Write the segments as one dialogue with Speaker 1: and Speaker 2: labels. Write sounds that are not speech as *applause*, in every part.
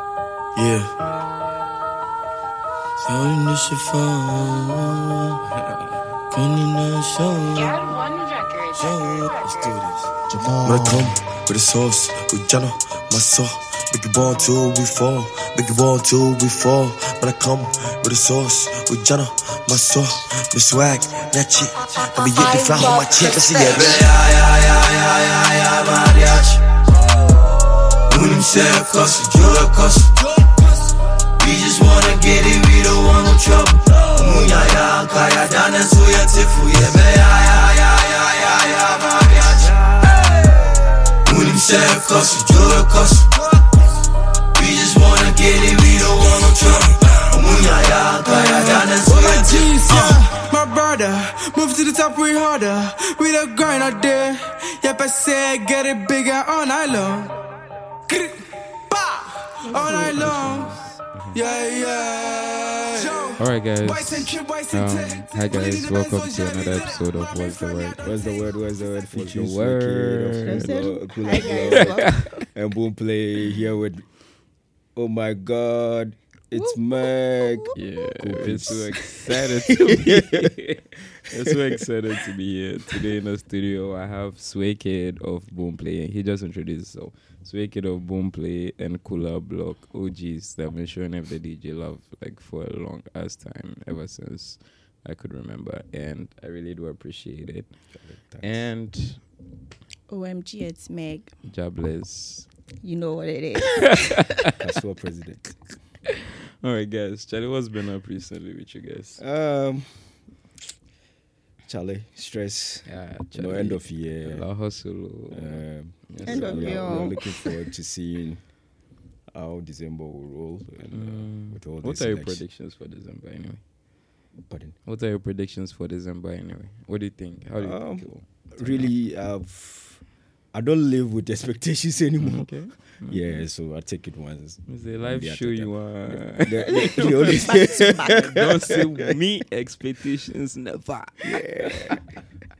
Speaker 1: Yeah. Sorry, Nishifan. Coming out
Speaker 2: Get one record.
Speaker 1: Yo,
Speaker 2: record,
Speaker 1: let's
Speaker 2: record.
Speaker 1: do this. Man, I come with the sauce, with Jana, my soul. Big ball till we fall, big ball till we fall. Man, I come with the sauce, with Jana, my soul. The swag, that shit. Let me get the fly on my chip, let's see it. Yeah, yeah, yeah, yeah, yeah, yeah, mariachi. Unim said, cuss, you a cuss. We just wanna get it, we don't want no trouble. Munya ya, kaya dana, suya tifu, yeah, man, yeah, yeah, yeah, yeah, yeah, yeah, mariachi. When him say a cuss, you do a cuss. We just wanna get it, we don't want no trouble. And when y'all y'all got y'all down, that's what
Speaker 3: my
Speaker 1: I do.
Speaker 4: Uh.
Speaker 3: G's, yeah, my brother. Move to the top, we harder. We the grind out there. Yep, I said, get it bigger all night long. Grr, bah, all night long. Yeah, yeah.
Speaker 4: All right, guys.
Speaker 3: Boys and trip, boys and
Speaker 4: Um,
Speaker 3: tip.
Speaker 4: hi, guys. Welcome to another
Speaker 3: Jelly.
Speaker 4: episode of What's the Word.
Speaker 5: Where's the word? Where's the word?
Speaker 4: the
Speaker 5: Features
Speaker 4: word?
Speaker 5: Kula and boom play here with. Oh my God! It's Mac.
Speaker 4: Yeah,
Speaker 5: Cool
Speaker 4: we're so
Speaker 5: kids. *laughs*
Speaker 4: excited to be *laughs* here. we're so excited to be here. Today in the studio, I have Sway Kid of Boomplay. He just introduced himself. Sway Kid of Boomplay and Cooler Block OGs that have been showing up the DJ love like for a long ass time, ever since I could remember. And I really do appreciate it. And
Speaker 6: OMG, it's Meg.
Speaker 4: Jobless.
Speaker 6: You know what it is.
Speaker 5: Kasuwa president.
Speaker 4: All right, guys. Charlie, what's been up recently with you guys?
Speaker 5: Um, Charlie, stress.
Speaker 4: Yeah,
Speaker 5: You know, end of year.
Speaker 4: La hustle.
Speaker 5: Um,
Speaker 4: Yes,
Speaker 6: End
Speaker 5: so
Speaker 6: of
Speaker 5: we are-
Speaker 6: year.
Speaker 5: We are looking forward to seeing how December will roll. And, uh, with all
Speaker 4: Mm. What
Speaker 5: this
Speaker 4: are your
Speaker 5: election-
Speaker 4: predictions for December anyway?
Speaker 5: Pardon.
Speaker 4: What are your predictions for December anyway? What do you think? How do you
Speaker 5: Um,
Speaker 4: think? it will-
Speaker 5: Really, I've. I don't live with expectations *laughs* anymore.
Speaker 4: Mm, Okay.
Speaker 5: Yeah, so I take it once.
Speaker 4: It's a live
Speaker 5: Yeah,
Speaker 4: show
Speaker 5: take
Speaker 4: you
Speaker 6: *laughs*
Speaker 5: The,
Speaker 4: are. *laughs*
Speaker 5: the, the only
Speaker 4: Don't say me expectations never.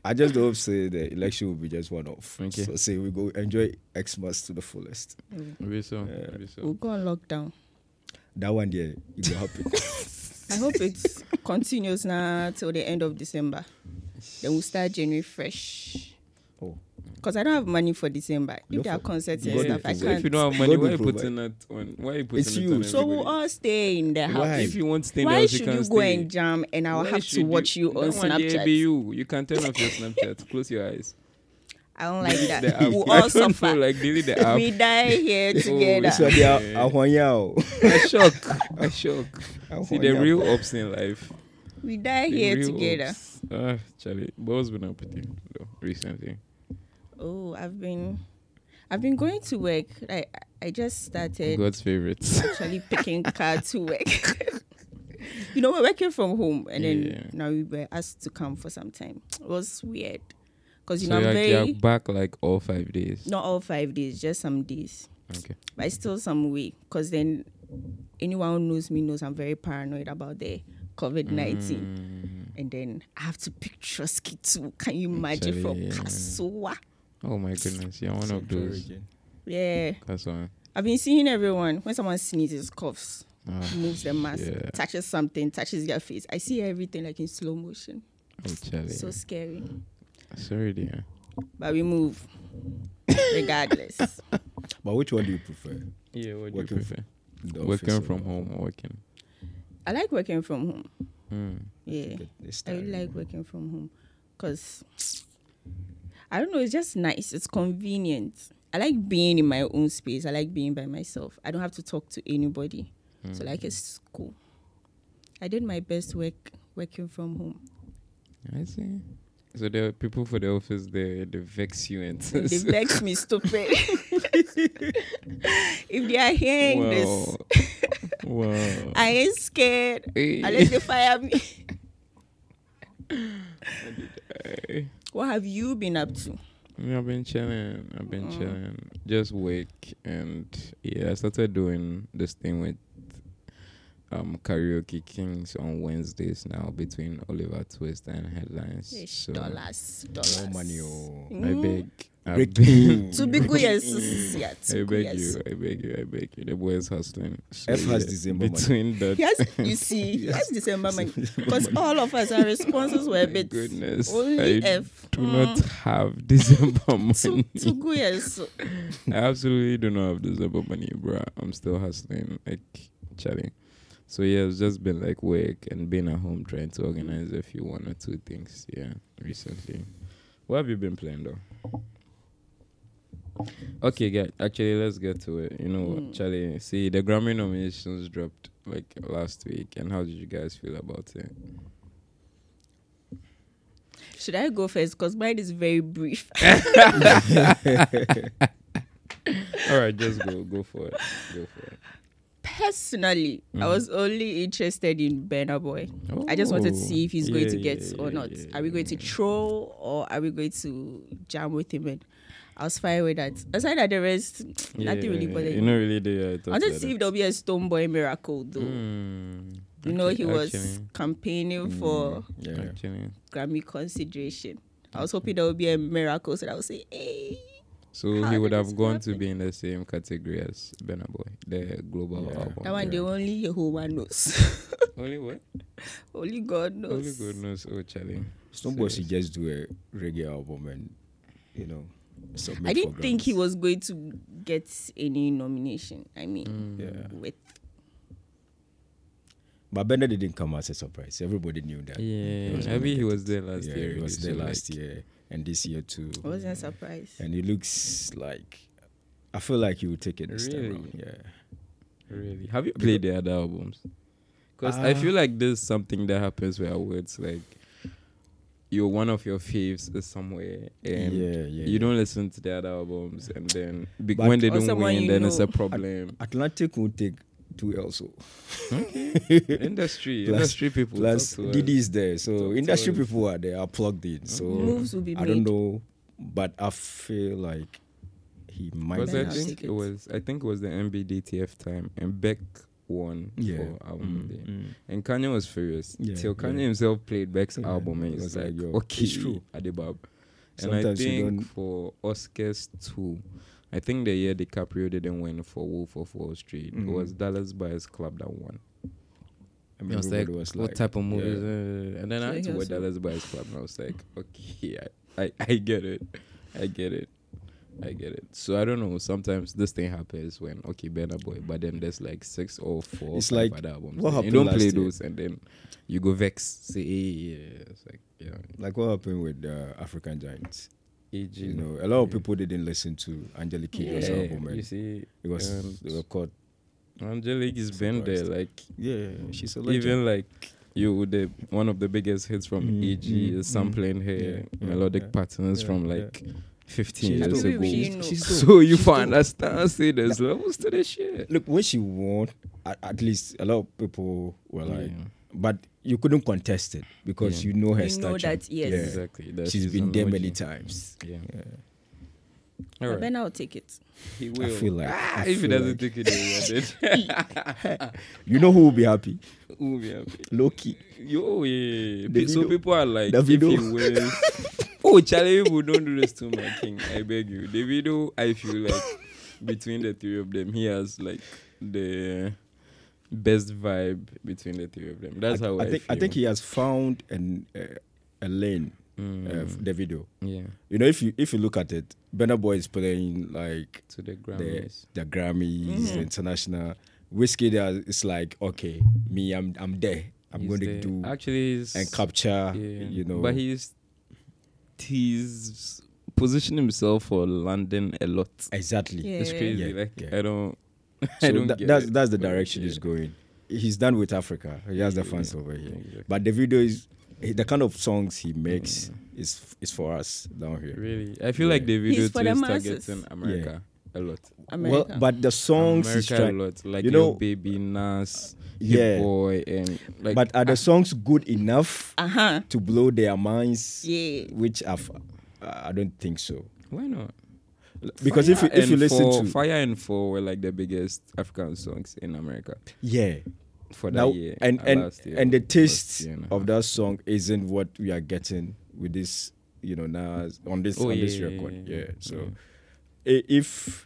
Speaker 5: I just hope say the election will be just one off.
Speaker 4: Okay.
Speaker 5: So say we go enjoy Xmas to the fullest.
Speaker 4: Maybe so.
Speaker 5: Yeah.
Speaker 4: Maybe so.
Speaker 6: we'll go on lockdown.
Speaker 5: That one there, it
Speaker 4: *laughs*
Speaker 5: will happen.
Speaker 6: I hope it *laughs* continues now till the end of December. Then we'll start January fresh.
Speaker 5: Oh.
Speaker 6: Because I don't have money for December.
Speaker 5: No
Speaker 6: If there are
Speaker 5: for-
Speaker 6: concerts
Speaker 4: God
Speaker 6: and
Speaker 5: God
Speaker 6: stuff,
Speaker 5: will
Speaker 6: I
Speaker 4: if,
Speaker 5: provide.
Speaker 6: can't.
Speaker 4: you don't have money,
Speaker 5: God
Speaker 4: why
Speaker 5: will
Speaker 4: are you
Speaker 5: provide.
Speaker 4: putting it on? Why are you putting
Speaker 5: It's
Speaker 4: it
Speaker 5: you.
Speaker 4: on?
Speaker 6: so we'll
Speaker 4: everybody?
Speaker 6: all stay in the house.
Speaker 5: Why?
Speaker 4: if you want to stay in the
Speaker 6: Why
Speaker 4: house, you
Speaker 6: should you,
Speaker 4: can't
Speaker 6: go
Speaker 4: stay.
Speaker 6: and jam and I'll
Speaker 4: Why
Speaker 6: have to
Speaker 4: should
Speaker 6: watch you on
Speaker 4: That one there
Speaker 6: Snapchat?
Speaker 4: be you. You can turn off your Snapchat. Close your eyes.
Speaker 6: I don't like
Speaker 4: Delete *laughs*
Speaker 6: that.
Speaker 4: the app.
Speaker 6: We'll
Speaker 4: I
Speaker 6: all
Speaker 4: don't
Speaker 6: suffer.
Speaker 4: feel like delete the app.
Speaker 6: we
Speaker 4: *laughs*
Speaker 6: die here
Speaker 4: Oh,
Speaker 5: That's
Speaker 6: together.
Speaker 5: why they are ahwanyao.
Speaker 4: I shock. I shock. See the
Speaker 5: Ahwanyao.
Speaker 4: real ups in life.
Speaker 6: we die
Speaker 4: The
Speaker 6: here
Speaker 4: real
Speaker 6: together.
Speaker 4: ups. Ah, Charlie, what's been up with you though, recently?
Speaker 6: Oh, I've been, I've been going to work. I I just started
Speaker 4: God's favorites.
Speaker 6: actually picking car to work. *laughs* you know, we're working from home, and
Speaker 4: Yeah.
Speaker 6: then now we were asked to come for some time. It was weird because you
Speaker 4: *laughs* so
Speaker 6: know
Speaker 4: you're,
Speaker 6: I'm
Speaker 4: you're
Speaker 6: very
Speaker 4: back like all five days.
Speaker 6: not all five days, just some days,
Speaker 4: Okay.
Speaker 6: but it's still some way. Because then anyone who knows me knows I'm very paranoid about the COVID
Speaker 4: Mm.
Speaker 6: nineteen, and then I have to pick Trusky too. Can you imagine from
Speaker 4: Actually, yeah.
Speaker 6: Kasua?
Speaker 4: Oh my goodness, you're one
Speaker 5: *laughs*
Speaker 4: of those.
Speaker 6: Yeah.
Speaker 4: That's one.
Speaker 6: I've been seeing everyone when someone sneezes, coughs,
Speaker 4: Ah,
Speaker 6: moves their mask,
Speaker 4: yeah.
Speaker 6: touches something, touches their face. I see everything like in slow motion.
Speaker 4: oh, Charlie.
Speaker 6: So scary.
Speaker 4: Sorry, dear.
Speaker 6: But we move
Speaker 4: *coughs*
Speaker 6: regardless.
Speaker 5: But which one do you prefer?
Speaker 4: Yeah, what
Speaker 5: do you Working f- prefer? The
Speaker 4: Working
Speaker 5: office
Speaker 4: from
Speaker 5: or-
Speaker 4: home or working?
Speaker 6: I like working from home.
Speaker 4: Mm.
Speaker 6: Yeah.
Speaker 5: Get this
Speaker 6: I
Speaker 5: time.
Speaker 6: really like working from home because I don't know, it's just nice. It's convenient. I like being in my own space. I like being by myself. I don't have to talk to anybody. So like
Speaker 4: Hmm.
Speaker 6: it's cool. I did my best work working from home.
Speaker 4: I see. So there are people for the office they they vex you and *laughs*
Speaker 6: they vex me *laughs* stupid if they are hearing *laughs* this
Speaker 4: wow. wow.
Speaker 6: i ain't scared
Speaker 4: Eh.
Speaker 6: unless they fire *laughs* me
Speaker 4: Eh,
Speaker 6: what have you been up to
Speaker 4: me, I've been chilling. I've been
Speaker 6: Mm.
Speaker 4: chilling. Just work and yeah, I started doing this thing with um karaoke kings on Wednesdays now between Oliver Twist and Headlines.
Speaker 6: Ish, Mm.
Speaker 4: so
Speaker 6: dollars, dollars.
Speaker 5: No money, oh.
Speaker 4: I beg, I *laughs*
Speaker 5: Break
Speaker 4: beg,
Speaker 5: through.
Speaker 6: To be good, yes, yes, yes,
Speaker 4: I
Speaker 6: good,
Speaker 4: beg
Speaker 6: yes.
Speaker 4: you, I beg you, I beg you. The boy is hustling. So
Speaker 5: F has December money.
Speaker 4: between
Speaker 6: *laughs*
Speaker 4: that.
Speaker 6: He has, you see, he has December money because all of us our responses were
Speaker 4: *laughs*
Speaker 6: a bit
Speaker 4: Goodness,
Speaker 6: only
Speaker 4: I
Speaker 6: F. Mm.
Speaker 4: do not have *laughs* December
Speaker 6: *laughs* Two,
Speaker 4: money.
Speaker 6: two good years.
Speaker 4: I absolutely do not have December money, bruh. I'm still hustling, like chatting. So yeah, it's just been like work and being at home trying to organize a few one or two things. Yeah, recently. What have you been playing though? Okay, guys. Actually, let's get to it. You know,
Speaker 6: Hmm.
Speaker 4: what, Charlie. See, the Grammy nominations dropped like last week, and how did you guys feel about it?
Speaker 6: Should I go first? Because mine is very brief.
Speaker 4: All right, just go, go for it, go for it.
Speaker 6: Personally,
Speaker 4: Mm.
Speaker 6: I was only interested in Burna Boy. I just wanted to
Speaker 4: Oh,
Speaker 6: see if he's
Speaker 4: yeah,
Speaker 6: going to
Speaker 4: yeah,
Speaker 6: get or
Speaker 4: yeah,
Speaker 6: not.
Speaker 4: yeah,
Speaker 6: are we going to troll or are we going to jam with him? And I was fine with that. Aside that, the rest, nothing really bothered
Speaker 4: You
Speaker 6: me.
Speaker 4: know, really, there. I
Speaker 6: I
Speaker 4: thought
Speaker 6: wanted to
Speaker 4: like
Speaker 6: see if
Speaker 4: that.
Speaker 6: there'll be a Stone Boy miracle, though.
Speaker 4: Mm,
Speaker 6: You know,
Speaker 4: okay, Mm.
Speaker 6: he was
Speaker 4: actually.
Speaker 6: campaigning for
Speaker 5: Yeah.
Speaker 4: Actually.
Speaker 6: Grammy consideration. I was hoping there would be a miracle so that I would say, hey.
Speaker 4: So
Speaker 6: How
Speaker 4: he would
Speaker 6: did
Speaker 4: have
Speaker 6: this
Speaker 4: gone to
Speaker 6: happen?
Speaker 4: be in the same category as Burna Boy, the global
Speaker 5: Yeah.
Speaker 4: album.
Speaker 6: That one,
Speaker 4: yeah.
Speaker 6: the only Jehovah knows. *laughs*
Speaker 4: Only what?
Speaker 6: only God
Speaker 4: Only
Speaker 6: knows.
Speaker 4: good news, oh Charlie.
Speaker 5: Snowball should just do a reggae album and, you know, submit
Speaker 6: I
Speaker 5: for
Speaker 6: didn't think he
Speaker 5: Grammys.
Speaker 6: was going to get any nomination. I mean,
Speaker 5: Yeah.
Speaker 6: with
Speaker 5: But Bernard didn't come as a surprise. Everybody knew that.
Speaker 4: Yeah,
Speaker 5: was
Speaker 4: maybe he
Speaker 5: nominated.
Speaker 4: was there last
Speaker 5: yeah,
Speaker 4: year.
Speaker 5: he
Speaker 4: already,
Speaker 5: was there
Speaker 4: so,
Speaker 5: last
Speaker 4: like,
Speaker 5: year and this year too.
Speaker 6: I wasn't surprised.
Speaker 5: And he looks like, I feel like he will take it this
Speaker 4: Really?
Speaker 5: time around. Yeah.
Speaker 4: Really? Have you played the other albums? Because I
Speaker 5: Uh,
Speaker 6: Ah.
Speaker 4: feel like there's something that happens where words like you're one of your faves is somewhere and
Speaker 5: Yeah, yeah,
Speaker 4: you
Speaker 5: yeah.
Speaker 4: don't listen to the other albums and then be-
Speaker 5: But-
Speaker 4: when they
Speaker 6: Or
Speaker 4: don't
Speaker 6: someone
Speaker 4: win
Speaker 6: you
Speaker 4: then it's
Speaker 6: know.
Speaker 4: a *laughs* problem.
Speaker 5: Atlantic will take two also.
Speaker 4: industry,
Speaker 5: Plus-
Speaker 4: industry people.
Speaker 5: Plus,
Speaker 4: talk to us.
Speaker 5: Didi is there. So,
Speaker 4: Talk to
Speaker 5: industry
Speaker 4: us.
Speaker 5: people are there, are plugged in. So,
Speaker 6: Mm-hmm. Moves will be
Speaker 5: I don't
Speaker 6: made.
Speaker 5: know. But I feel like he might
Speaker 4: Because
Speaker 5: be
Speaker 4: I
Speaker 6: Beck has
Speaker 4: think it
Speaker 6: tickets.
Speaker 4: was I think it was the MBDTF time and Beck won
Speaker 5: Yeah.
Speaker 4: for album of the year.
Speaker 5: Mm.
Speaker 4: And Kanye was furious.
Speaker 5: Yeah,
Speaker 4: Till
Speaker 5: yeah.
Speaker 4: Kanye himself played Beck's
Speaker 5: Yeah,
Speaker 4: album and
Speaker 5: it
Speaker 4: he's
Speaker 5: was
Speaker 4: like,
Speaker 5: like, yo,
Speaker 4: okay,
Speaker 5: it's true."
Speaker 4: Adibab. And I
Speaker 5: Sometimes you
Speaker 4: think
Speaker 5: don't-
Speaker 4: for Oscars too, I think the year DiCaprio didn't win for Wolf of Wall Street,
Speaker 5: Mm.
Speaker 4: it was Dallas Buyers Club that won.
Speaker 5: I mean, everybody was like, yeah.
Speaker 4: uh, and then I
Speaker 6: So
Speaker 4: had to
Speaker 6: he
Speaker 4: watch
Speaker 6: also-
Speaker 4: Dallas Buyers Club, and I was like, okay, I, *laughs* I, I get it, I get it, I get it. So I don't know. Sometimes this thing happens when okay, Burna Boy, but then there's like six or four, or
Speaker 5: It's
Speaker 4: five
Speaker 5: like
Speaker 4: other albums. and
Speaker 5: what
Speaker 4: you
Speaker 5: happened
Speaker 4: don't
Speaker 5: last
Speaker 4: play
Speaker 5: year.
Speaker 4: those, and then you go vex. Say, hey, yeah, it's like yeah,
Speaker 5: Like what happened with uh, African Giants?
Speaker 4: AG.
Speaker 5: You know, a lot of people didn't listen to Angelique Kiddo's album.
Speaker 4: you
Speaker 5: And
Speaker 4: see,
Speaker 5: it was
Speaker 4: um,
Speaker 5: they were caught.
Speaker 4: Angelique has been there,
Speaker 5: surprised.
Speaker 4: like
Speaker 5: Yeah, she's a
Speaker 4: even like you the one of the biggest hits from
Speaker 5: Mm,
Speaker 4: EG
Speaker 5: mm,
Speaker 4: is sampling her
Speaker 5: yeah,
Speaker 4: melodic
Speaker 5: yeah,
Speaker 4: patterns
Speaker 5: yeah,
Speaker 4: from
Speaker 5: yeah.
Speaker 4: like 15
Speaker 5: She's
Speaker 4: years
Speaker 6: dope.
Speaker 4: ago.
Speaker 6: She's- she's
Speaker 4: so you can understand, see, there's levels to this shit.
Speaker 5: Look, when she won, at, at least a lot of people were like,
Speaker 4: Yeah.
Speaker 5: but you couldn't contest it because
Speaker 4: Yeah.
Speaker 5: you know her
Speaker 6: You know
Speaker 5: stature.
Speaker 6: that, yes.
Speaker 5: Yeah.
Speaker 4: Exactly. that
Speaker 5: she's
Speaker 4: she's
Speaker 5: been
Speaker 4: an
Speaker 5: there
Speaker 4: OG.
Speaker 5: many times.
Speaker 4: Yeah.
Speaker 5: Yeah.
Speaker 4: All
Speaker 6: But
Speaker 4: right.
Speaker 6: then I'll take it.
Speaker 4: He
Speaker 5: I
Speaker 4: will.
Speaker 5: feel like I
Speaker 4: Ah, if he
Speaker 5: feel
Speaker 4: doesn't
Speaker 5: like-
Speaker 4: take it, he
Speaker 5: *laughs* you know who will be happy?
Speaker 4: will be happy.
Speaker 5: Loki.
Speaker 4: Yo, oh, yeah. Pe-
Speaker 5: Davido.
Speaker 4: So people are like,
Speaker 5: Davido.
Speaker 4: if he
Speaker 5: *laughs*
Speaker 4: wins. oh, Charlie, people don't do this to my king. I beg you. Davido, I feel like between the three of them, he has like the best vibe between the three of them. That's how I,
Speaker 5: I think I
Speaker 4: feel.
Speaker 5: think he has found an uh, a lane
Speaker 4: Mm,
Speaker 5: uh, for the video.
Speaker 4: yeah,
Speaker 5: You know, if you if you look at it, Burna Boy is playing like
Speaker 4: to the
Speaker 5: the
Speaker 4: Grammys. Hmm.
Speaker 5: the Grammys, the international. Whiskey there is like okay, me I'm I'm there. I'm
Speaker 4: He's
Speaker 5: going
Speaker 4: there.
Speaker 5: to do
Speaker 4: actually he's-
Speaker 5: and capture.
Speaker 4: yeah,
Speaker 5: You know,
Speaker 4: but he's he's positioning himself for London a lot.
Speaker 5: exactly.
Speaker 6: Yeah.
Speaker 4: It's crazy.
Speaker 5: Yeah,
Speaker 4: like
Speaker 5: yeah.
Speaker 4: I don't. *laughs* I
Speaker 5: So
Speaker 4: don't
Speaker 5: tha-
Speaker 4: get
Speaker 5: that's
Speaker 4: it,
Speaker 5: that's the
Speaker 4: but
Speaker 5: direction
Speaker 4: yeah.
Speaker 5: he's going. He's done with Africa. He has the fans over here.
Speaker 4: exactly.
Speaker 5: But the video is he- the kind of songs he makes is is for us down here.
Speaker 4: Mm. Really, I feel like Davido
Speaker 6: He's for
Speaker 4: too
Speaker 6: the
Speaker 4: is
Speaker 6: masses.
Speaker 4: targeting America a lot.
Speaker 6: America.
Speaker 5: Well, but the songs he's
Speaker 4: America a
Speaker 5: trying,
Speaker 4: lot, like you
Speaker 5: you
Speaker 4: know,
Speaker 5: know-
Speaker 4: baby Nas, yeah,
Speaker 5: Yeah.
Speaker 4: boy, and like. ah.
Speaker 5: but uh, are the songs good enough
Speaker 6: uh huh.
Speaker 5: to blow their minds?
Speaker 6: Yeah.
Speaker 5: Which I've, I don't think so.
Speaker 4: why not?
Speaker 5: Because if you,
Speaker 4: Fire
Speaker 5: if you
Speaker 4: and
Speaker 5: listen
Speaker 4: Fall-
Speaker 5: to
Speaker 4: Fire and Fall were like the biggest African songs in America.
Speaker 5: yeah,
Speaker 4: for that
Speaker 5: now
Speaker 4: year
Speaker 5: and
Speaker 4: uh,
Speaker 5: and
Speaker 4: last year,
Speaker 5: and the
Speaker 4: last
Speaker 5: taste
Speaker 4: year and a
Speaker 5: of
Speaker 4: half.
Speaker 5: that song isn't what we are getting with this you know now on this
Speaker 4: Oh,
Speaker 5: on
Speaker 4: yeah,
Speaker 5: this
Speaker 4: yeah,
Speaker 5: record
Speaker 4: yeah,
Speaker 5: yeah,
Speaker 4: yeah.
Speaker 5: so i- if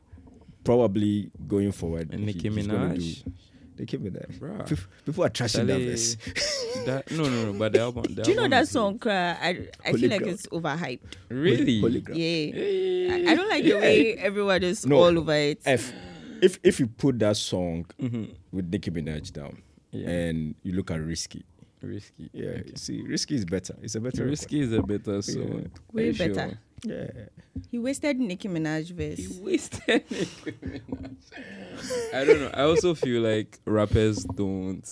Speaker 5: probably going forward
Speaker 4: and
Speaker 5: he-
Speaker 4: Nicki
Speaker 5: he's gonna
Speaker 4: Minaj.
Speaker 5: do- Nicki Minaj
Speaker 4: Bruh.
Speaker 5: Peop- people are trashing that
Speaker 4: Charlie-
Speaker 5: verse
Speaker 4: *laughs* That, no, no, no. But the album. The
Speaker 6: *laughs* Do you know
Speaker 4: album
Speaker 6: that
Speaker 4: is good.
Speaker 6: song? Uh, I I
Speaker 5: Holy
Speaker 6: feel like
Speaker 5: Grail.
Speaker 6: it's overhyped.
Speaker 4: Really?
Speaker 5: Holy Grail.
Speaker 6: Yeah.
Speaker 4: Hey.
Speaker 6: I I don't like the way everyone is
Speaker 5: No. Eh.
Speaker 6: all over it.
Speaker 5: if if if you put that song with Nicki Minaj down
Speaker 4: Mm-hmm. Yeah.
Speaker 5: and you look at Risky
Speaker 4: Risky.
Speaker 5: yeah
Speaker 4: Okay.
Speaker 5: see Risky is better it's a better record.
Speaker 4: Risky is a better song.
Speaker 6: Way
Speaker 4: Are you
Speaker 6: better.
Speaker 4: sure?
Speaker 5: yeah
Speaker 6: He wasted Nicki Minaj verse.
Speaker 4: wasted *laughs* I don't know. I also feel like rappers don't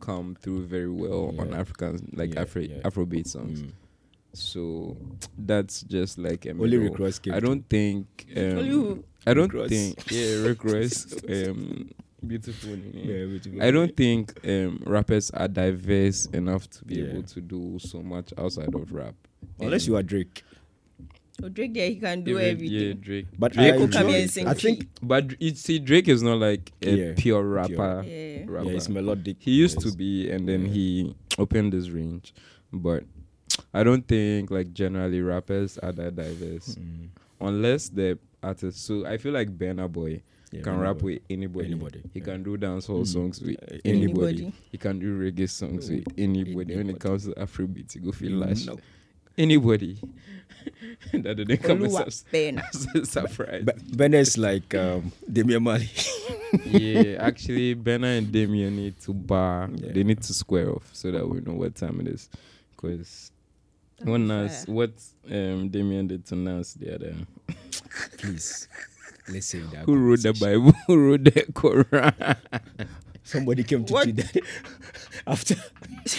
Speaker 4: come through very well on
Speaker 5: Yeah.
Speaker 4: African like
Speaker 5: Yeah,
Speaker 4: Afro
Speaker 5: yeah.
Speaker 4: Afrobeat songs.
Speaker 5: Mm.
Speaker 4: So that's just like a
Speaker 5: Only
Speaker 4: middle.
Speaker 5: Rick Ross came
Speaker 4: I don't think
Speaker 6: Only
Speaker 4: um,
Speaker 6: who?
Speaker 4: I don't
Speaker 5: Rick Ross.
Speaker 4: think yeah, Rick
Speaker 5: *laughs*
Speaker 4: Ross um beautiful name.
Speaker 5: Yeah, beautiful.
Speaker 4: I don't think um rappers are diverse enough to be
Speaker 5: Yeah.
Speaker 4: able to do so much outside of rap.
Speaker 5: unless you are Drake
Speaker 6: Oh, Drake there, he can do
Speaker 4: Even- Yeah,
Speaker 6: everything.
Speaker 4: Drake.
Speaker 5: but
Speaker 4: Drake
Speaker 5: I,
Speaker 4: will
Speaker 6: come here
Speaker 5: enjoy-
Speaker 6: and sing
Speaker 5: I
Speaker 6: free.
Speaker 5: think
Speaker 4: But dr- you see, Drake is not like a
Speaker 5: Yeah,
Speaker 4: pure rapper.
Speaker 6: Yeah. *laughs*
Speaker 4: rapper.
Speaker 5: yeah, it's melodic
Speaker 4: he used
Speaker 5: Yes.
Speaker 4: to be, and then he opened his range. But I don't think like generally rappers are that diverse,
Speaker 5: Mm.
Speaker 4: unless the artist. So I feel like Burna Boy
Speaker 5: Yeah,
Speaker 4: can
Speaker 5: Burna
Speaker 4: rap
Speaker 5: Boy.
Speaker 4: with anybody.
Speaker 5: Anybody,
Speaker 4: He
Speaker 5: yeah.
Speaker 4: can do dancehall songs with
Speaker 5: Uh,
Speaker 4: anybody.
Speaker 6: anybody.
Speaker 4: He can do reggae songs with anybody. When it comes to Afrobeat, you go feel lash.
Speaker 5: Mm, No.
Speaker 4: Anybody *laughs* that didn't come as
Speaker 6: Oluwa
Speaker 4: a-
Speaker 5: *laughs*
Speaker 6: Burna.
Speaker 4: as a surprise.
Speaker 5: But Bennett's like um, Damian Marley.
Speaker 4: yeah, actually, Benna and Damien need to bar.
Speaker 5: Yeah.
Speaker 4: They need to square off so that we know what time it is. Because
Speaker 6: That'd
Speaker 4: when
Speaker 6: be
Speaker 4: Nas,
Speaker 6: fair.
Speaker 4: what um, Damien did to Nas the other,
Speaker 5: *laughs* Please, let's save that.
Speaker 4: who wrote the Bible, who wrote the *laughs* Quran?
Speaker 5: Somebody came to
Speaker 6: What?
Speaker 5: Trinidad *laughs* after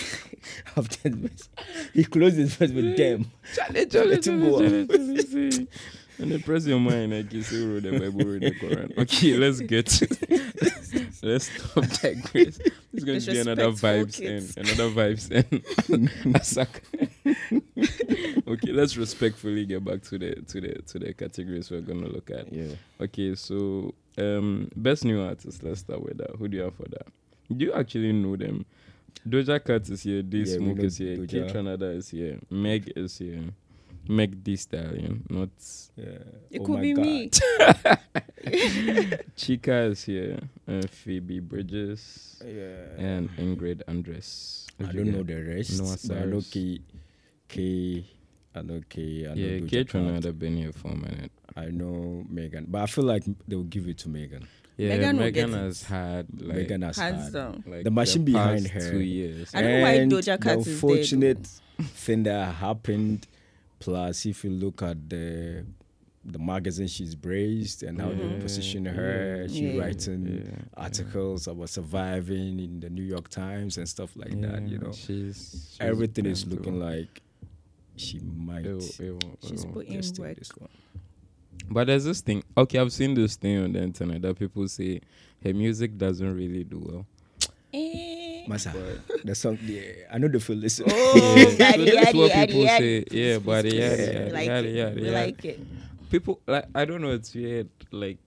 Speaker 5: *laughs* after his verse. He closed his verse with them.
Speaker 4: Charlie, Charlie,
Speaker 5: Let him go
Speaker 4: Charlie, Charlie, Charlie, see. And then press your mind like you say, who wrote the Bible, who wrote the Quran. Okay, let's get to *laughs* Let's stop that quiz. It's going to be another
Speaker 6: Disrespectful
Speaker 4: vibes
Speaker 6: kids.
Speaker 4: and another vibes *laughs* and I suck. *laughs* okay, let's respectfully get back to the to the to the categories we're gonna look at.
Speaker 5: *laughs* Yeah.
Speaker 4: Okay, so um best new artist, let's start with that. Who do you have for that? Do you actually know them? Doja Cat is here, D
Speaker 5: Yeah, we
Speaker 4: Smoke
Speaker 5: know
Speaker 4: is here, K
Speaker 5: Doja.
Speaker 4: Tranada is here, Meg is here, Meg D Stallion, not
Speaker 5: yeah.
Speaker 6: It
Speaker 5: Oh
Speaker 6: could
Speaker 5: my
Speaker 6: be
Speaker 5: God.
Speaker 6: me.
Speaker 4: Chica is here, uh, Phoebe Bridges,
Speaker 5: Yeah.
Speaker 4: and Ingrid Andress.
Speaker 5: I don't know the rest.
Speaker 4: Noah
Speaker 5: but I know
Speaker 4: Cyrus.
Speaker 5: K. K. I know K. I know
Speaker 4: Yeah,
Speaker 5: Doja
Speaker 4: K
Speaker 5: Cat.
Speaker 4: Tranada been here for a minute.
Speaker 5: I know Megan, but I feel like they will give it to Megan.
Speaker 4: Yeah, Megan,
Speaker 6: Megan will get it.
Speaker 4: has had like,
Speaker 5: Megan has
Speaker 6: Hands
Speaker 5: had-
Speaker 6: down.
Speaker 4: like
Speaker 5: the machine behind
Speaker 4: past
Speaker 5: her.
Speaker 4: two years.
Speaker 6: I don't know why
Speaker 5: And
Speaker 6: Doja Cat is
Speaker 5: The
Speaker 6: there,
Speaker 5: unfortunate thing that happened, plus if you look at the the magazine she's braced and how they position her, she
Speaker 6: Yeah.
Speaker 5: writing
Speaker 4: Mm-hmm. Yeah.
Speaker 5: articles about surviving in the New York Times and stuff like that. You
Speaker 4: Yeah,
Speaker 5: know,
Speaker 4: she's, she's
Speaker 5: everything is
Speaker 4: been
Speaker 5: looking
Speaker 4: through-
Speaker 5: like she might
Speaker 4: Ew, ew,
Speaker 6: She's
Speaker 4: ew.
Speaker 6: put in
Speaker 5: just take
Speaker 6: work.
Speaker 5: this one.
Speaker 4: But there's this thing. Okay, I've seen this thing on the internet that people say her music doesn't really do
Speaker 5: *laughs*
Speaker 4: well.
Speaker 6: Eh.
Speaker 5: Masa, the song. Yeah, I know the feel. Listen,
Speaker 6: Oh,
Speaker 4: Yeah. So *laughs*
Speaker 6: yaddy,
Speaker 4: that's what
Speaker 6: yaddy,
Speaker 4: people
Speaker 6: yaddy,
Speaker 4: say.
Speaker 6: yaddy.
Speaker 4: Yeah, body,
Speaker 6: Please,
Speaker 4: yaddy,
Speaker 6: please,
Speaker 4: yaddy,
Speaker 6: we like
Speaker 4: yaddy,
Speaker 6: it.
Speaker 4: yaddy,
Speaker 6: We
Speaker 4: yaddy.
Speaker 6: like it.
Speaker 4: People like I don't know. It's weird. Like,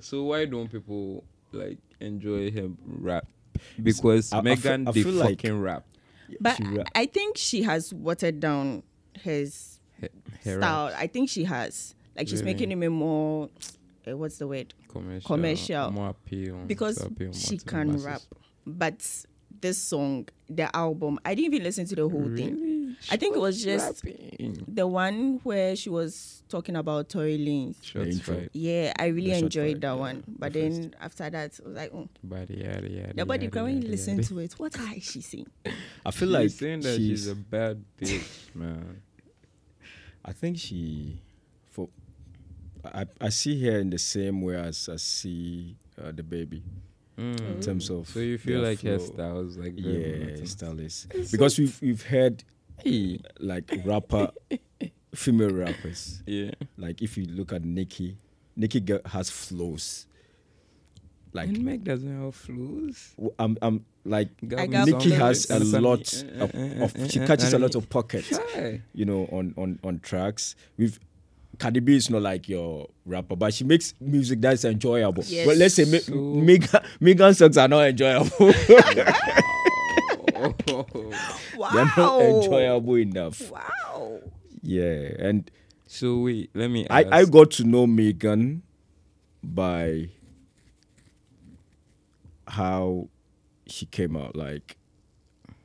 Speaker 4: so why don't people like enjoy her rap? Because
Speaker 5: I- I
Speaker 4: Megan
Speaker 5: feel- I
Speaker 4: the
Speaker 5: feel like-
Speaker 4: fucking rap.
Speaker 6: But
Speaker 5: She rap.
Speaker 6: I think she has watered down his
Speaker 4: Her, her
Speaker 6: style.
Speaker 4: rap,
Speaker 6: I think she has. Like she's
Speaker 4: Really?
Speaker 6: making him a more. eh, what's the word?
Speaker 4: commercial,
Speaker 6: commercial.
Speaker 4: more appeal to
Speaker 6: Because
Speaker 4: appeal more
Speaker 6: she
Speaker 4: to the
Speaker 6: can
Speaker 4: masses.
Speaker 6: rap. But this song, the album, I didn't even listen to the whole thing.
Speaker 4: Really?
Speaker 6: I think it was just
Speaker 4: Rapping.
Speaker 6: the one where she was talking about Tory Lanez.
Speaker 4: Shots
Speaker 5: intro.
Speaker 4: fired.
Speaker 6: Yeah, I really
Speaker 5: short
Speaker 6: enjoyed
Speaker 5: fight,
Speaker 6: that
Speaker 5: yeah,
Speaker 6: one. But then after that, I was like, oh.
Speaker 4: Body, yaddy, yaddy,
Speaker 6: Yeah, but you
Speaker 4: yaddy,
Speaker 6: can when you
Speaker 4: yaddy,
Speaker 6: listen
Speaker 4: yaddy.
Speaker 6: to it, what are she *laughs* saying?
Speaker 5: I feel
Speaker 4: You're
Speaker 5: like
Speaker 4: saying that she's, a bad bitch, man.
Speaker 5: I think she, for, I, I see her in the same way as I see uh, the baby in terms
Speaker 4: Mm.
Speaker 5: of.
Speaker 4: So you feel
Speaker 5: their
Speaker 4: like her
Speaker 5: flow.
Speaker 4: style is like very
Speaker 5: Yeah,
Speaker 4: monotonous.
Speaker 5: style is because we've we've heard
Speaker 4: Hey.
Speaker 5: like rapper, female rappers.
Speaker 4: Yeah.
Speaker 5: Like if you look at Nicki, Nicki girl has flows. Like
Speaker 4: And Meg doesn't have flues.
Speaker 5: w- I'm I'm like
Speaker 6: I got
Speaker 5: Nicki
Speaker 6: flows.
Speaker 5: has a
Speaker 4: Eh,
Speaker 5: lot of, of she catches a lot of pockets.
Speaker 4: Why?
Speaker 5: you know, on on on tracks. We've Cardi B is not like your rapper, but she makes music that's enjoyable.
Speaker 6: Yes.
Speaker 5: But let's say Me-
Speaker 4: So-
Speaker 5: Megan Megan songs are not enjoyable. *laughs*
Speaker 4: eh.
Speaker 5: They're not enjoyable enough.
Speaker 6: Wow.
Speaker 5: Yeah, and
Speaker 4: so wait, let me.
Speaker 5: I,
Speaker 4: Ask.
Speaker 5: I got to know Megan by how she came out. Like,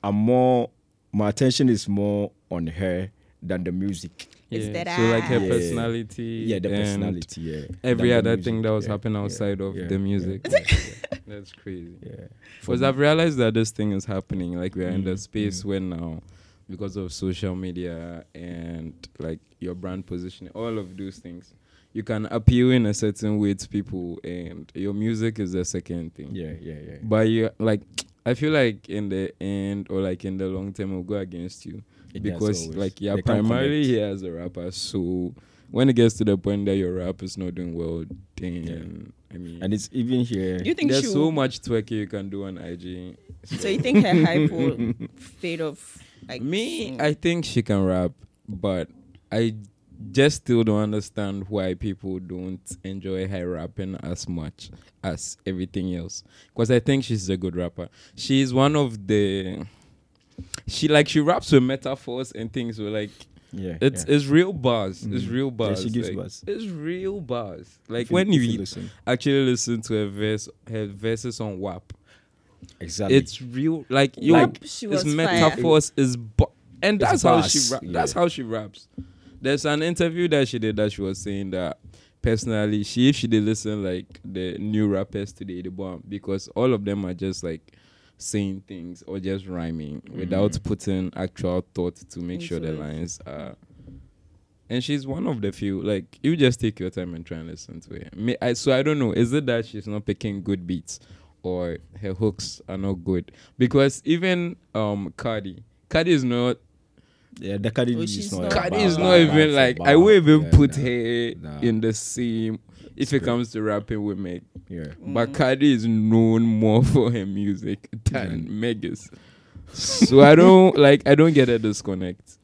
Speaker 5: I'm more, my attention is more on her than the music.
Speaker 6: It's
Speaker 4: Yeah,
Speaker 6: that
Speaker 4: so like her
Speaker 5: I- Yeah.
Speaker 4: personality.
Speaker 5: Yeah, the
Speaker 4: and
Speaker 5: personality. Yeah,
Speaker 4: Every
Speaker 5: than the
Speaker 4: other
Speaker 5: music,
Speaker 4: thing that was
Speaker 5: yeah,
Speaker 4: happening
Speaker 5: yeah,
Speaker 4: outside of
Speaker 5: yeah,
Speaker 4: the
Speaker 5: yeah,
Speaker 4: music. Yeah, yeah. That's crazy.
Speaker 5: Yeah,
Speaker 4: Because I've realized that this thing is happening. Like we are
Speaker 5: Mm,
Speaker 4: in the space where now, because of social media and like your brand positioning, all of those things, you can appeal in a certain way to people, and your music is the second thing.
Speaker 5: yeah, yeah, yeah.
Speaker 4: But you like, I feel like in the end or like in the long term, will go against you
Speaker 5: It does
Speaker 4: because
Speaker 5: always.
Speaker 4: like you're
Speaker 5: They can't
Speaker 4: primarily
Speaker 5: connect.
Speaker 4: here as a rapper. So when it gets to the point that your rap is not doing well, then I mean,
Speaker 5: And it's even here.
Speaker 6: You think she
Speaker 4: there's so
Speaker 6: will-
Speaker 4: much twerking you can do on IG.
Speaker 6: So you think her
Speaker 4: *laughs*
Speaker 6: hype will fade off? Like mm.
Speaker 4: Me,
Speaker 6: soon?
Speaker 4: I think she can rap, but I just still don't understand why people don't enjoy her rapping as much as everything else. Because I think she's a good rapper. She's one of the she like she raps with metaphors and things. So like
Speaker 5: yeah,
Speaker 4: it's
Speaker 5: yeah. Mm-hmm.
Speaker 4: it's real bars. It's real
Speaker 5: Yeah,
Speaker 4: bars.
Speaker 5: she gives
Speaker 4: like,
Speaker 5: bars.
Speaker 4: It's real bars. Like
Speaker 5: If you-
Speaker 4: when
Speaker 5: if
Speaker 4: you,
Speaker 5: you listen.
Speaker 4: actually listen to her verse, her verses on WAP
Speaker 5: exactly.
Speaker 4: it's real like you
Speaker 6: Like, she was
Speaker 4: it's
Speaker 6: fire.
Speaker 4: metaphors is bu- and
Speaker 5: It's
Speaker 4: that's how
Speaker 5: bars,
Speaker 4: she rap,
Speaker 5: yeah.
Speaker 4: that's how she raps there's an interview that she did that she was saying that personally she if she did listen like the new rappers today the bomb because all of them are just like saying things or just rhyming
Speaker 5: Mm.
Speaker 4: without putting actual thought to make sure the
Speaker 6: Into it.
Speaker 4: lines are and she's one of the few like you just take your time and try and listen to it Me, I, so i don't know is it that she's not picking good beats or her hooks are not good because even um cardi cardi is not
Speaker 5: yeah, the Cardi
Speaker 6: Oh,
Speaker 5: B is
Speaker 6: she's
Speaker 5: not.
Speaker 6: not-
Speaker 4: cardi
Speaker 5: bad,
Speaker 4: is
Speaker 5: bad,
Speaker 4: not
Speaker 5: bad
Speaker 4: even
Speaker 5: for
Speaker 4: like i
Speaker 5: bad.
Speaker 4: will even
Speaker 5: Yeah,
Speaker 4: put
Speaker 5: nah,
Speaker 4: her
Speaker 5: nah.
Speaker 4: in the same if it
Speaker 5: Spirit.
Speaker 4: comes to rapping with meg
Speaker 5: Yeah.
Speaker 4: but cardi is known more *laughs* for her music than meg is so i don't *laughs* like i don't get a disconnect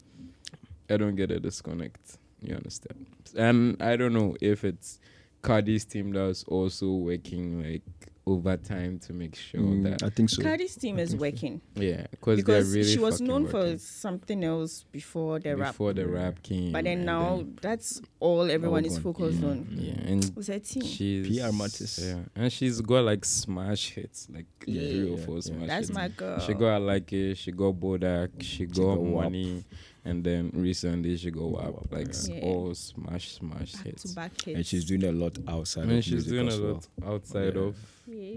Speaker 4: i don't get a disconnect you understand and i don't know if it's cardi's team that's also working like overtime to make sure
Speaker 5: Mm,
Speaker 4: that
Speaker 5: I think so.
Speaker 6: Cardi's team is working
Speaker 4: yeah cause they're
Speaker 6: because
Speaker 4: really
Speaker 6: she was known
Speaker 4: working
Speaker 6: for something else before the rap.
Speaker 4: before the rap came
Speaker 6: But then
Speaker 4: and
Speaker 6: now that's all everyone is
Speaker 5: gone.
Speaker 6: focused
Speaker 4: yeah,
Speaker 6: on. Mm.
Speaker 4: yeah and
Speaker 6: Was her team?
Speaker 4: she's
Speaker 5: PR artist.
Speaker 4: yeah and she's got like smash hits like
Speaker 5: Yeah,
Speaker 4: three or
Speaker 5: yeah,
Speaker 4: four
Speaker 5: yeah.
Speaker 4: smash
Speaker 6: That's
Speaker 4: hits
Speaker 6: my girl.
Speaker 4: She got like it. She got Bodak. She got,
Speaker 5: got WAP.
Speaker 4: money, and then recently she got WAP.
Speaker 5: WAP,
Speaker 4: Like
Speaker 5: yeah.
Speaker 4: s-
Speaker 6: Yeah.
Speaker 4: all smash smash
Speaker 6: back to
Speaker 4: hits.
Speaker 6: back
Speaker 5: and
Speaker 6: hits.
Speaker 5: she's doing a lot outside.
Speaker 4: And
Speaker 5: of
Speaker 4: she's
Speaker 5: music
Speaker 4: doing a
Speaker 5: as well.
Speaker 4: lot outside
Speaker 5: Yeah.
Speaker 4: of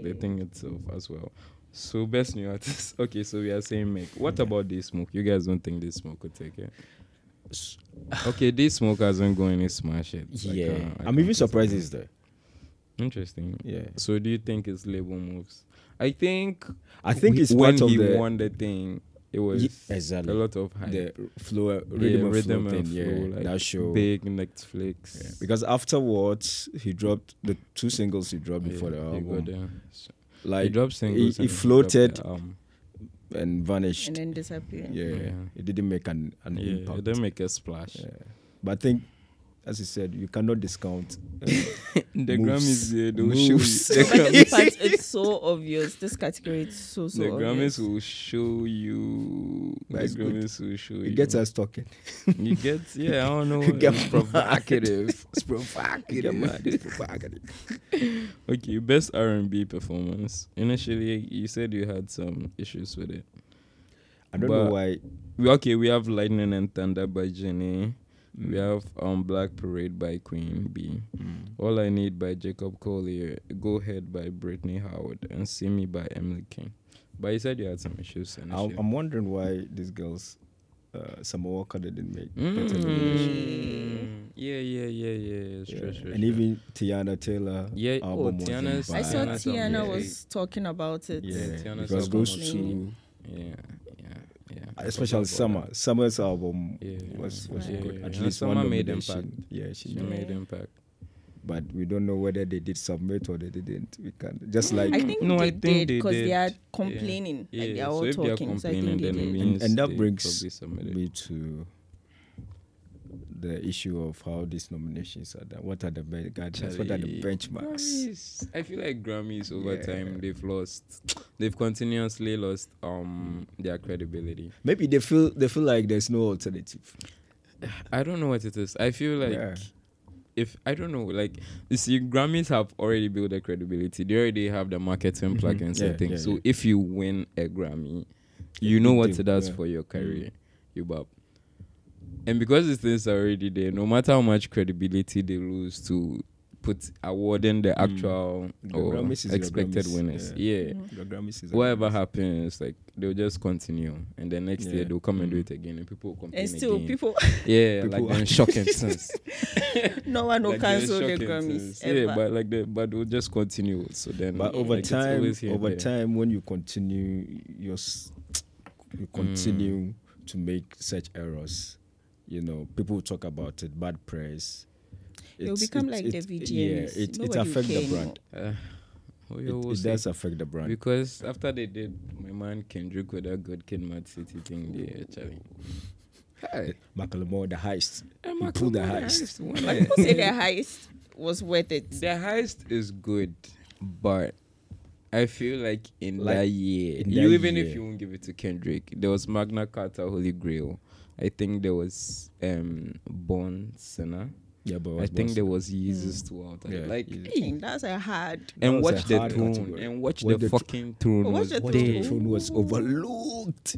Speaker 4: the thing itself as well. So best new artist. *laughs* okay, so we are saying make. What about this smoke? You guys don't think this smoke could take it? *sighs* Okay, this smoke hasn't gone any smash hits. I
Speaker 5: Yeah,
Speaker 4: can't- I
Speaker 5: I'm
Speaker 4: can't
Speaker 5: even
Speaker 4: say
Speaker 5: surprised
Speaker 4: something.
Speaker 5: it's there.
Speaker 4: Interesting.
Speaker 5: Yeah.
Speaker 4: So do you think it's label moves? I think.
Speaker 5: I think
Speaker 4: wh-
Speaker 5: it's
Speaker 4: when
Speaker 5: part of
Speaker 4: he
Speaker 5: the-
Speaker 4: won the thing. It was
Speaker 5: exactly.
Speaker 4: a lot of hype.
Speaker 5: the flow,
Speaker 4: Yeah,
Speaker 5: rhythm,
Speaker 4: rhythm
Speaker 5: and flow
Speaker 4: and
Speaker 5: thing, yeah,
Speaker 4: flow, like,
Speaker 5: that show.
Speaker 4: Big Netflix.
Speaker 5: Yeah, Because afterwards, he dropped the two singles he dropped
Speaker 4: Yeah,
Speaker 5: before the
Speaker 4: you got
Speaker 5: album.
Speaker 4: the-
Speaker 5: Like
Speaker 4: he dropped singles.
Speaker 5: he
Speaker 4: and
Speaker 5: floated
Speaker 4: dropped the album.
Speaker 5: and vanished.
Speaker 6: and then disappeared.
Speaker 5: yeah,
Speaker 4: Yeah.
Speaker 5: it didn't make an, an
Speaker 4: Yeah,
Speaker 5: impact.
Speaker 4: it didn't make a splash.
Speaker 5: Yeah. But I think, as you said, you cannot discount. uh,
Speaker 4: The
Speaker 5: moves.
Speaker 4: Grammys, yeah, they will
Speaker 5: Moves.
Speaker 4: show you.
Speaker 5: *laughs*
Speaker 4: The,
Speaker 6: But
Speaker 4: Gram-
Speaker 6: in fact, it's so obvious. This category is so so
Speaker 4: the
Speaker 6: obvious.
Speaker 4: Grammys will show you. The
Speaker 5: Oh, That's good.
Speaker 4: Grammys will show you.
Speaker 5: it
Speaker 4: *laughs*
Speaker 5: gets us talking.
Speaker 4: You get, yeah, I don't
Speaker 5: *laughs*
Speaker 4: know.
Speaker 5: You get
Speaker 4: it's
Speaker 5: mad.
Speaker 4: provocative. *laughs* It's
Speaker 5: You get mad,
Speaker 4: provocative.
Speaker 5: it's provocative.
Speaker 4: okay, best R and B performance. Initially, you said you had some issues with it.
Speaker 5: I don't
Speaker 4: But-
Speaker 5: know why.
Speaker 4: We okay, we have Lightning and Thunder by Jenny. We
Speaker 5: Mm.
Speaker 4: have um Black Parade by Queen B. All I Need by Jacob Collier. Go Ahead by Brittany Howard and See Me by Emily King. But you said you had some issues
Speaker 5: I,
Speaker 4: initially.
Speaker 5: I'm wondering why these girls, uh, Summer Walker, didn't make. better than this.
Speaker 4: Mm. Yeah, yeah, yeah, yeah. yeah. Sure,
Speaker 5: Yeah.
Speaker 4: sure,
Speaker 5: and
Speaker 4: sure.
Speaker 5: even Tiana Taylor.
Speaker 4: Yeah, oh,
Speaker 5: album was
Speaker 4: Tiana's-
Speaker 6: I saw
Speaker 4: Tiana's on
Speaker 6: Tiana
Speaker 4: the
Speaker 6: was talking about it.
Speaker 5: Yeah,
Speaker 4: Tiana's
Speaker 5: because
Speaker 4: album
Speaker 5: those
Speaker 4: was
Speaker 5: two,
Speaker 4: yeah, yeah, yeah.
Speaker 5: especially Summer, Summer's album
Speaker 4: Yeah,
Speaker 5: was,
Speaker 4: yeah,
Speaker 5: was
Speaker 4: yeah,
Speaker 5: good.
Speaker 4: yeah.
Speaker 5: At
Speaker 4: And
Speaker 5: least
Speaker 4: Summer
Speaker 5: one
Speaker 4: made
Speaker 5: nomination.
Speaker 4: impact.
Speaker 5: Yeah, she
Speaker 4: She
Speaker 5: did.
Speaker 4: made impact.
Speaker 5: But we don't know whether they did submit or they didn't. We can just like
Speaker 6: Mm. I think
Speaker 4: No,
Speaker 6: they
Speaker 4: I think
Speaker 6: did
Speaker 4: they
Speaker 6: because they
Speaker 4: did.
Speaker 6: are
Speaker 4: Yeah.
Speaker 6: complaining. Like they are all
Speaker 4: so if they are
Speaker 6: talking. So I
Speaker 4: complaining,
Speaker 6: think they
Speaker 4: then it
Speaker 6: did.
Speaker 4: means
Speaker 5: and that
Speaker 4: they
Speaker 5: brings
Speaker 4: probably submitted.
Speaker 5: me to the issue of how these nominations are done. What are the ben- guidelines? What are the
Speaker 4: Charlie.
Speaker 5: benchmarks?
Speaker 4: Grammys. I feel like Grammys over
Speaker 5: Yeah.
Speaker 4: time they've lost, they've continuously lost um their credibility.
Speaker 5: Maybe they feel they feel like there's no alternative.
Speaker 4: I don't know what it is. I feel like
Speaker 5: Yeah.
Speaker 4: if I don't know, like you see, Grammys have already built their credibility. They already have the marketing plugins
Speaker 5: Mm-hmm. Yeah,
Speaker 4: and things.
Speaker 5: yeah,
Speaker 4: so
Speaker 5: yeah.
Speaker 4: if you win a Grammy, you know
Speaker 5: big
Speaker 4: what
Speaker 5: deal,
Speaker 4: it does
Speaker 5: yeah. Mm.
Speaker 4: for your career. You bab. And because these things are already there, no matter how much credibility they lose to put awarding the actual
Speaker 5: Mm. The
Speaker 4: or
Speaker 5: Grammys is your
Speaker 4: expected
Speaker 5: Grammys,
Speaker 4: winners.
Speaker 5: yeah. Mm.
Speaker 4: yeah
Speaker 5: The Grammys is a
Speaker 4: whatever
Speaker 5: Grammys.
Speaker 4: happens, like they'll just continue, and then next year
Speaker 5: Yeah. Mm.
Speaker 4: they'll come and do it again, and people will complain
Speaker 6: and still
Speaker 4: again.
Speaker 6: people *laughs*
Speaker 4: yeah,
Speaker 5: People
Speaker 4: like *laughs*
Speaker 5: are-
Speaker 4: they're shocking sense.
Speaker 6: no one will
Speaker 4: like they're in
Speaker 6: cancel the
Speaker 4: shock and
Speaker 6: Grammys
Speaker 4: sense. Yeah,
Speaker 6: ever.
Speaker 4: but like they, but they'll just continue. So then,
Speaker 5: But over
Speaker 4: like, it's
Speaker 5: time,
Speaker 4: always here
Speaker 5: over
Speaker 4: and there.
Speaker 5: time, when you continue, you you
Speaker 4: Mm.
Speaker 5: continue to make such errors. You know, people will talk about it, bad press.
Speaker 6: It will
Speaker 5: It's-
Speaker 6: become
Speaker 5: it-
Speaker 6: like
Speaker 5: it-
Speaker 6: the VGMs.
Speaker 5: Yeah, it, it
Speaker 6: Nobody will
Speaker 5: affects
Speaker 6: care
Speaker 5: the brand.
Speaker 4: Uh, oh,
Speaker 5: It,
Speaker 4: yo, we'll
Speaker 5: it
Speaker 4: see.
Speaker 5: does affect the brand.
Speaker 4: because after they did my man Kendrick with that good kid, Mad City thing, they actually. Hi.
Speaker 5: Macklemore, the heist.
Speaker 4: Hey,
Speaker 5: He pulled the
Speaker 4: Macklemore,
Speaker 5: heist.
Speaker 4: one.
Speaker 6: But people say their highest was worth it.
Speaker 4: The heist is good, but I feel like in
Speaker 5: Like,
Speaker 4: that year,
Speaker 5: in
Speaker 4: you
Speaker 5: that
Speaker 4: even if
Speaker 5: year.
Speaker 4: you won't give it to Kendrick, there was Magna Carta Holy Grail. I think there was um Born Sinner.
Speaker 5: Yeah, but
Speaker 4: I think there was Jesus throughout.
Speaker 5: Yeah,
Speaker 4: like
Speaker 5: Yeezus.
Speaker 6: Dang, That's a hard.
Speaker 5: That
Speaker 4: and
Speaker 5: was a
Speaker 4: watch the
Speaker 5: hard
Speaker 4: throne
Speaker 5: category.
Speaker 4: and watch
Speaker 5: When
Speaker 4: the,
Speaker 5: the tr-
Speaker 4: fucking throne
Speaker 6: Oh, watch
Speaker 4: was
Speaker 6: the
Speaker 5: Watch
Speaker 4: there.
Speaker 5: the throne was overlooked.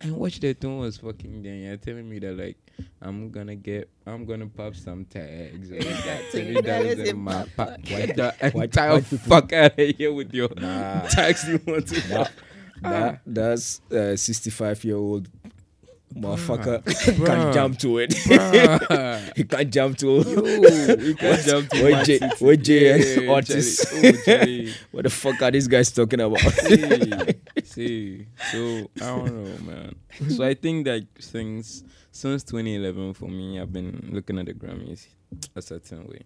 Speaker 4: And watch the throne was fucking there. You're telling me that like I'm gonna get I'm gonna pop some tags.
Speaker 5: *laughs*
Speaker 4: or like,
Speaker 6: Twenty dollars
Speaker 4: $20
Speaker 6: in my
Speaker 4: pocket. Get the
Speaker 5: white-
Speaker 4: entire
Speaker 5: white people.
Speaker 4: fuck out of here with your tags you want to *laughs* pop.
Speaker 5: That, that that's uh, 65 year old motherfucker
Speaker 4: Bruh.
Speaker 5: can't jump to it.
Speaker 4: Bruh.
Speaker 5: *laughs* he can't jump to *laughs*
Speaker 4: you can't jump to
Speaker 5: what
Speaker 4: Man
Speaker 5: J,
Speaker 4: City.
Speaker 5: what *laughs* J
Speaker 4: Yeah, yeah,
Speaker 5: and
Speaker 4: yeah,
Speaker 5: Otis.
Speaker 4: Charlie. Oh, Charlie.
Speaker 5: *laughs* what the fuck are these guys
Speaker 4: *laughs*
Speaker 5: talking about? *laughs*
Speaker 4: see, see. So I don't know, man. So I think that things since 2011 for me, I've been looking at the Grammys a certain way,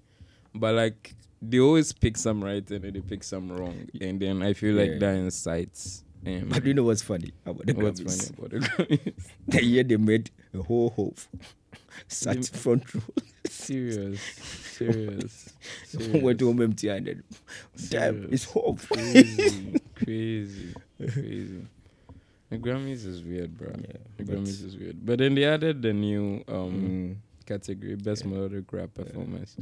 Speaker 4: but like they always pick some right and then they pick some wrong, and then I feel like
Speaker 5: Yeah.
Speaker 4: that incites. Um,
Speaker 5: but you know what's funny about the
Speaker 4: what's
Speaker 5: Grammys?
Speaker 4: funny about the Grammys?
Speaker 5: *laughs* The year they made a whole
Speaker 4: *laughs*
Speaker 5: hope sat
Speaker 4: They- *laughs*
Speaker 5: front row, *laughs*
Speaker 4: serious, serious, serious.
Speaker 5: went home empty handed. Damn, it's hope.
Speaker 4: crazy, crazy, crazy. The Grammys is weird, bro. the
Speaker 5: but-
Speaker 4: Grammys is weird. But then they added the new um
Speaker 5: Mm.
Speaker 4: category, best melodic rap performance,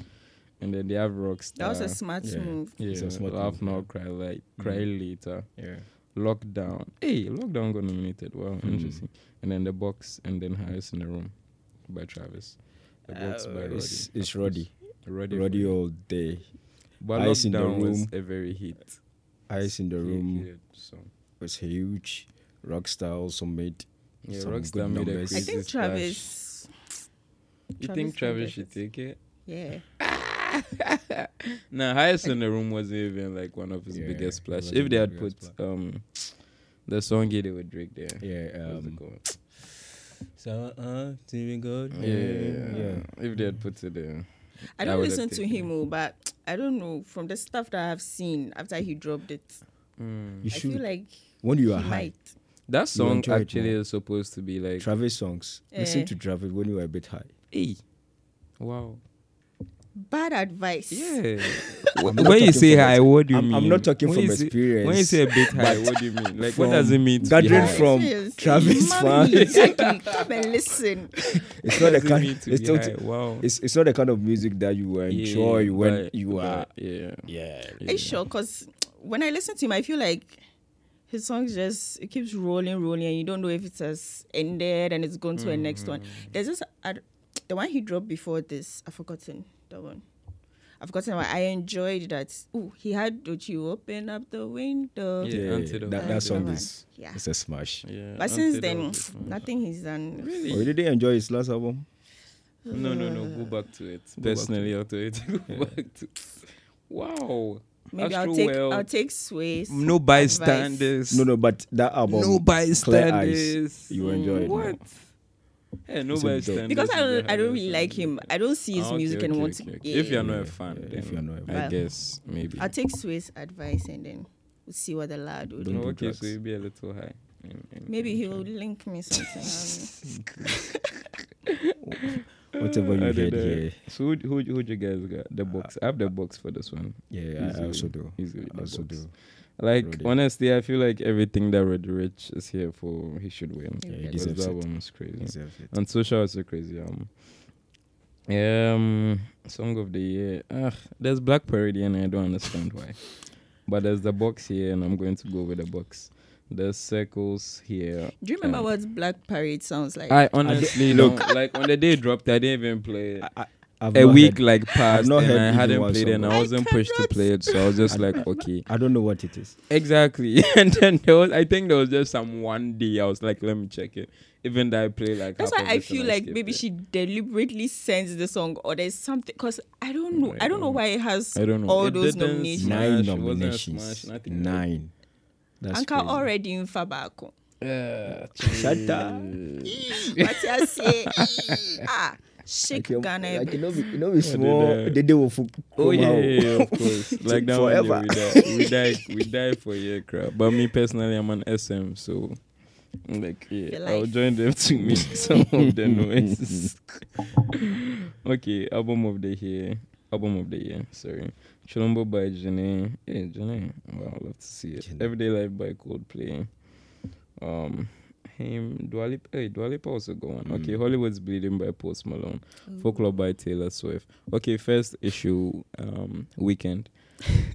Speaker 4: and then they have Rockstar.
Speaker 6: That was a smart
Speaker 5: yeah.
Speaker 6: move.
Speaker 4: yeah,
Speaker 5: It's a smart
Speaker 4: laugh
Speaker 5: move, yeah. Mm.
Speaker 4: now, cry like cry later.
Speaker 5: Yeah.
Speaker 4: Lockdown. Hey, lockdown got nominated. Wow,
Speaker 5: Hmm.
Speaker 4: interesting. And then the box, and then highest in the room by Travis. The box by Roddy.
Speaker 5: Uh, It's,
Speaker 4: of
Speaker 5: it's
Speaker 4: course.
Speaker 5: Roddy.
Speaker 4: Roddy. for
Speaker 5: Roddy
Speaker 4: you.
Speaker 5: all day.
Speaker 4: But
Speaker 5: Highest in the
Speaker 4: lockdown was
Speaker 5: room.
Speaker 4: a very hit.
Speaker 5: Ice in the
Speaker 4: hit,
Speaker 5: room
Speaker 4: hit, so.
Speaker 5: was huge. Rockstar also made
Speaker 4: Yeah,
Speaker 5: some
Speaker 4: Rockstar
Speaker 5: good
Speaker 4: made a
Speaker 5: numbers.
Speaker 6: I
Speaker 4: crazy
Speaker 6: think
Speaker 4: splash.
Speaker 6: Travis.
Speaker 4: You
Speaker 6: Travis
Speaker 4: think
Speaker 6: can
Speaker 4: Travis
Speaker 6: get
Speaker 4: should
Speaker 6: it.
Speaker 4: take it?
Speaker 6: Yeah.
Speaker 4: Nah, highest in the room wasn't even like one of his
Speaker 5: Yeah,
Speaker 4: biggest
Speaker 5: it
Speaker 4: splash.
Speaker 5: wasn't
Speaker 4: If they
Speaker 5: the
Speaker 4: had put
Speaker 5: biggest
Speaker 4: um the song he did with Drake there.
Speaker 5: yeah,
Speaker 4: What's it
Speaker 5: um,
Speaker 4: called?
Speaker 5: so uh, Mm. TV good.
Speaker 4: yeah, yeah, If they had put it there.
Speaker 6: I
Speaker 4: I
Speaker 6: don't
Speaker 4: would have
Speaker 6: listen to
Speaker 4: taken
Speaker 6: him, oh, but I don't know from the stuff that I've seen after he dropped it.
Speaker 5: You
Speaker 6: I
Speaker 5: should
Speaker 6: feel like
Speaker 5: when you
Speaker 6: he
Speaker 5: are high.
Speaker 6: might.
Speaker 4: That song
Speaker 5: enjoy it
Speaker 4: actually
Speaker 5: more.
Speaker 4: is supposed to be like
Speaker 5: Travis songs.
Speaker 6: Eh.
Speaker 5: Listen to Travis when you are a bit high.
Speaker 4: hey. Wow.
Speaker 6: Bad advice.
Speaker 4: Yeah.
Speaker 5: I'm not
Speaker 4: when you
Speaker 5: talking
Speaker 4: say
Speaker 5: from
Speaker 4: high,
Speaker 5: ex-
Speaker 4: what do you
Speaker 5: I'm-
Speaker 4: mean?
Speaker 5: I'm not talking
Speaker 4: When
Speaker 5: from
Speaker 4: you say- When you
Speaker 5: experience,
Speaker 4: say a bit high,
Speaker 5: but
Speaker 4: what do you mean? Like
Speaker 5: from
Speaker 4: what does it mean? To be
Speaker 5: gathering
Speaker 4: high?
Speaker 5: from
Speaker 6: Seriously,
Speaker 5: Travis
Speaker 6: mommy,
Speaker 5: fans.
Speaker 6: *laughs* exactly. Come and listen.
Speaker 5: It's
Speaker 4: What
Speaker 5: not the
Speaker 4: does it
Speaker 5: kind.
Speaker 4: mean to
Speaker 5: It's
Speaker 4: be
Speaker 5: not.
Speaker 4: high? Wow.
Speaker 5: It's, it's not the kind of music that you will
Speaker 4: Yeah,
Speaker 5: enjoy when
Speaker 4: but-
Speaker 5: you are.
Speaker 4: but, yeah.
Speaker 5: Yeah.
Speaker 6: Are you sure? Because when I listen to him, I feel like his song just it keeps rolling, rolling, and you don't know if it has ended and it's gone to a next
Speaker 4: Mm.
Speaker 6: one. There's this ad- the one he dropped before this. I've forgotten that one. I've forgotten. Why. I enjoyed that. Ooh, he had "Don't You Open Up the Window."
Speaker 4: Yeah,
Speaker 5: Yeah,
Speaker 4: Antidote.
Speaker 5: that, that song
Speaker 6: Antidote.
Speaker 5: is
Speaker 6: Yeah.
Speaker 5: it's a smash.
Speaker 4: Yeah,
Speaker 6: But
Speaker 4: I'd
Speaker 6: since
Speaker 4: say that
Speaker 6: then,
Speaker 4: was it.
Speaker 6: nothing he's done.
Speaker 5: Oh, you didn't enjoy his last album?
Speaker 4: no, no, no, go
Speaker 6: uh,
Speaker 4: back to it.
Speaker 5: Go back to
Speaker 4: Personally, I'll do it. Go back to Wow.
Speaker 6: Maybe
Speaker 4: Astro
Speaker 6: I'll take
Speaker 4: World. Mm,
Speaker 6: I'll take Sways.
Speaker 4: no bystanders.
Speaker 5: No, no, but that album.
Speaker 4: no
Speaker 5: Clear Eyes,
Speaker 4: bystanders.
Speaker 5: You enjoy it. more.
Speaker 4: What? Hey, no
Speaker 5: It's a dope.
Speaker 4: bystanders.
Speaker 6: because I
Speaker 4: is the
Speaker 6: don't I don't really
Speaker 4: highest
Speaker 6: like him. I don't see
Speaker 4: one.
Speaker 6: his
Speaker 4: Ah, okay,
Speaker 6: music and
Speaker 4: okay,
Speaker 6: want
Speaker 4: okay,
Speaker 6: to.
Speaker 4: okay. If you're not
Speaker 5: Yeah,
Speaker 4: a fan,
Speaker 5: yeah,
Speaker 4: then
Speaker 5: if you're not a
Speaker 4: I
Speaker 6: fan.
Speaker 4: guess maybe.
Speaker 6: I'll take Swiss advice and then we'll see what the lad will
Speaker 5: Don't
Speaker 6: do.
Speaker 4: No,
Speaker 5: do
Speaker 4: okay, so
Speaker 5: drugs.
Speaker 4: you'll be a little high. Mm, in- in-
Speaker 6: Maybe
Speaker 4: in
Speaker 6: he will
Speaker 4: China. *laughs*
Speaker 6: link me something. I don't know.
Speaker 5: whatever you
Speaker 4: I did
Speaker 5: heard
Speaker 4: that.
Speaker 5: here.
Speaker 4: So who who who you guys got? The box. I have the box for this one.
Speaker 5: Yeah, I, I
Speaker 4: Easily.
Speaker 5: also do.
Speaker 4: Easily
Speaker 5: I
Speaker 4: the
Speaker 5: also
Speaker 4: box.
Speaker 5: do.
Speaker 4: Like
Speaker 5: Roddy.
Speaker 4: honestly, I feel like everything that Red Rich is here for, he should win.
Speaker 6: Yeah, he
Speaker 4: Because
Speaker 5: deserves
Speaker 4: that
Speaker 5: it.
Speaker 4: one was crazy.
Speaker 5: Deserve it.
Speaker 4: And social is so crazy. Um, um, song of the year. Ah, there's Black Parade here and I don't understand why. But there's the box here, and I'm going to go with the box. There's circles here.
Speaker 6: Do you remember
Speaker 4: and-
Speaker 6: what Black Parade sounds like?
Speaker 4: I
Speaker 5: *laughs*
Speaker 4: honestly look like on the day it dropped, I didn't even play it.
Speaker 5: I, I've
Speaker 4: A
Speaker 5: not
Speaker 4: week
Speaker 5: heard-
Speaker 4: like passed,
Speaker 5: not
Speaker 4: and
Speaker 5: heard
Speaker 4: I
Speaker 5: even
Speaker 4: hadn't
Speaker 5: one
Speaker 4: played,
Speaker 5: song.
Speaker 4: and I
Speaker 5: I
Speaker 4: wasn't pushed to play it, so I was just
Speaker 5: *laughs*
Speaker 4: like, okay,
Speaker 5: I don't know what it is.
Speaker 4: exactly. *laughs* And then there was, I think there was just some one day I was like, let me check it. Even though I played like.
Speaker 6: That's
Speaker 4: half
Speaker 6: why
Speaker 4: of
Speaker 6: I
Speaker 4: it and
Speaker 6: feel like
Speaker 4: skipped
Speaker 6: maybe
Speaker 4: it.
Speaker 6: she deliberately sends the song or there's something because I don't know.
Speaker 4: I
Speaker 6: I don't know
Speaker 4: don't-
Speaker 6: why it has
Speaker 4: I don't know.
Speaker 6: all
Speaker 4: It
Speaker 6: those
Speaker 4: didn't
Speaker 6: nominations.
Speaker 4: smash,
Speaker 5: Nine
Speaker 4: it wasn't a
Speaker 5: nominations.
Speaker 4: smash, nothing.
Speaker 5: Nine. That's
Speaker 6: Anka
Speaker 5: crazy.
Speaker 6: already
Speaker 4: *laughs*
Speaker 6: in Fabako.
Speaker 4: Yeah.
Speaker 5: Shut up.
Speaker 4: *laughs*
Speaker 6: Matias say, ah, shake Ghana. a
Speaker 5: Like,
Speaker 6: bit."
Speaker 5: you know, you know, we
Speaker 4: that.
Speaker 5: small. The day will fu-
Speaker 4: Oh
Speaker 5: come
Speaker 4: yeah,
Speaker 5: out.
Speaker 4: yeah, yeah, of
Speaker 5: *laughs*
Speaker 4: course. Like that one, yeah,
Speaker 5: Forever.
Speaker 4: we die, we die, we die for year crap. But me personally, I'm an SM, so like yeah,
Speaker 6: Your
Speaker 4: I'll
Speaker 6: life.
Speaker 4: join them to make some of
Speaker 5: *laughs*
Speaker 4: the noises. okay, album of the year, album of the year. Sorry, Chilombo by Janae. Yeah, Janae. Wow, love to see it.
Speaker 5: Jhené.
Speaker 4: Everyday Life by Coldplay. Um. Him, Dua Lipa, hey, Dua Lipa also go on. Okay,
Speaker 5: Mm.
Speaker 4: Hollywood's Bleeding by Post Malone. Folklore by Taylor Swift. Okay, first issue, um, weekend.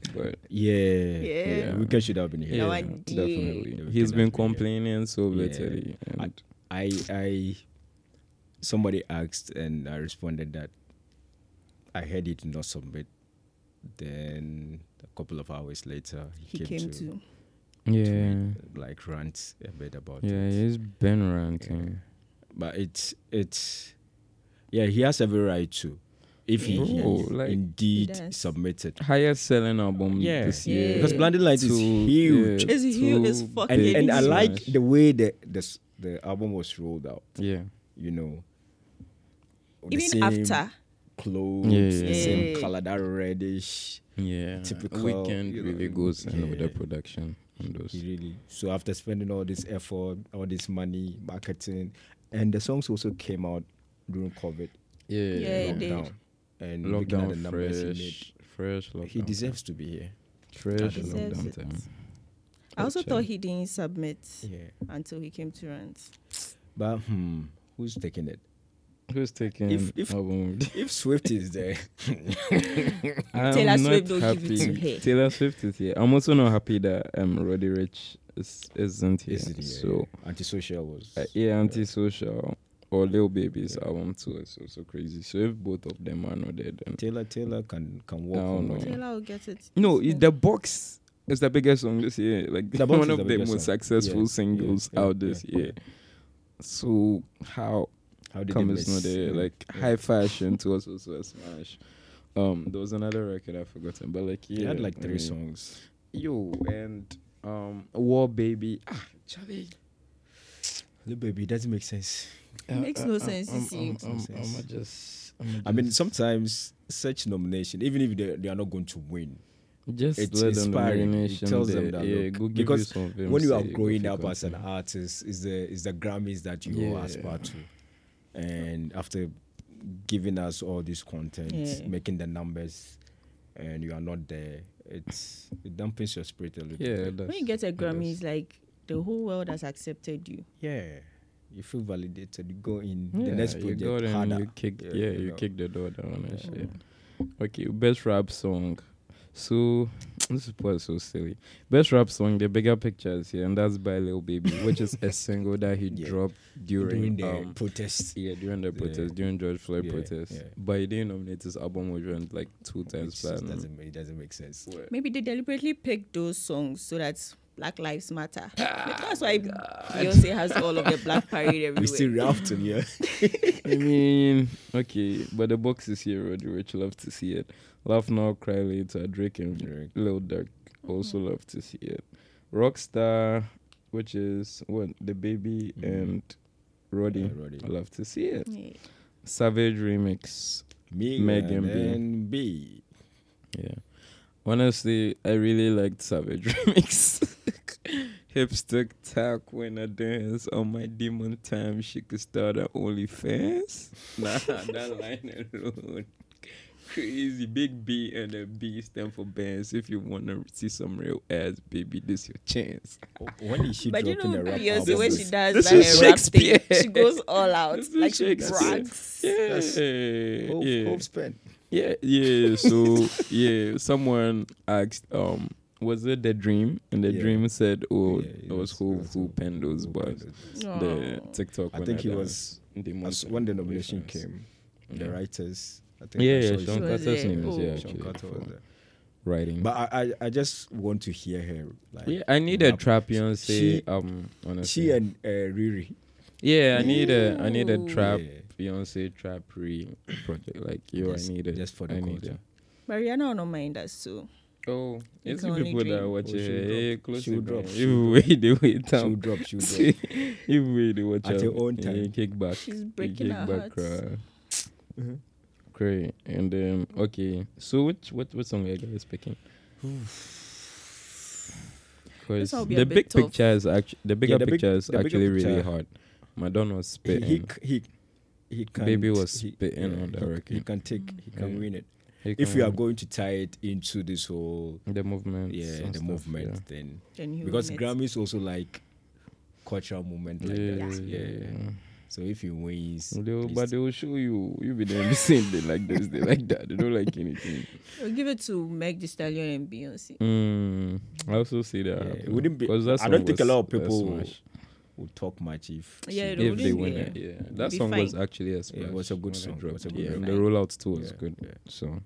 Speaker 5: *laughs*
Speaker 4: But
Speaker 5: Yeah.
Speaker 6: Yeah.
Speaker 4: Yeah.
Speaker 5: Weekend should have been here.
Speaker 4: yeah,
Speaker 6: I did.
Speaker 4: definitely,
Speaker 5: The
Speaker 4: he's
Speaker 5: Weeknd
Speaker 4: been
Speaker 5: has been, yeah.
Speaker 4: complaining so bitterly.
Speaker 5: I-
Speaker 4: and-
Speaker 5: I I somebody asked and I responded that I had it not submit. Then a couple of hours later
Speaker 6: He came to.
Speaker 4: yeah,
Speaker 5: like rant a bit about
Speaker 4: yeah,
Speaker 5: it.
Speaker 4: he's been ranting.
Speaker 5: But it's it's yeah, he has every right to. If he, he
Speaker 4: Bro, Oh, like-
Speaker 5: indeed
Speaker 6: does.
Speaker 5: submitted.
Speaker 4: Highest selling album
Speaker 5: Yeah.
Speaker 4: this year
Speaker 5: Because Blinding Lights is
Speaker 4: Two-
Speaker 5: huge.
Speaker 4: yeah,
Speaker 6: It's huge, it's
Speaker 4: two
Speaker 6: fucking
Speaker 5: And
Speaker 4: big
Speaker 5: and I
Speaker 6: Yes.
Speaker 5: like
Speaker 4: smash.
Speaker 5: the way the the s- the album was rolled out,
Speaker 4: yeah,
Speaker 5: you know. The
Speaker 6: Even
Speaker 5: same
Speaker 6: after.
Speaker 5: clothes,
Speaker 4: Yeah,
Speaker 5: the
Speaker 4: yeah,
Speaker 5: same
Speaker 6: yeah.
Speaker 5: color, that reddish.
Speaker 4: yeah.
Speaker 5: Typical,
Speaker 4: weekend
Speaker 5: you know,
Speaker 4: really goes in with the
Speaker 5: yeah.
Speaker 4: production and those.
Speaker 5: He really. So after spending all this effort, all this money, marketing, and the songs also came out during COVID
Speaker 6: Yeah, it did.
Speaker 5: lockdown, and looking at the
Speaker 4: Lockdown
Speaker 5: numbers he
Speaker 4: fresh, fresh
Speaker 5: made,
Speaker 4: lockdown.
Speaker 5: he deserves to be here.
Speaker 4: fresh
Speaker 6: Deserves
Speaker 4: lockdown
Speaker 6: it.
Speaker 4: time.
Speaker 6: I also
Speaker 4: Gotcha.
Speaker 6: thought he didn't submit
Speaker 5: Yeah,
Speaker 6: until he came to rant.
Speaker 5: but hmm, who's taking it?
Speaker 4: Who's taking
Speaker 5: If- if-
Speaker 4: album of the
Speaker 5: If Swift
Speaker 4: *laughs*
Speaker 5: is there,
Speaker 4: I'm
Speaker 6: Taylor
Speaker 4: not
Speaker 6: Swift don't give it to her.
Speaker 4: Taylor Swift is here. I'm also not happy that um Roddy Rich is, isn't here.
Speaker 5: is it here?
Speaker 4: So
Speaker 5: antisocial was.
Speaker 4: uh, yeah, antisocial or Lil Baby's album too is also crazy. So if both of them are not there, then
Speaker 5: Taylor Taylor can can walk.
Speaker 4: I don't
Speaker 5: on
Speaker 4: know.
Speaker 5: with it.
Speaker 6: Taylor will get it.
Speaker 4: Oh, no,
Speaker 6: This
Speaker 4: it, the box is the biggest song this year. Like *laughs*
Speaker 5: The Box
Speaker 4: one of
Speaker 5: is the
Speaker 4: the most
Speaker 5: biggest song.
Speaker 4: successful
Speaker 5: Yeah,
Speaker 4: singles
Speaker 5: yeah,
Speaker 4: out
Speaker 5: yeah,
Speaker 4: this
Speaker 5: yeah.
Speaker 4: year. So how
Speaker 5: How did
Speaker 4: come
Speaker 5: they
Speaker 4: it's
Speaker 5: miss? Hmm.
Speaker 4: not there?
Speaker 5: Yeah.
Speaker 4: Like high fashion too was also a smash. Um, there was another record I've forgotten, but like
Speaker 5: he
Speaker 4: yeah,
Speaker 5: had like
Speaker 4: I
Speaker 5: three
Speaker 4: mean,
Speaker 5: songs.
Speaker 4: Yo, and um, War Baby. Ah, Charlie.
Speaker 5: Little baby, it doesn't make sense.
Speaker 3: Uh,
Speaker 6: It makes no sense, you see.
Speaker 4: I'ma just, I'ma
Speaker 5: I mean, sometimes such nomination, even if they, they are not going to win,
Speaker 4: just
Speaker 5: it's
Speaker 4: let them
Speaker 5: inspiring. It
Speaker 4: nomination
Speaker 5: tells
Speaker 4: there.
Speaker 5: them that
Speaker 4: yeah,
Speaker 5: look,
Speaker 4: go give you
Speaker 5: because
Speaker 4: some
Speaker 5: when you are
Speaker 4: say, go
Speaker 5: growing
Speaker 4: for
Speaker 5: up as an
Speaker 4: content.
Speaker 5: artist, is the is the Grammys that you all
Speaker 4: Yeah.
Speaker 5: aspire to, and after giving us all this content,
Speaker 6: Yeah.
Speaker 5: making the numbers, and you are not there, it's it dampens your spirit a little.
Speaker 4: yeah,
Speaker 5: bit.
Speaker 4: it does.
Speaker 6: When you get a
Speaker 4: It
Speaker 6: Grammy,
Speaker 4: does.
Speaker 6: it's like the whole world has accepted you.
Speaker 5: yeah, you feel validated. You go in
Speaker 4: yeah,
Speaker 5: the next
Speaker 4: you go
Speaker 5: project
Speaker 4: there and
Speaker 5: harder.
Speaker 4: you kick, yeah,
Speaker 5: Yeah,
Speaker 4: you,
Speaker 5: you know.
Speaker 4: kick the door down and shit. Okay, best rap song. So this is was so silly. Best rap song, the bigger pictures here, and that's by Lil Baby, which is
Speaker 5: *laughs*
Speaker 4: a single that he
Speaker 5: Yeah.
Speaker 4: dropped
Speaker 5: during
Speaker 4: during,
Speaker 5: the
Speaker 4: um,
Speaker 5: protest.
Speaker 4: Yeah, during the
Speaker 5: Yeah.
Speaker 4: protest, during George Floyd
Speaker 5: Yeah,
Speaker 4: protest.
Speaker 5: yeah.
Speaker 4: But he didn't nominate his album, which went like two
Speaker 5: It
Speaker 4: times
Speaker 5: just
Speaker 4: platinum.
Speaker 5: doesn't, it doesn't make sense.
Speaker 6: Maybe they deliberately picked those songs so that Black Lives Matter.
Speaker 4: Ah,
Speaker 6: Maybe that's why Beyonce has all of the
Speaker 4: *laughs*
Speaker 6: Black Parade everywhere.
Speaker 5: We still raft him, yeah.
Speaker 4: I mean, okay, but the box is here, Roddy Rich. Love to see it. Laugh Now, Cry Later, Drake and
Speaker 5: Drake.
Speaker 4: Lil Durk. Also love to see it. Rockstar, which is what? The Baby and Roddy.
Speaker 5: Mm-hmm. Yeah, Roddy.
Speaker 4: Love to see it.
Speaker 6: Yeah.
Speaker 4: Savage Remix.
Speaker 5: Me
Speaker 4: Megan
Speaker 5: and
Speaker 4: B.
Speaker 5: then B.
Speaker 4: Yeah. Honestly, I really liked Savage *laughs* Remix. Hips tick tack when I dance on my demon time. She could start her OnlyFans. Nah, *laughs* that line alone. Crazy big B and a B stand for bands. If you wanna see some real ass, baby, this your chance.
Speaker 5: When is she
Speaker 6: But you
Speaker 5: dropping
Speaker 6: know,
Speaker 5: a rap
Speaker 6: Beyonce,
Speaker 5: album?
Speaker 6: when she does
Speaker 4: this
Speaker 6: that
Speaker 4: is
Speaker 6: rap thing,
Speaker 4: Shakespeare.
Speaker 6: she goes all out.
Speaker 4: This is
Speaker 6: like she
Speaker 4: Shakespeare.
Speaker 6: brags.
Speaker 4: Yeah,
Speaker 5: That's-
Speaker 4: yeah,
Speaker 5: Hope-
Speaker 4: yeah.
Speaker 5: Hope's pen.
Speaker 4: Yeah, yeah.
Speaker 5: *laughs*
Speaker 4: So yeah, someone asked, um, was it the dream? And the
Speaker 5: Yeah.
Speaker 4: dream said, oh,
Speaker 5: Yeah,
Speaker 4: it
Speaker 5: it
Speaker 4: was
Speaker 5: was-
Speaker 4: who
Speaker 5: it was
Speaker 4: who penned those bars. The
Speaker 6: Aw.
Speaker 4: TikTok.
Speaker 5: I
Speaker 4: when
Speaker 5: think he
Speaker 4: dance,
Speaker 5: was-
Speaker 4: the
Speaker 5: As
Speaker 4: most-
Speaker 5: when the nomination
Speaker 4: Yes.
Speaker 5: came,
Speaker 4: Yeah.
Speaker 5: the writers. I think
Speaker 4: Yeah,
Speaker 5: I saw
Speaker 4: yeah,
Speaker 5: his
Speaker 4: Sean
Speaker 5: name.
Speaker 6: was
Speaker 4: Carter's
Speaker 6: there.
Speaker 4: name is
Speaker 6: Oh.
Speaker 4: yeah,
Speaker 5: Sean
Speaker 4: actually,
Speaker 5: Carter was
Speaker 4: for
Speaker 5: there.
Speaker 4: writing.
Speaker 5: But I, I, I just want to hear her. Like,
Speaker 4: Mm. yeah, I need a
Speaker 5: rap.
Speaker 4: trap Beyonce
Speaker 5: She-
Speaker 4: um honestly.
Speaker 5: She and uh, Riri.
Speaker 4: yeah, I need a I need a
Speaker 6: Ooh.
Speaker 4: trap
Speaker 5: Yeah.
Speaker 4: Beyonce trap re project like yo
Speaker 5: Just-
Speaker 4: I need it
Speaker 5: just for the
Speaker 4: I need
Speaker 5: culture.
Speaker 6: Mariana will not mind that so.
Speaker 4: it. Oh, it's
Speaker 6: can
Speaker 4: the
Speaker 6: only
Speaker 4: people that
Speaker 6: dream.
Speaker 4: watch
Speaker 5: Oh,
Speaker 4: it.
Speaker 5: she will drop.
Speaker 4: Hey, close
Speaker 5: She will
Speaker 4: it
Speaker 5: drop.
Speaker 4: down.
Speaker 5: She
Speaker 4: You *laughs*
Speaker 5: will
Speaker 4: wait the wait
Speaker 5: She will
Speaker 4: down.
Speaker 5: drop.
Speaker 4: *laughs*
Speaker 5: She will drop.
Speaker 4: you really watch
Speaker 5: At
Speaker 4: out.
Speaker 5: her own
Speaker 4: Yeah,
Speaker 5: time.
Speaker 4: kick back.
Speaker 6: She's
Speaker 4: You
Speaker 6: breaking
Speaker 4: kick
Speaker 6: our
Speaker 4: back,
Speaker 6: hearts.
Speaker 4: uh,
Speaker 5: Mm-hmm.
Speaker 4: Great. And um, okay. So which what what song are you guys picking? Because
Speaker 6: This one will be
Speaker 4: the
Speaker 6: a bit
Speaker 4: big
Speaker 6: tough.
Speaker 4: picture is actually the bigger
Speaker 5: the big-
Speaker 4: picture is
Speaker 5: the bigger
Speaker 4: actually really
Speaker 5: picture.
Speaker 4: hard. Madonna was
Speaker 5: He,
Speaker 4: spitting.
Speaker 5: he, c- he, he can.
Speaker 4: Baby was
Speaker 5: he,
Speaker 4: spitting on the
Speaker 5: he,
Speaker 4: record.
Speaker 5: He can take. He can
Speaker 4: Yeah.
Speaker 5: win it.
Speaker 4: He
Speaker 5: If
Speaker 4: can
Speaker 5: we are
Speaker 4: win.
Speaker 5: going to tie it into this whole
Speaker 4: the movement,
Speaker 5: yeah the movement then
Speaker 6: Then he will
Speaker 5: because
Speaker 6: win it.
Speaker 5: Grammys also like cultural movement
Speaker 4: Yeah,
Speaker 5: like
Speaker 4: yeah,
Speaker 5: that.
Speaker 4: yeah. yeah.
Speaker 5: So if he wins,
Speaker 4: They will-
Speaker 5: please-
Speaker 4: but they will show you. You be there the same. They like this. They like that. They don't like
Speaker 5: *laughs*
Speaker 4: anything.
Speaker 6: We'll give it to Meg Thee Stallion and Beyonce.
Speaker 4: Mm, I also see that.
Speaker 5: Yeah, it
Speaker 4: happening.
Speaker 5: wouldn't be.
Speaker 4: 'Cause that
Speaker 5: I don't
Speaker 4: song
Speaker 5: think a
Speaker 4: was
Speaker 5: lot of people
Speaker 4: smash.
Speaker 5: will talk much if.
Speaker 6: Yeah,
Speaker 5: she-
Speaker 6: it
Speaker 4: if they
Speaker 6: wouldn't
Speaker 4: win
Speaker 6: be,
Speaker 4: it. Yeah, that
Speaker 6: be
Speaker 4: song was
Speaker 6: fine.
Speaker 4: actually a
Speaker 5: Yeah,
Speaker 4: splash.
Speaker 5: it was a good
Speaker 4: when it
Speaker 5: song, it
Speaker 4: dropped.
Speaker 5: was a good
Speaker 4: yeah, and the
Speaker 6: song.
Speaker 4: rollout too was
Speaker 5: Yeah,
Speaker 4: good.
Speaker 5: yeah.
Speaker 4: So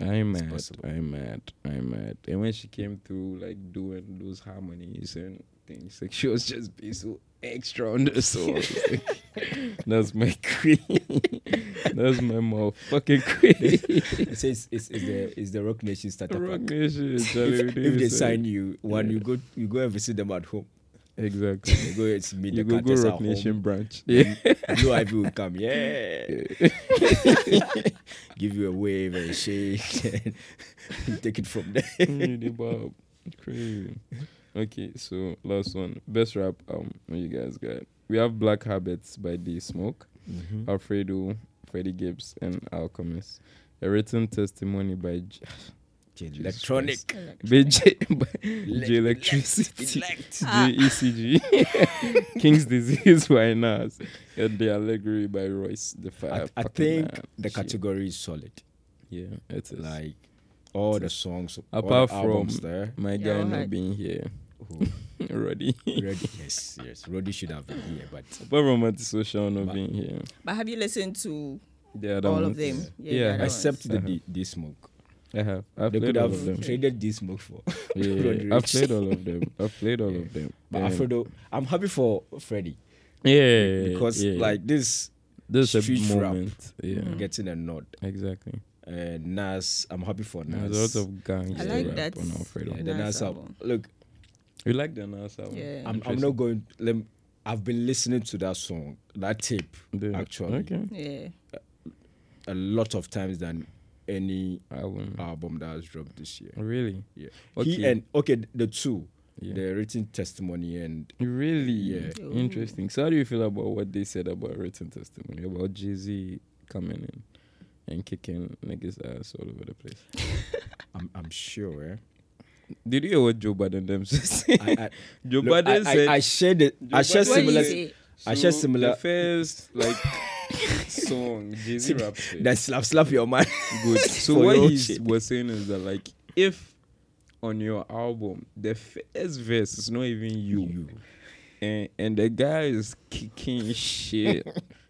Speaker 4: I'm mad.
Speaker 5: possible.
Speaker 4: I'm mad. I'm mad. And when she came through, like doing those harmonies and things, like she was just being so extra on the song.
Speaker 5: *laughs*
Speaker 4: It's like, *laughs* That's my queen. *laughs* That's my motherfucking queen. *laughs*
Speaker 5: It says it's, it's the it's the Rock Nation starter
Speaker 4: Rock
Speaker 5: pack. *laughs*
Speaker 4: Nation. Charlie,
Speaker 5: If,
Speaker 4: we
Speaker 5: if they
Speaker 4: did it. eh.
Speaker 5: sign you, one
Speaker 4: Yeah.
Speaker 5: you go you go and visit them at home.
Speaker 4: exactly.
Speaker 5: You go and
Speaker 4: *laughs*
Speaker 5: meet
Speaker 4: You
Speaker 5: the
Speaker 4: go go
Speaker 5: Carters at
Speaker 4: Rock
Speaker 5: home.
Speaker 4: Nation branch. Yeah.
Speaker 5: Blue Ivy will
Speaker 4: *laughs*
Speaker 5: come. Yeah. Give you a wave and shake and take it from there. *laughs*
Speaker 4: Really, Bob. Crazy. Okay, so last one. Best rap um you guys got. We have Black Habits by D Smoke,
Speaker 5: Mm-hmm.
Speaker 4: Alfredo, Freddie Gibbs, and Alchemist. A written testimony by J-
Speaker 5: Electronic.
Speaker 4: by J,
Speaker 5: *laughs*
Speaker 4: by J Electricity, J ECG, *laughs* King's Disease by Nas, and The Allegory by Royce the
Speaker 5: I,
Speaker 4: Fire.
Speaker 5: I
Speaker 4: Pac
Speaker 5: think
Speaker 4: Man. Uh,
Speaker 5: the
Speaker 4: Shit.
Speaker 5: category is solid.
Speaker 4: Yeah, it is. Like,
Speaker 5: Like all the songs, all the
Speaker 4: Apart
Speaker 5: albums
Speaker 4: from- *laughs*
Speaker 5: there.
Speaker 4: My
Speaker 6: Yeah,
Speaker 4: guy not
Speaker 6: alright.
Speaker 4: being here
Speaker 5: Who
Speaker 4: *laughs*
Speaker 5: *laughs*
Speaker 4: already.
Speaker 5: Roddy, yes, yes. Roddy should have been here, but
Speaker 4: Apart from antisocial not
Speaker 5: Ma-
Speaker 4: being here.
Speaker 6: But have you listened to
Speaker 4: The other
Speaker 6: All
Speaker 4: ones.
Speaker 6: of them. Yeah,
Speaker 4: Yeah,
Speaker 6: the other
Speaker 5: except
Speaker 4: ones.
Speaker 5: the D, D smoke.
Speaker 4: I have. Uh-huh. I've
Speaker 5: They
Speaker 4: played
Speaker 5: could
Speaker 4: all of
Speaker 5: have
Speaker 4: them.
Speaker 5: traded D smoke for.
Speaker 4: Yeah,
Speaker 5: Rodri.
Speaker 4: I've played all of them. I've played
Speaker 5: *laughs*
Speaker 4: all of them.
Speaker 5: But
Speaker 4: Um,
Speaker 5: Alfredo, I'm happy for Freddie
Speaker 4: yeah,
Speaker 5: because
Speaker 4: yeah.
Speaker 5: like this
Speaker 4: this is a big
Speaker 5: street rap.
Speaker 4: moment. Yeah,
Speaker 6: Mm.
Speaker 5: getting a nod.
Speaker 4: exactly.
Speaker 5: And Nas, I'm happy for Nas.
Speaker 4: There's a lot of gangster
Speaker 6: I like
Speaker 4: rap
Speaker 6: that.
Speaker 4: on Alfredo.
Speaker 5: yeah, the
Speaker 6: Nas
Speaker 5: Nas album.
Speaker 6: album.
Speaker 5: Look,
Speaker 4: You like the Nas album?
Speaker 6: Yeah.
Speaker 5: I'm, I'm not going. Let me, I've been listening to that song, that tape,
Speaker 4: The-
Speaker 5: actually,
Speaker 4: Okay.
Speaker 6: yeah
Speaker 5: a lot of times than any
Speaker 4: Album.
Speaker 5: album that has dropped this year.
Speaker 4: Really?
Speaker 5: Yeah. He
Speaker 4: Okay.
Speaker 5: and okay, the two,
Speaker 4: Yeah.
Speaker 5: the written testimony and
Speaker 4: Really?
Speaker 5: Yeah.
Speaker 6: Ooh.
Speaker 4: Interesting. So how do you feel about what they said about written testimony about Jay Z coming in and kicking niggas ass all over the place?
Speaker 5: I'm, I'm sure. Eh?
Speaker 4: Did you hear what Joe Biden them *laughs* said?
Speaker 5: I, I,
Speaker 4: Joe
Speaker 5: look, I,
Speaker 4: Biden
Speaker 5: I,
Speaker 4: said
Speaker 5: I shared it. I shared
Speaker 6: What did
Speaker 5: similar.
Speaker 6: he say?
Speaker 5: I shared similar.
Speaker 4: The first like *laughs* song Jay
Speaker 5: *laughs*
Speaker 4: Z rap shit.
Speaker 5: That slap slap your man.
Speaker 4: *laughs* good. So
Speaker 5: for
Speaker 4: what
Speaker 5: your
Speaker 4: he
Speaker 5: shit.
Speaker 4: was saying is that like if on your album the first verse is not even you, and and the guy is kicking
Speaker 5: *laughs*
Speaker 4: shit.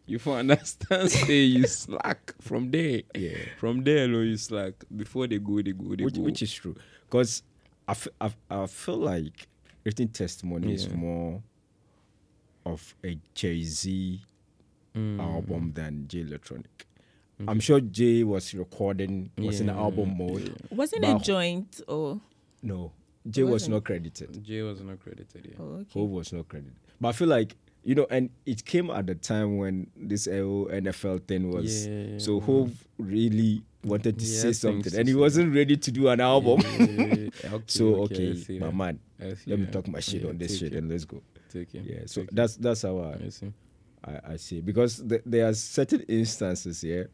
Speaker 4: You for understand, say you slack from there.
Speaker 5: Yeah.
Speaker 4: From there alone, you slack. Before they go, they go, they
Speaker 5: which,
Speaker 4: go.
Speaker 5: which is true because I, f- I, f- I feel like written testimony is
Speaker 4: Yeah.
Speaker 5: more of a Jay Z
Speaker 4: Mm.
Speaker 5: album than Jay Electronic. I'm sure Jay was recording, was in the album mode.
Speaker 6: wasn't
Speaker 5: Wow.
Speaker 6: it joint or
Speaker 5: No, Jay was not credited.
Speaker 4: Jay was not credited. Yeah.
Speaker 6: oh, okay
Speaker 5: Hope was not credited. But I feel like you know, and it came at the time when this whole NFL thing was.
Speaker 4: Yeah.
Speaker 5: So Hope really wanted to
Speaker 4: He
Speaker 5: say
Speaker 4: has things
Speaker 5: something
Speaker 4: to
Speaker 5: and he
Speaker 4: say.
Speaker 5: wasn't ready to do an
Speaker 4: *laughs*
Speaker 5: album. *laughs*
Speaker 4: okay,
Speaker 5: so
Speaker 4: I
Speaker 5: okay,
Speaker 4: see
Speaker 5: my
Speaker 4: that.
Speaker 5: man,
Speaker 4: I see
Speaker 5: let me
Speaker 4: that.
Speaker 5: talk my shit
Speaker 4: Yeah,
Speaker 5: on this
Speaker 4: take
Speaker 5: shit
Speaker 4: it,
Speaker 5: and let's go.
Speaker 4: take it.
Speaker 5: Yeah, so
Speaker 4: take it.
Speaker 5: that's that's how I,
Speaker 4: I see.
Speaker 5: I, I see it. because th- there are certain instances here.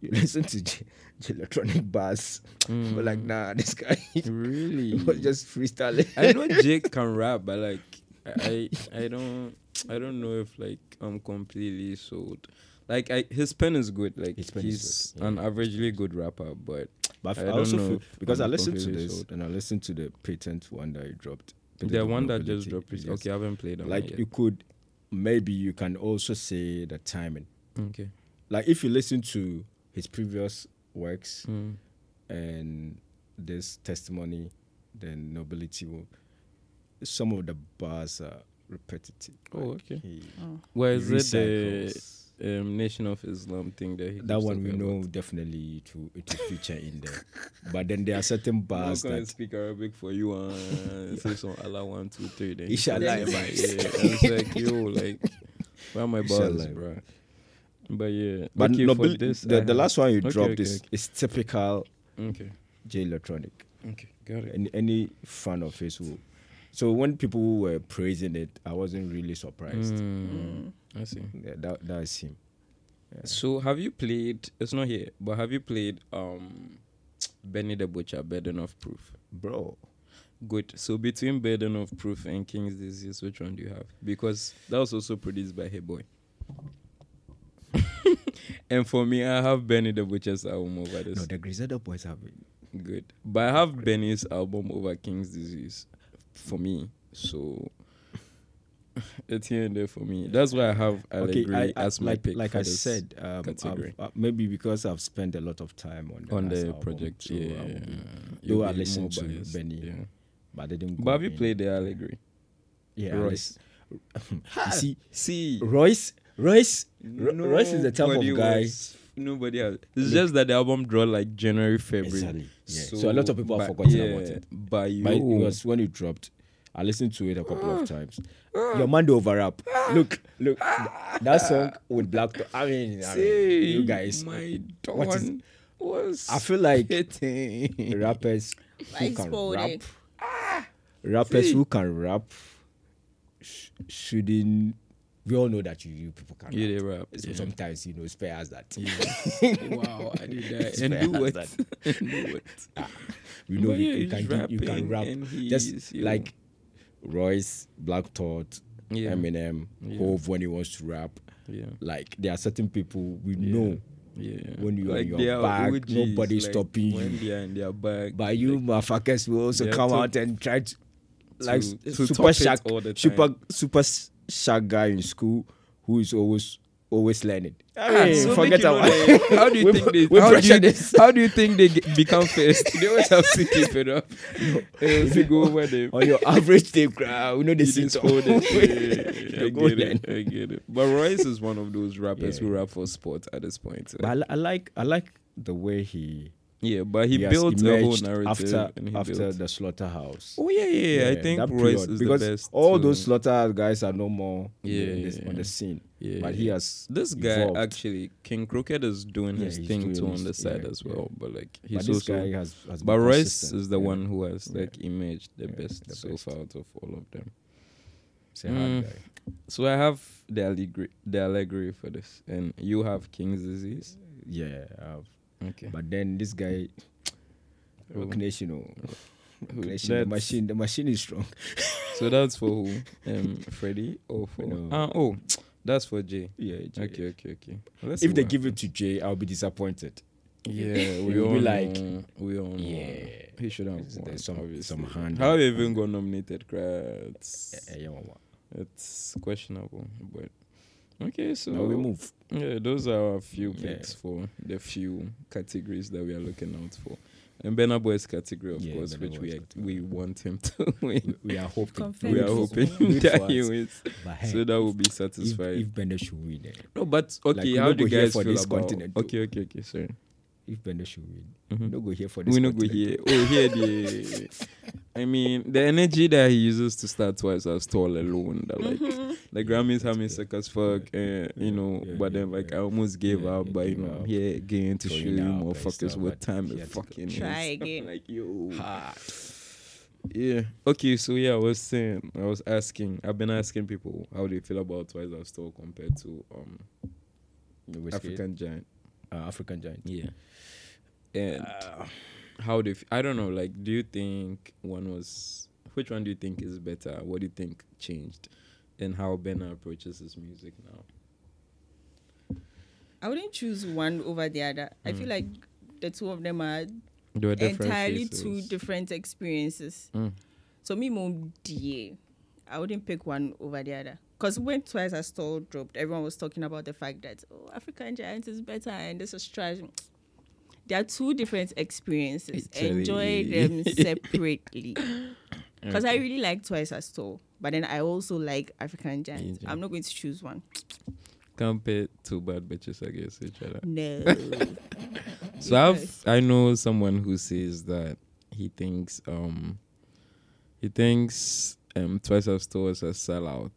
Speaker 5: You *laughs* listen to J- J- electronic bass, but like nah, this guy
Speaker 4: Hmm.
Speaker 5: *laughs*
Speaker 4: Really?
Speaker 5: was *laughs* just freestyling.
Speaker 4: I know Jake can rap, but like I I don't I don't know if like I'm completely sold. Like I, his pen is good. Like
Speaker 5: His pen is
Speaker 4: he's an averagely good rapper, but
Speaker 5: *laughs* But I,
Speaker 4: I don't
Speaker 5: also
Speaker 4: know
Speaker 5: feel,
Speaker 4: if
Speaker 5: because
Speaker 4: I'm
Speaker 5: I listened to
Speaker 4: completely
Speaker 5: this
Speaker 4: sold.
Speaker 5: and I listened to the patent one that you dropped.
Speaker 4: the
Speaker 5: Patent
Speaker 4: one that just
Speaker 5: Vulnerability,
Speaker 4: dropped. Is,
Speaker 5: yes.
Speaker 4: okay, I haven't played that.
Speaker 5: like
Speaker 4: one
Speaker 5: you
Speaker 4: yet.
Speaker 5: could maybe you can also say the timing.
Speaker 4: Okay.
Speaker 5: Like if you listen to his previous works
Speaker 4: Mm.
Speaker 5: and this testimony, then nobility will. Some of the bars are repetitive.
Speaker 4: Oh, okay.
Speaker 5: he
Speaker 4: Where is it the
Speaker 5: recycles.
Speaker 4: um, Nation of Islam thing that he
Speaker 5: that
Speaker 4: keeps
Speaker 5: one we
Speaker 4: talking about?
Speaker 5: know definitely to it will feature in there, but then there
Speaker 4: *laughs*
Speaker 5: are certain
Speaker 4: I'm not
Speaker 5: bars
Speaker 4: gonna
Speaker 5: that
Speaker 4: speak Arabic for you *laughs* and say some Allah one two three. Then
Speaker 5: Inshallah,
Speaker 4: Yeah,
Speaker 5: man.
Speaker 4: I was like, yo, like, where are my bars,
Speaker 5: Inshallah.
Speaker 4: bro? But yeah,
Speaker 5: But
Speaker 4: okay, for
Speaker 5: nobil-
Speaker 4: this,
Speaker 5: the,
Speaker 4: I
Speaker 5: the
Speaker 4: have-
Speaker 5: last one you
Speaker 4: Okay,
Speaker 5: dropped
Speaker 4: okay,
Speaker 5: is,
Speaker 4: okay.
Speaker 5: is typical
Speaker 4: Okay,
Speaker 5: J Electronic.
Speaker 4: okay, got it.
Speaker 5: Any, any fan of his will. So when people were praising it, I wasn't really surprised.
Speaker 4: Mm, I see.
Speaker 5: Yeah, that that is him.
Speaker 4: So have you played? It's not here, but have you played um Benny the Butcher, Burden of Proof?
Speaker 5: Bro.
Speaker 4: Good. So between Burden of Proof and King's Disease, which one do you have? Because that was also produced by Hey Boy. *laughs* and for me, I have Benny the Butcher's album over this.
Speaker 5: No, the Griselda boys have it.
Speaker 4: Good. But I have Benny's album over King's Disease for me. So *laughs* it's here and there for me. That's why I have I agree as my
Speaker 5: like,
Speaker 4: pick.
Speaker 5: like
Speaker 4: for
Speaker 5: I
Speaker 4: this.
Speaker 5: said, um,
Speaker 4: category.
Speaker 5: I've- uh, maybe because I've spent a lot of time on the,
Speaker 4: on
Speaker 5: last
Speaker 4: the
Speaker 5: album,
Speaker 4: project,
Speaker 5: so I
Speaker 4: yeah.
Speaker 5: would be-
Speaker 4: You'll
Speaker 5: though I
Speaker 4: be
Speaker 5: listened
Speaker 4: more
Speaker 5: to
Speaker 4: biased,
Speaker 5: Benny,
Speaker 4: Yeah.
Speaker 5: but they didn't.
Speaker 4: But
Speaker 5: go
Speaker 4: have you
Speaker 5: in.
Speaker 4: played the allegory?
Speaker 5: Yeah, I
Speaker 4: Royce?
Speaker 5: listen- *laughs* you see,
Speaker 4: See,
Speaker 5: Royce, Royce, Ro- Royce is the type
Speaker 4: nobody
Speaker 5: of guy.
Speaker 4: was- nobody has. It's just that the album draw like January, February.
Speaker 5: Exactly, yeah. So a lot of people have forgotten about it.
Speaker 4: But you,
Speaker 5: But it was when it dropped. I listened to it a couple
Speaker 4: Ah.
Speaker 5: of times. Your man do over rap. Look, look,
Speaker 4: Ah.
Speaker 5: th- that song with Black. Thought- I mean, I mean, you guys.
Speaker 4: my dawn
Speaker 5: what is- *laughs*
Speaker 4: was.
Speaker 5: I
Speaker 4: *laughs*
Speaker 5: feel like
Speaker 4: hitting.
Speaker 5: rappers who
Speaker 6: I
Speaker 5: can
Speaker 6: spoiled eh.
Speaker 5: rap,
Speaker 6: it.
Speaker 5: rappers
Speaker 4: See.
Speaker 5: who can rap, sh- shouldn't. We all know that you, you people can.
Speaker 4: You did
Speaker 5: rap.
Speaker 4: rap.
Speaker 5: So
Speaker 4: yeah.
Speaker 5: sometimes you know spare us that. *laughs*
Speaker 4: wow, I did that.
Speaker 5: Spare
Speaker 4: and do what?
Speaker 5: us that.
Speaker 4: and *laughs* do what?
Speaker 5: We know
Speaker 4: But yeah,
Speaker 5: you, you
Speaker 4: he's
Speaker 5: can do, you
Speaker 4: rapping
Speaker 5: can rap.
Speaker 4: and
Speaker 5: Just
Speaker 4: he's, you
Speaker 5: like Royce, Black Thought,
Speaker 4: Yeah.
Speaker 5: Eminem,
Speaker 4: Yeah.
Speaker 5: Hove when he wants to rap.
Speaker 4: Yeah.
Speaker 5: Like there are certain people we
Speaker 4: Yeah.
Speaker 5: know.
Speaker 4: Yeah.
Speaker 5: When you are
Speaker 4: like
Speaker 5: in your
Speaker 4: they are
Speaker 5: bag,
Speaker 4: OGs,
Speaker 5: nobody's
Speaker 4: like,
Speaker 5: stopping
Speaker 4: when
Speaker 5: you.
Speaker 4: They are in their bag.
Speaker 5: But you motherfuckers will also
Speaker 4: Yeah,
Speaker 5: come
Speaker 4: to-
Speaker 5: out and try to, like
Speaker 4: to-
Speaker 5: s-
Speaker 4: to top
Speaker 5: super
Speaker 4: it
Speaker 5: shark,
Speaker 4: all the time.
Speaker 5: super super shark guy in school who is always always learning. I mean,
Speaker 4: Ah, So make
Speaker 5: forget
Speaker 4: you know
Speaker 5: about *laughs*
Speaker 4: they- How do you
Speaker 5: We-
Speaker 4: think they?
Speaker 5: we
Speaker 4: how, do
Speaker 5: pressure
Speaker 4: you,
Speaker 5: this.
Speaker 4: *laughs* how do you think they get, become first? *laughs* They always have to keep it *laughs* up. They always go over them. *laughs*
Speaker 5: on your average day crowd. We know they
Speaker 4: You
Speaker 5: see
Speaker 4: didn't
Speaker 5: *laughs* top.
Speaker 4: hold *laughs* it.
Speaker 5: They
Speaker 4: I *laughs*
Speaker 5: go
Speaker 4: get it. I get it. But Royce is one of those rappers
Speaker 5: Yeah.
Speaker 4: who rap for sport at this point.
Speaker 5: But I, li- I like I like the way he
Speaker 4: yeah, but he,
Speaker 5: has
Speaker 4: built a whole
Speaker 5: emerged
Speaker 4: narrative
Speaker 5: after
Speaker 4: and he
Speaker 5: after
Speaker 4: built.
Speaker 5: the slaughterhouse.
Speaker 4: oh yeah, yeah. yeah. I think
Speaker 5: that
Speaker 4: Royce
Speaker 5: period,
Speaker 4: is
Speaker 5: because
Speaker 4: the best.
Speaker 5: all
Speaker 4: too.
Speaker 5: those slaughterhouse guys are no more
Speaker 4: Yeah,
Speaker 5: in this,
Speaker 4: yeah,
Speaker 5: on
Speaker 4: yeah.
Speaker 5: the scene.
Speaker 4: Yeah,
Speaker 5: but
Speaker 4: yeah,
Speaker 5: he
Speaker 4: yeah.
Speaker 5: has
Speaker 4: This guy
Speaker 5: evolved.
Speaker 4: actually King Crooked is doing
Speaker 5: Yeah,
Speaker 4: his
Speaker 5: he's
Speaker 4: thing
Speaker 5: doing
Speaker 4: too on
Speaker 5: his-
Speaker 4: the side
Speaker 5: yeah,
Speaker 4: as
Speaker 5: yeah.
Speaker 4: well. But like he's
Speaker 5: but
Speaker 4: also
Speaker 5: this guy has, has
Speaker 4: But
Speaker 5: been
Speaker 4: Royce
Speaker 5: consistent,
Speaker 4: is the
Speaker 5: yeah.
Speaker 4: one who has
Speaker 5: Yeah.
Speaker 4: like emerged the best
Speaker 5: the
Speaker 4: so
Speaker 5: best.
Speaker 4: far out of all of them.
Speaker 5: He's a hard
Speaker 4: Mm.
Speaker 5: guy.
Speaker 4: So I have the allegory, the allegory for this, and you have King's disease.
Speaker 5: Yeah, I've-
Speaker 4: Okay.
Speaker 5: but then this guy,
Speaker 4: Who?
Speaker 5: recognition, recognition, the
Speaker 4: That's-
Speaker 5: machine, the machine is strong.
Speaker 4: *laughs* So that's for who? Um,
Speaker 5: *laughs*
Speaker 4: Freddie or for?
Speaker 5: No.
Speaker 4: Ah, oh, that's for Jay.
Speaker 5: Yeah, Jay.
Speaker 4: Okay, okay, okay. Let's see
Speaker 5: If they
Speaker 4: what
Speaker 5: give it to Jay, I'll be disappointed.
Speaker 4: Yeah,
Speaker 5: *laughs*
Speaker 4: we
Speaker 5: You'll
Speaker 4: all
Speaker 5: be like,
Speaker 4: know, we all know.
Speaker 5: yeah.
Speaker 4: He should have
Speaker 5: There's
Speaker 4: won.
Speaker 5: some-
Speaker 4: obviously.
Speaker 5: some hand- *laughs*
Speaker 4: How he even got nominated? Crap, It's,
Speaker 5: Eh, eh, yeah, mama.
Speaker 4: it's questionable, but okay. So
Speaker 5: Now we move.
Speaker 4: Yeah, those are a few
Speaker 5: Yeah.
Speaker 4: picks for the few categories that we are looking out for. And Benna Boy's category, of
Speaker 5: Yeah,
Speaker 4: course,
Speaker 5: Burna
Speaker 4: which we
Speaker 5: Boy's
Speaker 4: are,
Speaker 5: category.
Speaker 4: we want him to *laughs* win.
Speaker 5: We are hoping.
Speaker 6: Confirm
Speaker 4: We are
Speaker 6: Thank you so
Speaker 4: hoping
Speaker 5: Good
Speaker 4: that
Speaker 5: for
Speaker 4: he
Speaker 5: us.
Speaker 4: wins,
Speaker 5: But hey,
Speaker 4: so that will be
Speaker 5: if,
Speaker 4: satisfied.
Speaker 5: if Bender should win, eh,
Speaker 4: no, but okay,
Speaker 5: we
Speaker 4: how
Speaker 5: no
Speaker 4: do
Speaker 5: go
Speaker 4: you
Speaker 5: here
Speaker 4: guys
Speaker 5: for
Speaker 4: feel
Speaker 5: this
Speaker 4: about?
Speaker 5: continent,
Speaker 4: okay, okay, okay, sorry.
Speaker 5: if Bender should win,
Speaker 4: Mhm.
Speaker 5: no go here for this.
Speaker 4: We no go
Speaker 5: continent.
Speaker 4: here. Oh, here the I mean, the energy that he uses to start twice as tall alone, that like
Speaker 6: Mm-hmm.
Speaker 4: the Grammys have me sick as fuck, and you know,
Speaker 5: yeah,
Speaker 4: but
Speaker 5: yeah,
Speaker 4: then like
Speaker 5: yeah.
Speaker 4: I almost gave
Speaker 5: Yeah,
Speaker 4: up,
Speaker 5: you
Speaker 4: but you
Speaker 5: gave
Speaker 4: know,
Speaker 5: up.
Speaker 4: here again to show
Speaker 5: Going
Speaker 4: you
Speaker 5: out and
Speaker 4: motherfuckers
Speaker 5: stuff,
Speaker 4: what
Speaker 5: but
Speaker 4: time
Speaker 5: he
Speaker 4: it
Speaker 5: had to go.
Speaker 4: fucking is. *laughs*
Speaker 6: Try
Speaker 4: I'm
Speaker 6: again.
Speaker 4: like yo, yeah. Okay, so yeah, I was saying, I was asking, I've been asking people how they feel about twice as tall compared to um
Speaker 5: African,
Speaker 4: African giant.
Speaker 5: uh, African giant.
Speaker 4: Yeah. And how do you f- I don't know, like, do you think one was, which one do you think is better? What do you think changed? And how Benna approaches his music now?
Speaker 6: I wouldn't choose one over the other. I
Speaker 5: Mm.
Speaker 6: feel like the two of them are
Speaker 4: There were
Speaker 6: entirely two different experiences. So me mom DA. I wouldn't pick one over the other. Because when Twice as Tall dropped, everyone was talking about the fact that oh African Giant is better and this is trash. They are two different experiences.
Speaker 4: Actually.
Speaker 6: Enjoy them separately. Because I really like Twice as Tall. But then I also like African Giant.
Speaker 4: Yeah.
Speaker 6: I'm not going to choose one.
Speaker 4: Compare two bad bitches against each other.
Speaker 6: No.
Speaker 4: So I've, I know someone who says that he thinks um he thinks um Twice as Tall is a sellout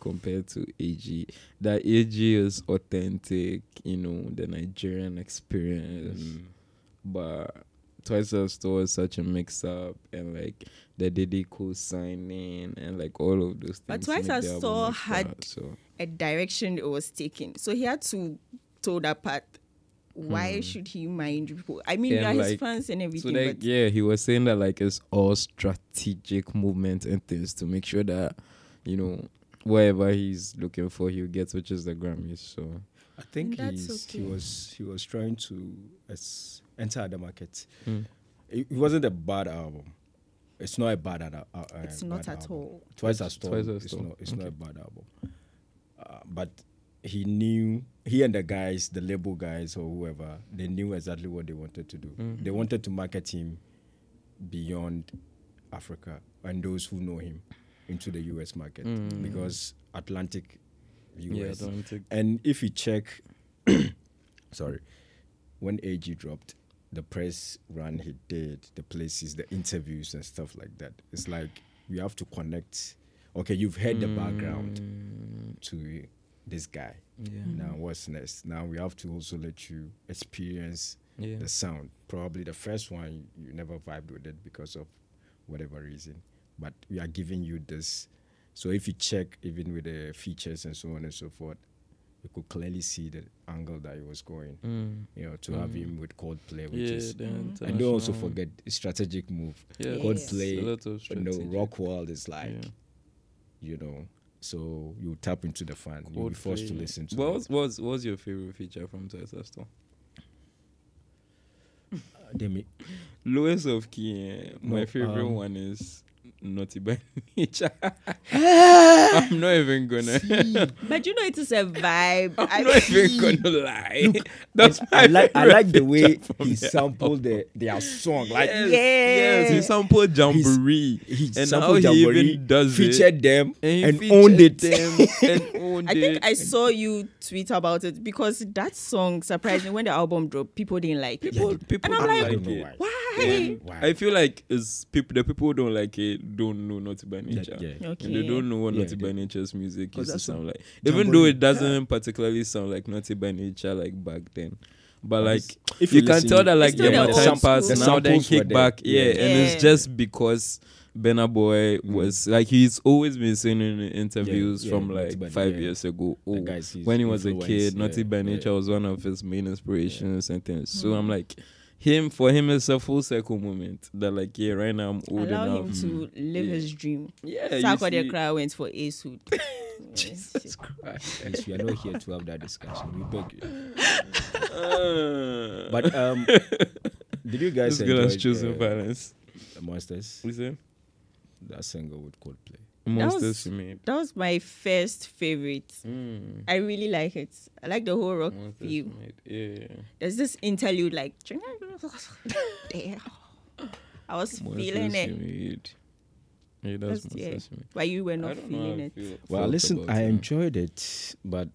Speaker 4: compared to AG. That AG is authentic, you know, the Nigerian experience, but Twice as Tall is such a mix up and like the Diddy co-signing and like all of those things.
Speaker 6: But Twice
Speaker 4: make
Speaker 6: as
Speaker 4: the album
Speaker 6: Tall
Speaker 4: extra,
Speaker 6: had-
Speaker 4: so
Speaker 6: a direction it was taken. So he had to toe that path. Why should he mind people? I mean,
Speaker 4: And,
Speaker 6: they are his
Speaker 4: Hmm. like,
Speaker 6: fans and
Speaker 4: So
Speaker 6: everything,
Speaker 4: like
Speaker 6: but
Speaker 4: yeah, he was saying that like it's all strategic movement and things to make sure that you know whatever he's looking for he'll get, which is the Grammys. So
Speaker 5: I think
Speaker 6: that's
Speaker 5: he's, he
Speaker 6: okay.
Speaker 5: was he was trying to es- enter the market. It, it wasn't a bad album. It's not a bad ad- uh, uh,
Speaker 6: It's not
Speaker 5: bad
Speaker 6: at
Speaker 5: album.
Speaker 6: all.
Speaker 5: Twice as tall.
Speaker 4: Twice as
Speaker 5: it's
Speaker 4: Tall.
Speaker 5: not. It's not a bad album. Uh, but he knew he and the guys, the label guys or whoever, they knew exactly what they wanted to do.
Speaker 4: Mm-hmm.
Speaker 5: They wanted to market him beyond Africa and those who know him into the U.S. market because Atlantic
Speaker 4: Mm. Yeah,
Speaker 5: U.S.
Speaker 4: Atlantic.
Speaker 5: And if you check, *coughs* sorry, when AG dropped, the press run he did, the places, the interviews and stuff like that. It's like you have to connect. Okay, you've heard the background to this guy.
Speaker 4: yeah, Mm-hmm.
Speaker 5: Now what's next? Now we have to also let you experience
Speaker 4: Yeah.
Speaker 5: the sound. Probably the first one you never vibed with it because of whatever reason. But we are giving you this. So if you check even with the features and so on and so forth, you could clearly see the angle that he was going.
Speaker 4: Mm.
Speaker 5: You know, to have him with Coldplay, which is and don't also forget strategic move.
Speaker 4: Yeah,
Speaker 5: Coldplay,
Speaker 4: it's a lot of
Speaker 5: you know,
Speaker 4: strategic.
Speaker 5: rock world is like,
Speaker 4: Yeah.
Speaker 5: you know, so you tap into the fan. You'll be forced to listen to.
Speaker 4: What
Speaker 5: it.
Speaker 4: was, what was what was your favorite feature from Twice as Tall?
Speaker 5: They may-
Speaker 4: Lowest of key. eh, my
Speaker 5: No,
Speaker 4: favorite
Speaker 5: um,
Speaker 4: one is Naughty by
Speaker 5: *laughs*
Speaker 4: Nature. I'm not even gonna. *laughs*
Speaker 6: but you know it is a vibe.
Speaker 4: I'm
Speaker 6: I
Speaker 4: not even gonna lie. *laughs* That's my
Speaker 5: I like I
Speaker 4: favorite
Speaker 5: like the way
Speaker 4: feature from
Speaker 5: he
Speaker 4: the
Speaker 5: sampled the, their song. Like
Speaker 4: Yes, yes,
Speaker 6: Yeah.
Speaker 4: he sampled Jamboree.
Speaker 5: he
Speaker 4: and how
Speaker 5: sampled
Speaker 4: he
Speaker 5: Jamboree,
Speaker 4: even does
Speaker 5: featured
Speaker 4: it.
Speaker 5: them
Speaker 4: he
Speaker 5: and,
Speaker 4: featured
Speaker 5: owned it. *laughs*
Speaker 4: Them and owned
Speaker 6: I
Speaker 4: it.
Speaker 6: think I saw you tweet about it because that song surprisingly when the album dropped, people didn't like it.
Speaker 4: people, people
Speaker 6: I'm
Speaker 4: don't
Speaker 6: like,
Speaker 4: like,
Speaker 5: I don't know
Speaker 4: it.
Speaker 5: why.
Speaker 6: Why?
Speaker 5: Why?
Speaker 4: I feel like it's people the people who don't like it don't know Naughty by Nature.
Speaker 5: yeah.
Speaker 4: And they
Speaker 6: Okay.
Speaker 4: don't know what
Speaker 5: Yeah,
Speaker 4: Naughty by
Speaker 5: they-
Speaker 4: Nature's music used to
Speaker 5: that's
Speaker 4: sound like.
Speaker 5: Jamboree.
Speaker 4: Even though it doesn't particularly sound like Naughty by Nature like back then. But like
Speaker 5: it's-
Speaker 4: if
Speaker 5: if
Speaker 4: you
Speaker 5: you
Speaker 4: can
Speaker 5: listen-
Speaker 4: tell that like
Speaker 6: It's
Speaker 4: the
Speaker 6: still
Speaker 4: more
Speaker 6: the
Speaker 4: time
Speaker 6: old
Speaker 4: passed
Speaker 6: school.
Speaker 4: now
Speaker 5: The
Speaker 4: then
Speaker 5: samples were
Speaker 4: kick back.
Speaker 5: there.
Speaker 4: Yeah.
Speaker 5: Yeah.
Speaker 4: And it's
Speaker 6: Yeah.
Speaker 4: just because Benna Boy was like he's always been saying in interviews
Speaker 5: Mm. yeah,
Speaker 4: from
Speaker 5: Naughty
Speaker 4: like
Speaker 5: by-
Speaker 4: five
Speaker 5: yeah.
Speaker 4: years ago. Oh,
Speaker 5: guy's his
Speaker 4: when he was a
Speaker 5: influence,
Speaker 4: kid, Naughty
Speaker 5: yeah,
Speaker 4: by
Speaker 5: yeah.
Speaker 4: Nature was one of his main inspirations and things. So
Speaker 6: Mm.
Speaker 4: I'm like him for him it's a full circle moment that like yeah right now i'm old
Speaker 6: Allow
Speaker 4: enough
Speaker 6: him to live his dream.
Speaker 4: hmm, Yeah, you
Speaker 6: Sako the
Speaker 4: see-
Speaker 6: crowd went for
Speaker 4: *laughs*
Speaker 6: A suit. Jesus
Speaker 5: Yes, we are not here to have that discussion. We beg you. *laughs*
Speaker 4: Uh, *laughs*
Speaker 5: But um, did you guys
Speaker 4: this girl has
Speaker 5: enjoy
Speaker 4: chosen
Speaker 5: uh,
Speaker 4: violence
Speaker 5: Monsters?
Speaker 4: is it
Speaker 5: That single with Coldplay.
Speaker 4: monsters
Speaker 6: was-
Speaker 4: you mean
Speaker 6: That was my first favorite.
Speaker 4: Hmm.
Speaker 6: I really like it. I like the whole rock
Speaker 4: Mm, Monsters
Speaker 6: feel.
Speaker 4: you made. yeah
Speaker 6: There's this interlude like *laughs* Damn. I was feeling
Speaker 4: Monsters you
Speaker 6: it.
Speaker 4: made. yeah that's,
Speaker 6: That's,
Speaker 4: monsters you
Speaker 6: yeah.
Speaker 4: made.
Speaker 6: But you were
Speaker 4: I
Speaker 6: not
Speaker 4: don't know how
Speaker 6: feeling
Speaker 4: I
Speaker 6: it.
Speaker 4: feel-
Speaker 5: Well,
Speaker 4: felt
Speaker 5: listen,
Speaker 4: about
Speaker 5: I
Speaker 4: it.
Speaker 5: enjoyed it, but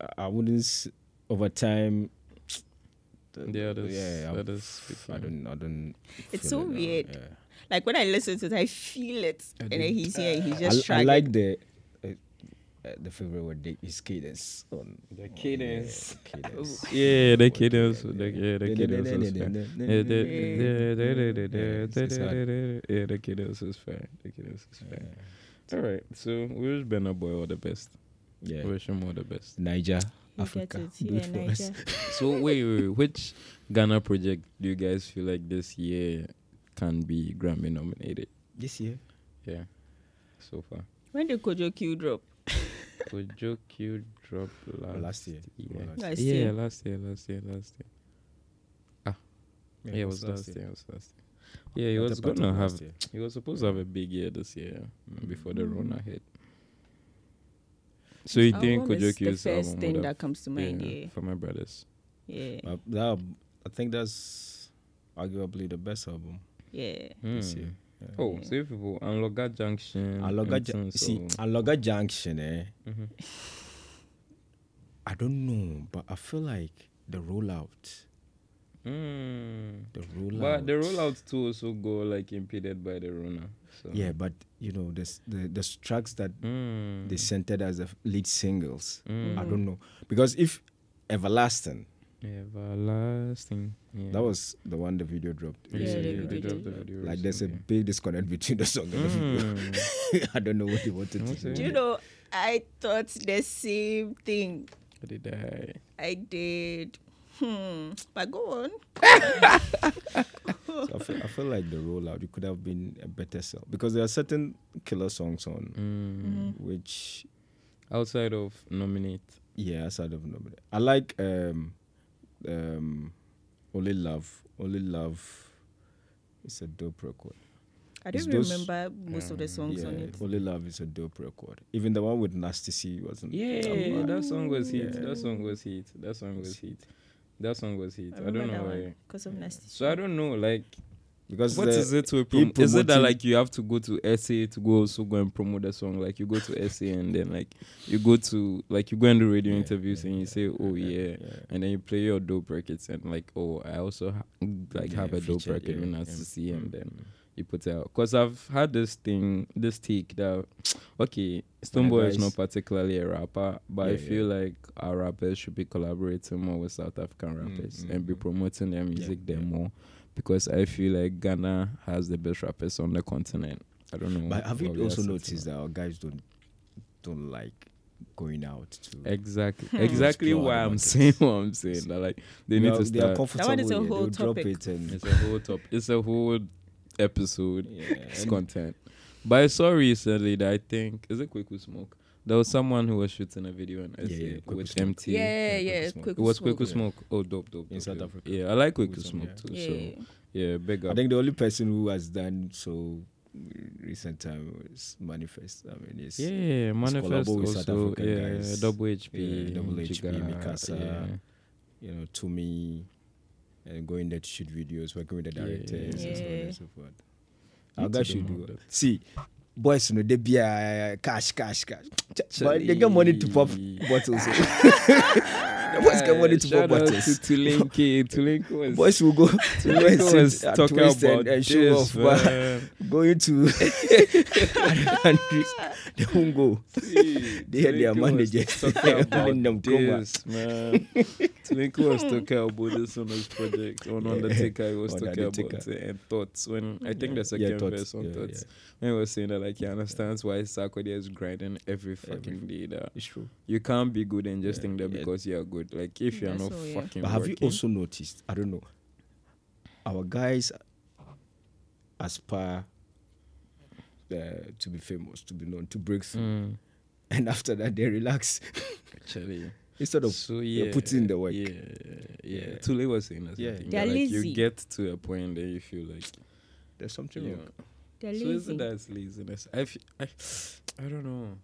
Speaker 5: I- I wouldn't. s- Over time,
Speaker 4: yeah that's,
Speaker 5: yeah, I-
Speaker 4: that is
Speaker 5: I don't. I don't.
Speaker 6: It's
Speaker 5: feel
Speaker 6: so
Speaker 5: it now,
Speaker 6: weird.
Speaker 5: yeah.
Speaker 6: Like when I listen to it, I feel it. and then he's here and he's
Speaker 5: I,
Speaker 6: just
Speaker 5: I
Speaker 6: trying.
Speaker 5: like the uh, uh, the favorite word the, is cadence on
Speaker 4: The cadence.
Speaker 5: cadence.
Speaker 4: Yeah, the cadence. The, yeah, *laughs* the cadence was fine. Yeah, the-
Speaker 5: Yeah.
Speaker 4: the- yeah, the cadence was fine. The cadence was fine. All right, so we wish Burna Boy all the best.
Speaker 5: Yeah.
Speaker 4: Wish him all the best.
Speaker 5: Niger,
Speaker 6: You
Speaker 5: Africa,
Speaker 6: get it.
Speaker 5: do it
Speaker 6: Yeah,
Speaker 5: for us.
Speaker 6: Niger.
Speaker 4: So wait, wait, wait, which Ghana project do you guys feel like this year can be Grammy nominated?
Speaker 5: *laughs* This year,
Speaker 4: Yeah, so far.
Speaker 6: When did Kojo Q drop?
Speaker 4: Kojo Q drop last,
Speaker 5: last year.
Speaker 4: year.
Speaker 5: Or
Speaker 6: Last
Speaker 4: yeah,
Speaker 6: year.
Speaker 4: last year, last year, last year. Yeah, it was last year. It was last year. Yeah, he
Speaker 5: Latter
Speaker 4: was
Speaker 5: part
Speaker 4: gonna
Speaker 5: of
Speaker 4: have.
Speaker 5: last year.
Speaker 4: He was supposed to have a big year this year mm, before the Rona hit. So you think
Speaker 6: Album is
Speaker 4: Kojo
Speaker 6: Oh, the
Speaker 4: Q's
Speaker 6: first
Speaker 4: album would
Speaker 6: thing
Speaker 4: have-
Speaker 6: that comes to mind.
Speaker 4: yeah,
Speaker 6: Yeah.
Speaker 4: for my brothers?
Speaker 6: Yeah.
Speaker 5: Uh, that, I think that's arguably the best album
Speaker 6: Yeah.
Speaker 5: this
Speaker 4: Mm.
Speaker 5: year.
Speaker 4: Oh, so you people Unlogger Junction.
Speaker 5: Aloga,
Speaker 4: Empton,
Speaker 5: ju- see,
Speaker 4: Mm-hmm. so- Mm-hmm.
Speaker 5: Aloga Junction, eh? I don't know, but I feel like the rollout,
Speaker 4: Mm.
Speaker 5: the rollout.
Speaker 4: But the rollout too also go like impeded by the Rona. So.
Speaker 5: Yeah, but you know, the s- the, the tracks that
Speaker 4: Mm.
Speaker 5: they centered as the f- lead singles.
Speaker 4: Mm-hmm.
Speaker 5: I don't know because if Everlasting,
Speaker 4: Everlasting. Yeah.
Speaker 5: that was the one the video dropped.
Speaker 6: Yeah, the
Speaker 4: they
Speaker 6: video
Speaker 4: dropped
Speaker 6: did.
Speaker 4: the video
Speaker 5: Like there's a
Speaker 4: recently.
Speaker 5: big disconnect *laughs* between the song and the video. *laughs* I don't know what they wanted
Speaker 4: Mm.
Speaker 5: to
Speaker 4: Okay.
Speaker 5: do.
Speaker 6: Do you know, I thought the same thing
Speaker 4: Did I?
Speaker 6: I did. Hmm. But go on.
Speaker 5: So I, feel, I feel like the rollout it could have been a better sell because there are certain killer songs on
Speaker 6: Mm.
Speaker 5: which
Speaker 4: Outside of nominate.
Speaker 5: yeah aside of nobody I like um um only love only love it's a dope record
Speaker 6: I
Speaker 5: It's
Speaker 6: don't
Speaker 5: those-
Speaker 6: remember most
Speaker 4: Mm,
Speaker 6: of the songs
Speaker 5: yeah
Speaker 6: on it.
Speaker 5: only love is a dope record even the one with Nasty C wasn't
Speaker 4: Yeah, that song was hit. That song was hit. That song was hit. That song was hit. I, don't know why.
Speaker 6: Because of Nasty.
Speaker 4: So I don't know, like,
Speaker 5: because
Speaker 4: what
Speaker 5: the-
Speaker 4: is it to
Speaker 5: he
Speaker 4: prom- Is it that
Speaker 5: promoting-
Speaker 4: like you have to go to SA to go also go and promote the song? Like you go to SA and then like you go to like you go and do radio interviews and you say, oh yeah, and then you play your dope records and like, oh, I also ha- like have a dope
Speaker 5: featured,
Speaker 4: record
Speaker 5: yeah, Mm.
Speaker 4: when I see and then. You put it out because I've had this thing, this take that okay, Stone Boy is
Speaker 5: guys-
Speaker 4: not particularly a rapper, but I
Speaker 5: Yeah, yeah.
Speaker 4: feel like our rappers should be collaborating more with South African
Speaker 5: Mm,
Speaker 4: rappers and be promoting their music there more because I feel like Ghana has the best rappers on the continent. I don't know.
Speaker 5: but have you
Speaker 4: what we are
Speaker 5: also
Speaker 4: sitting
Speaker 5: noticed
Speaker 4: on.
Speaker 5: that our guys don't don't like going out to
Speaker 4: Exactly, exactly
Speaker 5: Explore
Speaker 4: why
Speaker 5: other
Speaker 4: I'm
Speaker 5: markets.
Speaker 4: saying what I'm saying. That like they need
Speaker 5: are-
Speaker 4: to
Speaker 5: they are
Speaker 4: start.
Speaker 5: comfortable
Speaker 6: is a
Speaker 5: yeah, they
Speaker 6: whole
Speaker 5: will drop
Speaker 6: topic.
Speaker 5: it and
Speaker 4: It's a whole top. It's a whole episode. It's
Speaker 5: and-
Speaker 4: content. But I saw recently that I think is it Kweku Smoke. There was someone who was shooting a video in SA
Speaker 5: Yeah, yeah, Kweku
Speaker 4: with
Speaker 5: Smoke.
Speaker 4: MT.
Speaker 6: Yeah, yeah.
Speaker 5: Smoke.
Speaker 6: Quick
Speaker 4: It was
Speaker 6: Smoke.
Speaker 4: Kweku Smoke. Oh, dope, dope.
Speaker 5: In
Speaker 4: dope,
Speaker 5: South
Speaker 4: dope.
Speaker 5: Africa.
Speaker 4: Yeah, I like Kweku
Speaker 5: Kweku Smoke,
Speaker 4: Smoke
Speaker 5: yeah.
Speaker 4: too.
Speaker 6: Yeah.
Speaker 4: So yeah, big
Speaker 5: I
Speaker 4: up.
Speaker 5: think the only person who has done so recent time is Manifest. I mean, it's
Speaker 4: yeah, manifest
Speaker 5: collabo with South
Speaker 4: also.
Speaker 5: African
Speaker 4: Yeah,
Speaker 5: guys.
Speaker 4: double HP,
Speaker 5: Yeah, Double HP,
Speaker 4: Jiga,
Speaker 5: Mikasa, you know to me and going there to shoot videos, working with the
Speaker 4: Yeah, yeah,
Speaker 5: directors, and so on
Speaker 6: yeah.
Speaker 5: and so forth. Our
Speaker 4: Need
Speaker 5: guys
Speaker 4: to
Speaker 5: should
Speaker 4: do
Speaker 5: do
Speaker 4: more of
Speaker 5: see. Boys, you know, they be uh, cash, cash, cash. But they get money to pop
Speaker 4: Actually- *laughs*
Speaker 5: bottles. the boys get money to pop
Speaker 4: Shout out to
Speaker 5: bottles.
Speaker 4: Tulinki. Tulinki was.
Speaker 5: *laughs*
Speaker 4: *laughs*
Speaker 5: Boys will go
Speaker 4: Tulinki
Speaker 5: to
Speaker 4: was
Speaker 5: West and,
Speaker 4: talking
Speaker 5: twist
Speaker 4: about
Speaker 5: and, and show
Speaker 4: this,
Speaker 5: off. but-
Speaker 4: man.
Speaker 5: going to other countries, they won't go.
Speaker 4: they
Speaker 5: They had their manager. *laughs*
Speaker 4: talking about
Speaker 5: Having them come back.
Speaker 4: this, man.
Speaker 5: *laughs*
Speaker 4: Twinkle was talking about this on his project on Undertaker. He was
Speaker 5: On
Speaker 4: talking
Speaker 5: Undertaker.
Speaker 4: about it and thoughts. When I think the second
Speaker 5: Thoughts,
Speaker 4: verse on
Speaker 5: yeah,
Speaker 4: thoughts,
Speaker 5: yeah.
Speaker 4: when he was saying that like he understands why Sarkodie is grinding every fucking day. That
Speaker 5: It's true.
Speaker 4: you can't be good and just think that
Speaker 5: yeah.
Speaker 4: because you are good. Like if you are
Speaker 6: That's
Speaker 4: not
Speaker 6: all, yeah.
Speaker 4: fucking.
Speaker 5: But have you
Speaker 4: working-
Speaker 5: also noticed? I don't know. Our guys aspire uh, to be famous, to be known, to break through,
Speaker 4: Mm,
Speaker 5: and after that they relax *laughs*
Speaker 4: actually.
Speaker 5: instead of
Speaker 4: so
Speaker 5: yeah,
Speaker 4: yeah,
Speaker 5: putting in the work.
Speaker 4: Yeah, yeah. Tule was saying that.
Speaker 5: Yeah.
Speaker 4: Yeah,
Speaker 6: They're
Speaker 4: You
Speaker 6: lazy.
Speaker 4: get to a point that you feel like
Speaker 5: There's something
Speaker 4: you know,
Speaker 5: wrong.
Speaker 6: They're
Speaker 4: So is
Speaker 6: lazy.
Speaker 4: it that's laziness? I, f- I, I don't know.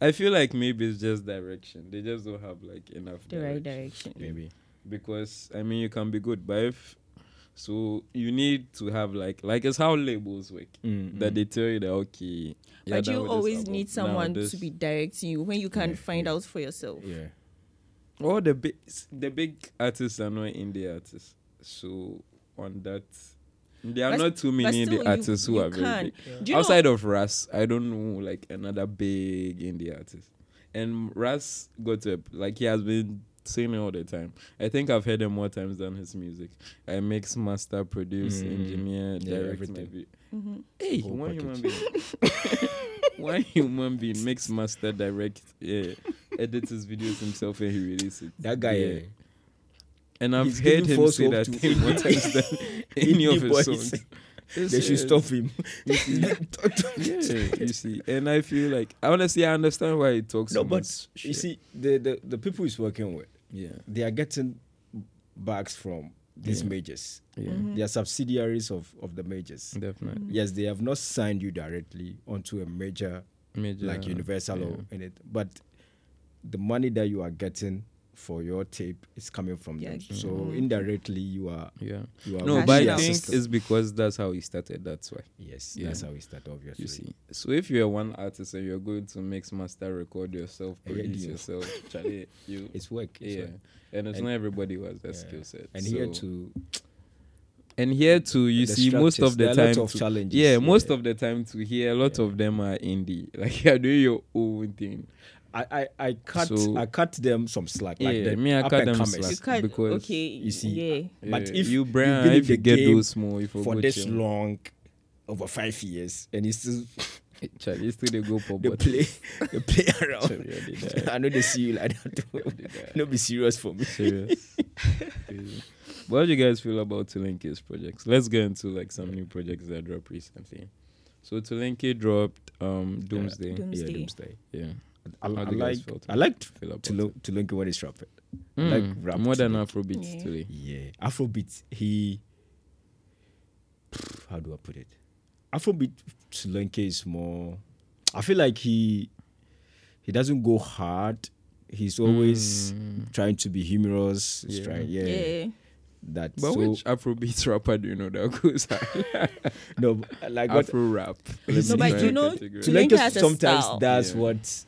Speaker 4: I feel like maybe it's just direction. They just don't have like enough
Speaker 6: the right direction.
Speaker 5: Maybe
Speaker 4: because I mean you can be good, but if so you need to have like like it's how labels work that they tell you that okay. you're done
Speaker 6: but
Speaker 4: with
Speaker 6: you
Speaker 4: this
Speaker 6: always
Speaker 4: album,
Speaker 6: need
Speaker 4: now
Speaker 6: someone
Speaker 4: this-
Speaker 6: to be directing you when you can't find out for yourself.
Speaker 5: yeah.
Speaker 4: all the big the big artists are not indie artists. So on that There are
Speaker 6: But-
Speaker 4: not too
Speaker 6: but
Speaker 4: many
Speaker 6: still,
Speaker 4: Indian
Speaker 6: you-
Speaker 4: artists who
Speaker 6: you
Speaker 4: are
Speaker 6: can.
Speaker 4: very
Speaker 6: Do
Speaker 4: big.
Speaker 6: you know-
Speaker 4: Outside of Ras, I don't know like another big indie artist. And Ras got to a- like he has been singing all the time. I think I've heard him more times than his music. I mix, master, produce,
Speaker 5: Mm.
Speaker 4: engineer,
Speaker 5: Yeah,
Speaker 4: direct
Speaker 5: everything.
Speaker 4: my vi- Hey,
Speaker 5: Whole
Speaker 4: one human being.
Speaker 5: *laughs*
Speaker 4: one human being makes master, direct, yeah, edits his videos himself, and he releases it.
Speaker 5: That guy,
Speaker 4: Yeah.
Speaker 5: eh,
Speaker 4: And I've
Speaker 5: He's
Speaker 4: heard
Speaker 5: giving
Speaker 4: him
Speaker 5: false
Speaker 4: say
Speaker 5: hope
Speaker 4: that
Speaker 5: to *laughs*
Speaker 4: thing more times than any
Speaker 5: Indie
Speaker 4: of his
Speaker 5: boys. *laughs*
Speaker 4: songs.
Speaker 5: they should stop *laughs* him.
Speaker 4: *laughs* yeah, you see, and I feel like honestly, I understand why he talks.
Speaker 5: *laughs* no,
Speaker 4: so
Speaker 5: but
Speaker 4: much
Speaker 5: you
Speaker 4: shit.
Speaker 5: see, the, the the people he's working with,
Speaker 4: yeah,
Speaker 5: they are getting bags from these
Speaker 4: Yeah.
Speaker 5: majors.
Speaker 4: yeah,
Speaker 6: Mm-hmm.
Speaker 5: They are subsidiaries of of the majors.
Speaker 4: definitely,
Speaker 5: Yes, they have not signed you directly onto a major
Speaker 4: major
Speaker 5: like Universal or
Speaker 4: yeah.
Speaker 5: anything, but the money that you are getting for your tape is coming from
Speaker 6: Yeah,
Speaker 5: them.
Speaker 6: okay. Mm-hmm.
Speaker 5: So indirectly, you are
Speaker 4: Yeah,
Speaker 5: you are
Speaker 4: no,
Speaker 6: Cash
Speaker 4: but I
Speaker 6: out.
Speaker 4: think
Speaker 5: Assistant.
Speaker 4: it's because that's how he started. That's why
Speaker 5: yes,
Speaker 4: Yeah.
Speaker 5: that's how we start. Obviously,
Speaker 4: you see. So if you're one artist and you're going to mix master, record yourself,
Speaker 5: Yeah,
Speaker 4: produce
Speaker 5: you.
Speaker 4: yourself, Charlie, you,
Speaker 5: *laughs* it's work. it's
Speaker 4: yeah,
Speaker 5: work.
Speaker 4: and it's
Speaker 5: And-
Speaker 4: not everybody who has that
Speaker 5: Yeah.
Speaker 4: skill set.
Speaker 5: And here
Speaker 4: so-
Speaker 5: too,
Speaker 4: and here too, you
Speaker 5: the
Speaker 4: see most
Speaker 5: structures,
Speaker 4: of the
Speaker 5: there are a
Speaker 4: time,
Speaker 5: lot of
Speaker 4: too-
Speaker 5: challenges,
Speaker 4: yeah,
Speaker 5: yeah.
Speaker 4: most of the time to hear a lot of them are indie, *laughs* like you're doing your own thing.
Speaker 5: I, I I cut
Speaker 4: So-
Speaker 5: I cut them some slack. like
Speaker 4: Yeah,
Speaker 5: the
Speaker 4: me, I
Speaker 5: up
Speaker 4: cut
Speaker 5: and
Speaker 4: them
Speaker 5: comers.
Speaker 4: slack.
Speaker 6: You can't.
Speaker 4: because
Speaker 6: okay.
Speaker 5: you see,
Speaker 6: Yeah.
Speaker 5: But
Speaker 4: Yeah,
Speaker 5: if
Speaker 4: you Brian,
Speaker 5: been in
Speaker 4: if you
Speaker 5: the
Speaker 4: get
Speaker 5: game
Speaker 4: those small, you
Speaker 5: for
Speaker 4: go
Speaker 5: this
Speaker 4: chill.
Speaker 5: long, over five years, and it's still
Speaker 4: Charlie, you still they go
Speaker 5: *laughs*
Speaker 4: pop Oh,
Speaker 5: they
Speaker 4: but- *laughs*
Speaker 5: play they play
Speaker 4: Chai, yeah, they
Speaker 5: around.
Speaker 4: die.
Speaker 5: *laughs* I know they see you like
Speaker 4: die.
Speaker 5: that. *laughs* no, be serious for me.
Speaker 4: Serious. Crazy. But What do you guys feel about Tulenke's projects? Let's get into like some new projects that dropped recently. So Tulenke dropped um Doomsday. Yeah.
Speaker 5: Yeah,
Speaker 6: Doomsday.
Speaker 5: doomsday. I,
Speaker 4: How
Speaker 5: I
Speaker 4: do you guys
Speaker 5: like
Speaker 4: felt?
Speaker 5: I liked
Speaker 4: Feel about
Speaker 5: to
Speaker 4: it.
Speaker 5: look to look when it's rapping.
Speaker 4: Mm,
Speaker 5: like rap
Speaker 4: more than
Speaker 5: Tulenke.
Speaker 4: Afrobeat
Speaker 6: Yeah.
Speaker 4: today.
Speaker 5: Yeah, Afrobeat. He, how do I put it? Afrobeat Sri Lanka is more. I feel like he, he doesn't go hard. He's always trying to be humorous.
Speaker 4: Mm.
Speaker 5: He's
Speaker 4: Yeah.
Speaker 5: trying, yeah,
Speaker 6: Yeah.
Speaker 5: that.
Speaker 4: But
Speaker 5: so
Speaker 4: which Afrobeat *laughs* rapper do you know that goes hard?
Speaker 5: no, but like what
Speaker 4: Afro rap. Let
Speaker 5: No,
Speaker 4: me
Speaker 5: but
Speaker 4: try
Speaker 5: you
Speaker 4: and
Speaker 6: know,
Speaker 4: categorize.
Speaker 5: Sri
Speaker 6: Tulenke
Speaker 5: Lanka
Speaker 6: has a
Speaker 5: sometimes
Speaker 6: style.
Speaker 5: does
Speaker 4: Yeah.
Speaker 5: what.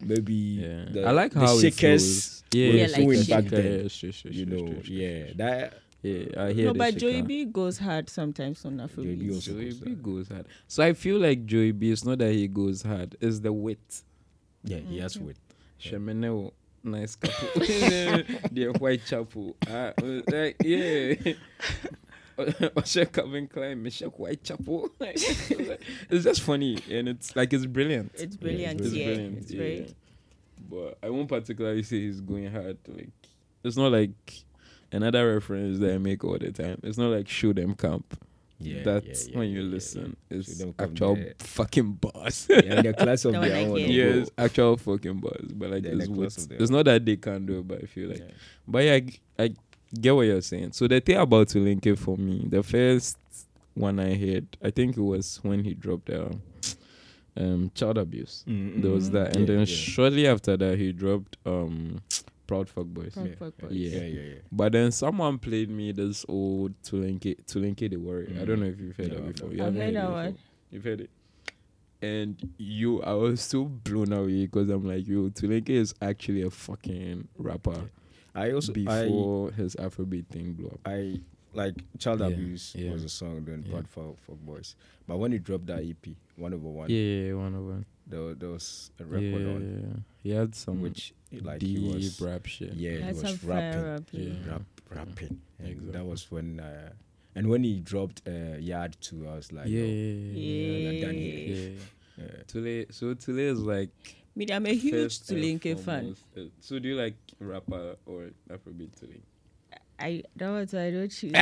Speaker 5: Maybe
Speaker 4: Yeah.
Speaker 5: the,
Speaker 4: I like
Speaker 5: the
Speaker 4: how it
Speaker 5: shakers
Speaker 4: flows. Yeah,
Speaker 5: were
Speaker 6: Yeah, like
Speaker 5: doing
Speaker 6: shakers.
Speaker 5: back
Speaker 4: Yeah,
Speaker 5: then.
Speaker 4: yeah, sure, sure, sure,
Speaker 5: You know,
Speaker 4: sure, sure,
Speaker 5: yeah,
Speaker 4: sure.
Speaker 5: that
Speaker 4: Yeah, I hear
Speaker 6: No,
Speaker 4: the
Speaker 6: but
Speaker 4: shaker.
Speaker 6: Joey B goes hard sometimes on Afrobeat.
Speaker 5: B also-
Speaker 4: Joey
Speaker 5: goes
Speaker 4: B
Speaker 5: hard.
Speaker 4: goes hard. So I feel like Joey B, it's not that he goes hard, it's the wit.
Speaker 6: Mm-hmm.
Speaker 5: yeah, he has wit.
Speaker 4: Shemeneo, nice
Speaker 5: *laughs*
Speaker 4: couple. *laughs* the white chapel. Ah, uh, like, yeah. *laughs* Osha Calvin Klein, Michelle White Chapel. *laughs* it's just funny and it's like it's brilliant.
Speaker 6: It's brilliant.
Speaker 4: It's
Speaker 6: Yeah.
Speaker 4: brilliant.
Speaker 6: It's
Speaker 4: yeah.
Speaker 6: very.
Speaker 4: But I won't particularly say he's going hard. Like it's not like another reference that I make all the time. It's not like show them camp.
Speaker 5: Yeah,
Speaker 4: That's
Speaker 5: yeah, yeah,
Speaker 4: when you
Speaker 5: yeah, yeah.
Speaker 4: listen. It's
Speaker 5: Show them camp,
Speaker 4: actual
Speaker 5: yeah.
Speaker 4: fucking bars.
Speaker 5: yeah, in a class of
Speaker 6: No,
Speaker 5: their
Speaker 6: like,
Speaker 5: own.
Speaker 6: yeah.
Speaker 5: oh,
Speaker 4: yes, actual fucking bars. But like
Speaker 5: They're
Speaker 4: it's,
Speaker 5: like
Speaker 4: wit.
Speaker 5: lots of them.
Speaker 4: it's not that they can't do it, but I feel like. But yeah, I g- I, get what you're saying. So the thing about Tulinke for me, the first one I heard, I think it was when he dropped uh, um child abuse.
Speaker 5: Mm,
Speaker 4: There was that, and
Speaker 5: Yeah,
Speaker 4: then
Speaker 5: yeah.
Speaker 4: shortly after that, he dropped um Proud Fuck Boys.
Speaker 6: Proud Fuck Boys.
Speaker 4: Yeah.
Speaker 5: yeah, yeah, yeah.
Speaker 4: But then someone played me this old Tulinke Tulinke the Warrior. I don't know if you've heard
Speaker 5: Mm. No,
Speaker 4: that before.
Speaker 5: I've not.
Speaker 4: You
Speaker 6: I've
Speaker 4: haven't
Speaker 6: heard that
Speaker 4: it
Speaker 6: one.
Speaker 4: before. You've heard it. And you, I was so blown away because I'm like, yo, Tulinke is actually a fucking rapper
Speaker 5: I also
Speaker 4: before his Afrobeat thing blew up.
Speaker 5: I, I like child
Speaker 4: Yeah,
Speaker 5: abuse
Speaker 4: yeah.
Speaker 5: was a song then
Speaker 4: Yeah.
Speaker 5: brought for for boys, but when he dropped that EP one over one,
Speaker 4: Yeah, one of them.
Speaker 5: there, wa- there was a
Speaker 4: Yeah,
Speaker 5: record on
Speaker 4: he had some
Speaker 5: which like
Speaker 4: deep
Speaker 5: he was
Speaker 4: rap shit.
Speaker 5: yeah he
Speaker 6: That's a
Speaker 5: was
Speaker 6: fire
Speaker 5: rapping,
Speaker 6: rap. Yeah.
Speaker 4: Yeah.
Speaker 5: rap rapping, and
Speaker 4: Exactly.
Speaker 5: that was when uh, and when he dropped uh, Yard too, I was like,
Speaker 4: yeah,
Speaker 5: oh,
Speaker 4: yeah,
Speaker 5: you're done
Speaker 4: yeah.
Speaker 5: here.
Speaker 4: yeah.
Speaker 5: Yeah.
Speaker 4: Tule, so Tule is like
Speaker 6: Me, I'm a huge
Speaker 4: first and
Speaker 6: Tulinke fan.
Speaker 4: foremost, uh, So do you like rapper or Afrobeat Tule?
Speaker 6: I that was why I don't
Speaker 4: *laughs*
Speaker 6: choose.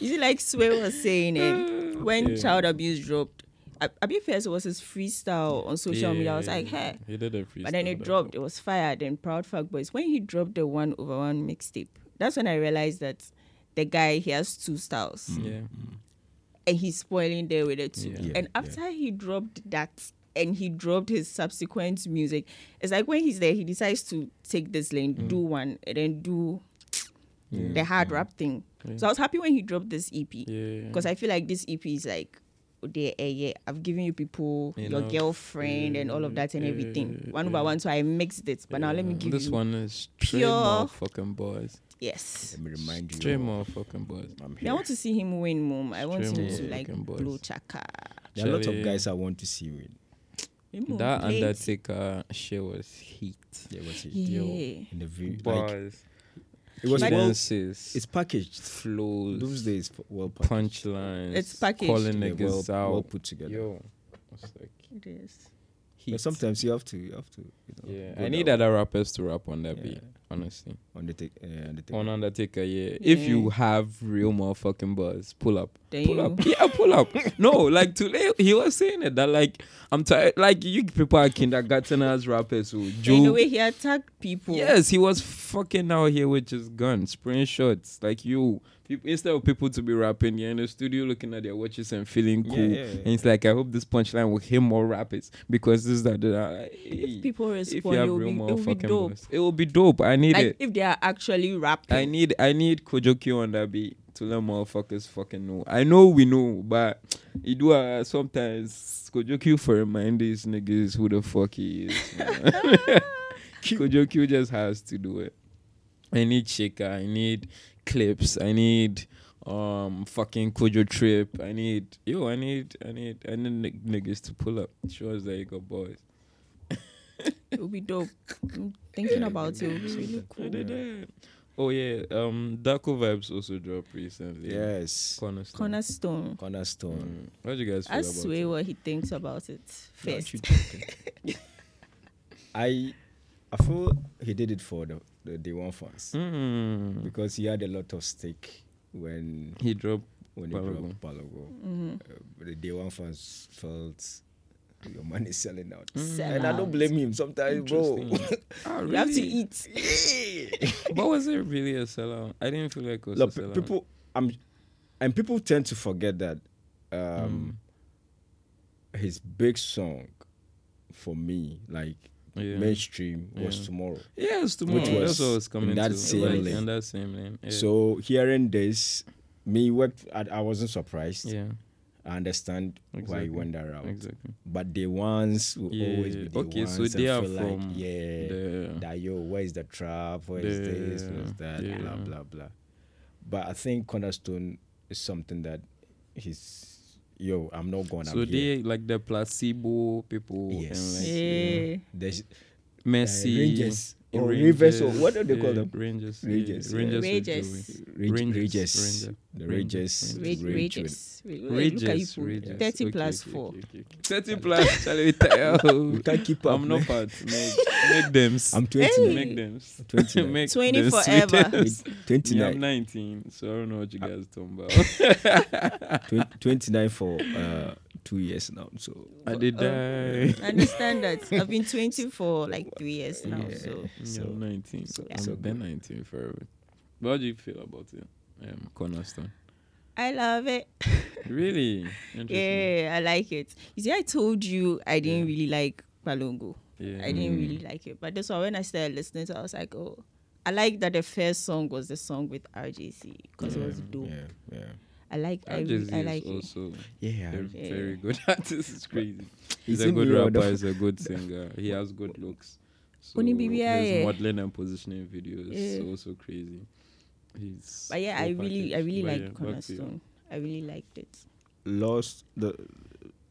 Speaker 6: you see, like Sway was
Speaker 4: *sighs*
Speaker 6: saying it when
Speaker 4: Yeah.
Speaker 6: child abuse dropped. I, I be first was his freestyle on social media. I was like, hey.
Speaker 4: he did a freestyle.
Speaker 6: But then it
Speaker 4: that
Speaker 6: dropped. It was fired and Proud Fuck Boys. When he dropped the one over one mixtape, that's when I realized that the guy he has two styles
Speaker 4: Yeah,
Speaker 6: and he's spoiling there with the two.
Speaker 4: Yeah.
Speaker 5: Yeah,
Speaker 6: and
Speaker 5: yeah.
Speaker 6: after he dropped that and he dropped his subsequent music, it's like when he's there, he decides to take this lane,
Speaker 4: Mm.
Speaker 6: do one, and then do the hard rap thing. So I was happy when he dropped this EP
Speaker 4: yeah.
Speaker 6: because I feel like this EP is like, there, eh, yeah, I've given you people
Speaker 4: You
Speaker 6: your
Speaker 4: know,
Speaker 6: girlfriend and all of that and everything.
Speaker 4: yeah,
Speaker 6: One by
Speaker 4: yeah.
Speaker 6: one, so I mixed it. But now let me give
Speaker 4: this
Speaker 6: you
Speaker 4: one is
Speaker 6: pure-
Speaker 4: fucking boys.
Speaker 6: Yes.
Speaker 5: Let me remind you.
Speaker 4: Three
Speaker 5: all,
Speaker 4: more fucking boys.
Speaker 5: I'm
Speaker 6: Yeah,
Speaker 5: here.
Speaker 6: I want to see him win, mom. I want
Speaker 4: Extremely
Speaker 6: him to like
Speaker 4: fucking boys.
Speaker 6: blow chaka.
Speaker 5: There are a lot
Speaker 4: Actually,
Speaker 5: of guys I want to see win.
Speaker 6: Him won
Speaker 4: That
Speaker 6: play.
Speaker 4: Undertaker she was heat.
Speaker 5: Yeah, what's it?
Speaker 6: Yeah.
Speaker 5: In the view, like,
Speaker 4: Bars,
Speaker 5: it was well,
Speaker 4: cadences,
Speaker 5: it's packaged. Those
Speaker 4: flows,
Speaker 5: days, f- well packaged.
Speaker 4: punchlines.
Speaker 6: It's packaged.
Speaker 4: Calling
Speaker 5: Yeah, well,
Speaker 4: niggas
Speaker 5: well
Speaker 4: out.
Speaker 5: put together.
Speaker 4: Yo, it's like
Speaker 6: It is.
Speaker 4: heat.
Speaker 5: But sometimes you have to, you have to. You know,
Speaker 4: yeah,
Speaker 5: go
Speaker 4: I need
Speaker 5: down
Speaker 4: other rappers to rap on that beat.
Speaker 5: Yeah.
Speaker 4: Honestly,
Speaker 5: on the take. Uh, on the take.
Speaker 4: on Undertaker, yeah. If
Speaker 6: Yeah.
Speaker 4: you have real motherfucking buzz, pull up.
Speaker 6: Then
Speaker 4: pull
Speaker 6: you-
Speaker 4: up. *laughs* Yeah, pull up. no, like today he was saying it that like I'm tired. Like you people are kindergarteners rappers who
Speaker 6: And In the
Speaker 4: do
Speaker 6: way he attacked people.
Speaker 4: Yes, he was fucking out here with his gun, spraying shots. Like you, peop- instead of people to be rapping, you're in the studio looking at their watches and feeling
Speaker 5: Yeah,
Speaker 4: cool.
Speaker 5: yeah, yeah.
Speaker 4: And it's like, I hope this punchline will hit more rappers because this that. that, that. Like, hey,
Speaker 6: If people
Speaker 4: if you
Speaker 6: respond,
Speaker 4: have
Speaker 6: it will
Speaker 4: real
Speaker 6: be, it will be
Speaker 4: motherfucking
Speaker 6: dope.
Speaker 4: voice- it will be dope. I need
Speaker 6: Like
Speaker 4: it.
Speaker 6: if they are actually rapping.
Speaker 4: I need I need Kojoki on that beat to let motherfuckers fucking know. I know we know, but it do uh, sometimes Kojoki for remind these niggas who the fuck he is. man. *laughs* Kojoki just has to do it. I need Chika, I need clips, I need um fucking Kojo trip. I need yo, I need I need I need ni- niggas to pull up. Show us that you got boys.
Speaker 6: It will be dope. I'm thinking
Speaker 5: Yeah,
Speaker 6: about it.
Speaker 5: yeah,
Speaker 6: It will be really cool.
Speaker 4: Oh yeah, um Darko Vibes also dropped recently.
Speaker 5: Yes.
Speaker 4: Cornerstone.
Speaker 6: Cornerstone.
Speaker 5: Cornerstone.
Speaker 4: Mm. What do you guys feel
Speaker 6: I
Speaker 4: about
Speaker 6: swear
Speaker 4: it?
Speaker 6: what he thinks about it first.
Speaker 5: you joking? I, I feel he did it for the, the day one fans
Speaker 4: Mm.
Speaker 5: because he had a lot of stake when
Speaker 4: He dropped.
Speaker 5: when Mm-hmm. he
Speaker 4: Balogun.
Speaker 5: dropped Balogo. Uh, but the day one fans felt your man is selling out,
Speaker 6: Sell
Speaker 5: and I don't
Speaker 6: out.
Speaker 5: blame him. Sometimes, bro, *laughs*
Speaker 4: Interesting. Ah,
Speaker 6: You have to
Speaker 4: really?
Speaker 6: eat.
Speaker 4: but was it really a sellout? I didn't feel like it was
Speaker 5: look,
Speaker 4: a sellout.
Speaker 5: people, I'm, and people tend to forget that um,
Speaker 4: Mm.
Speaker 5: his big song for me, like
Speaker 4: Yeah.
Speaker 5: mainstream, was
Speaker 4: Yeah.
Speaker 5: tomorrow.
Speaker 4: Yes, tomorrow.
Speaker 5: Which
Speaker 4: That's
Speaker 5: was
Speaker 4: what I was coming
Speaker 5: in that
Speaker 4: to.
Speaker 5: same
Speaker 4: like,
Speaker 5: lane.
Speaker 4: In that same lane. Yeah.
Speaker 5: So hearing this, me worked. I, I wasn't surprised.
Speaker 4: yeah,
Speaker 5: I understand why
Speaker 4: Exactly.
Speaker 5: he went that route.
Speaker 4: exactly.
Speaker 5: But the ones will
Speaker 4: Yeah.
Speaker 5: always be the
Speaker 4: Okay,
Speaker 5: ones
Speaker 4: so they
Speaker 5: that
Speaker 4: are
Speaker 5: feel like,
Speaker 4: from
Speaker 5: yeah,
Speaker 4: the-
Speaker 5: that yo, where is the trap? Where is this?
Speaker 4: The-
Speaker 5: Where is that?
Speaker 4: yeah.
Speaker 5: Blah blah blah. But I think Cornerstone is something that he's yo. I'm not going.
Speaker 4: So
Speaker 5: I'm here.
Speaker 4: they like the placebo people. And
Speaker 5: Yes.
Speaker 4: like
Speaker 6: Yeah.
Speaker 5: There's
Speaker 4: Messi.
Speaker 5: Uh, Rangers.
Speaker 4: Yeah,
Speaker 5: Or Rivers, or what do they
Speaker 4: yeah,
Speaker 5: call them?
Speaker 4: Rangers.
Speaker 5: Rangers,
Speaker 4: Yeah.
Speaker 5: yeah.
Speaker 4: Rangers. would do
Speaker 6: Rages.
Speaker 4: it.
Speaker 5: Rage,
Speaker 4: Rangers,
Speaker 5: Rages.
Speaker 4: Ranger.
Speaker 5: The
Speaker 4: Rages,
Speaker 5: Rages.
Speaker 6: Rage,
Speaker 4: *laughs*
Speaker 5: rage
Speaker 6: rages. Rage, Look at you.
Speaker 4: Rages,
Speaker 6: people.
Speaker 4: Rages.
Speaker 6: 30
Speaker 4: Okay,
Speaker 6: plus
Speaker 4: okay,
Speaker 6: 4.
Speaker 4: okay, okay, okay. 30 plus. Shall we
Speaker 5: *laughs*
Speaker 4: tell you?
Speaker 5: We can't keep up.
Speaker 4: I'm
Speaker 5: man.
Speaker 4: not part. Make, make them.
Speaker 5: I'm 20.
Speaker 6: Hey.
Speaker 4: Make them. *laughs*
Speaker 5: 20,
Speaker 4: make
Speaker 6: 20
Speaker 4: them
Speaker 6: forever.
Speaker 4: *laughs* sweetest. Me, I'm
Speaker 5: 29,
Speaker 4: 19, so I don't know what you guys talking about.
Speaker 5: twen- 29 for uh, two years now. So
Speaker 4: I *laughs* did die.
Speaker 6: I understand that. I've been 20 for like three years now. So
Speaker 4: *laughs* Yeah, I'm 19. So
Speaker 6: yeah.
Speaker 4: I'm
Speaker 6: So
Speaker 4: been 19 forever. But how do you feel about it? Um, Cornerstone.
Speaker 6: I love it.
Speaker 4: Really? Interesting.
Speaker 6: Yeah, I like it. You see, I told you I didn't really like Balongo.
Speaker 4: Yeah.
Speaker 6: I didn't really like it. But that's why when I started listening to it, I was like, oh, I like that the first song was the song with RJC because it was dope.
Speaker 5: yeah, yeah.
Speaker 6: I like, I,
Speaker 4: Ajay
Speaker 6: re-
Speaker 4: Z
Speaker 6: I
Speaker 4: is
Speaker 6: like it.
Speaker 4: also
Speaker 5: Yeah.
Speaker 4: very,
Speaker 6: Yeah.
Speaker 4: very good *laughs* artist. It's crazy. He's
Speaker 5: Is
Speaker 4: a
Speaker 5: it
Speaker 4: good
Speaker 5: me or the-
Speaker 4: rapper. *laughs* He's a good singer. He has good looks. So
Speaker 6: Only BBI,
Speaker 4: his
Speaker 6: eh?
Speaker 4: modeling and positioning videos is
Speaker 6: Yeah.
Speaker 4: also crazy. He's
Speaker 6: But yeah,
Speaker 4: full
Speaker 6: I really, I
Speaker 4: package.
Speaker 6: really
Speaker 4: But
Speaker 6: like
Speaker 4: yeah, back to you.
Speaker 6: Cornerstone. I really liked it.
Speaker 5: Lost the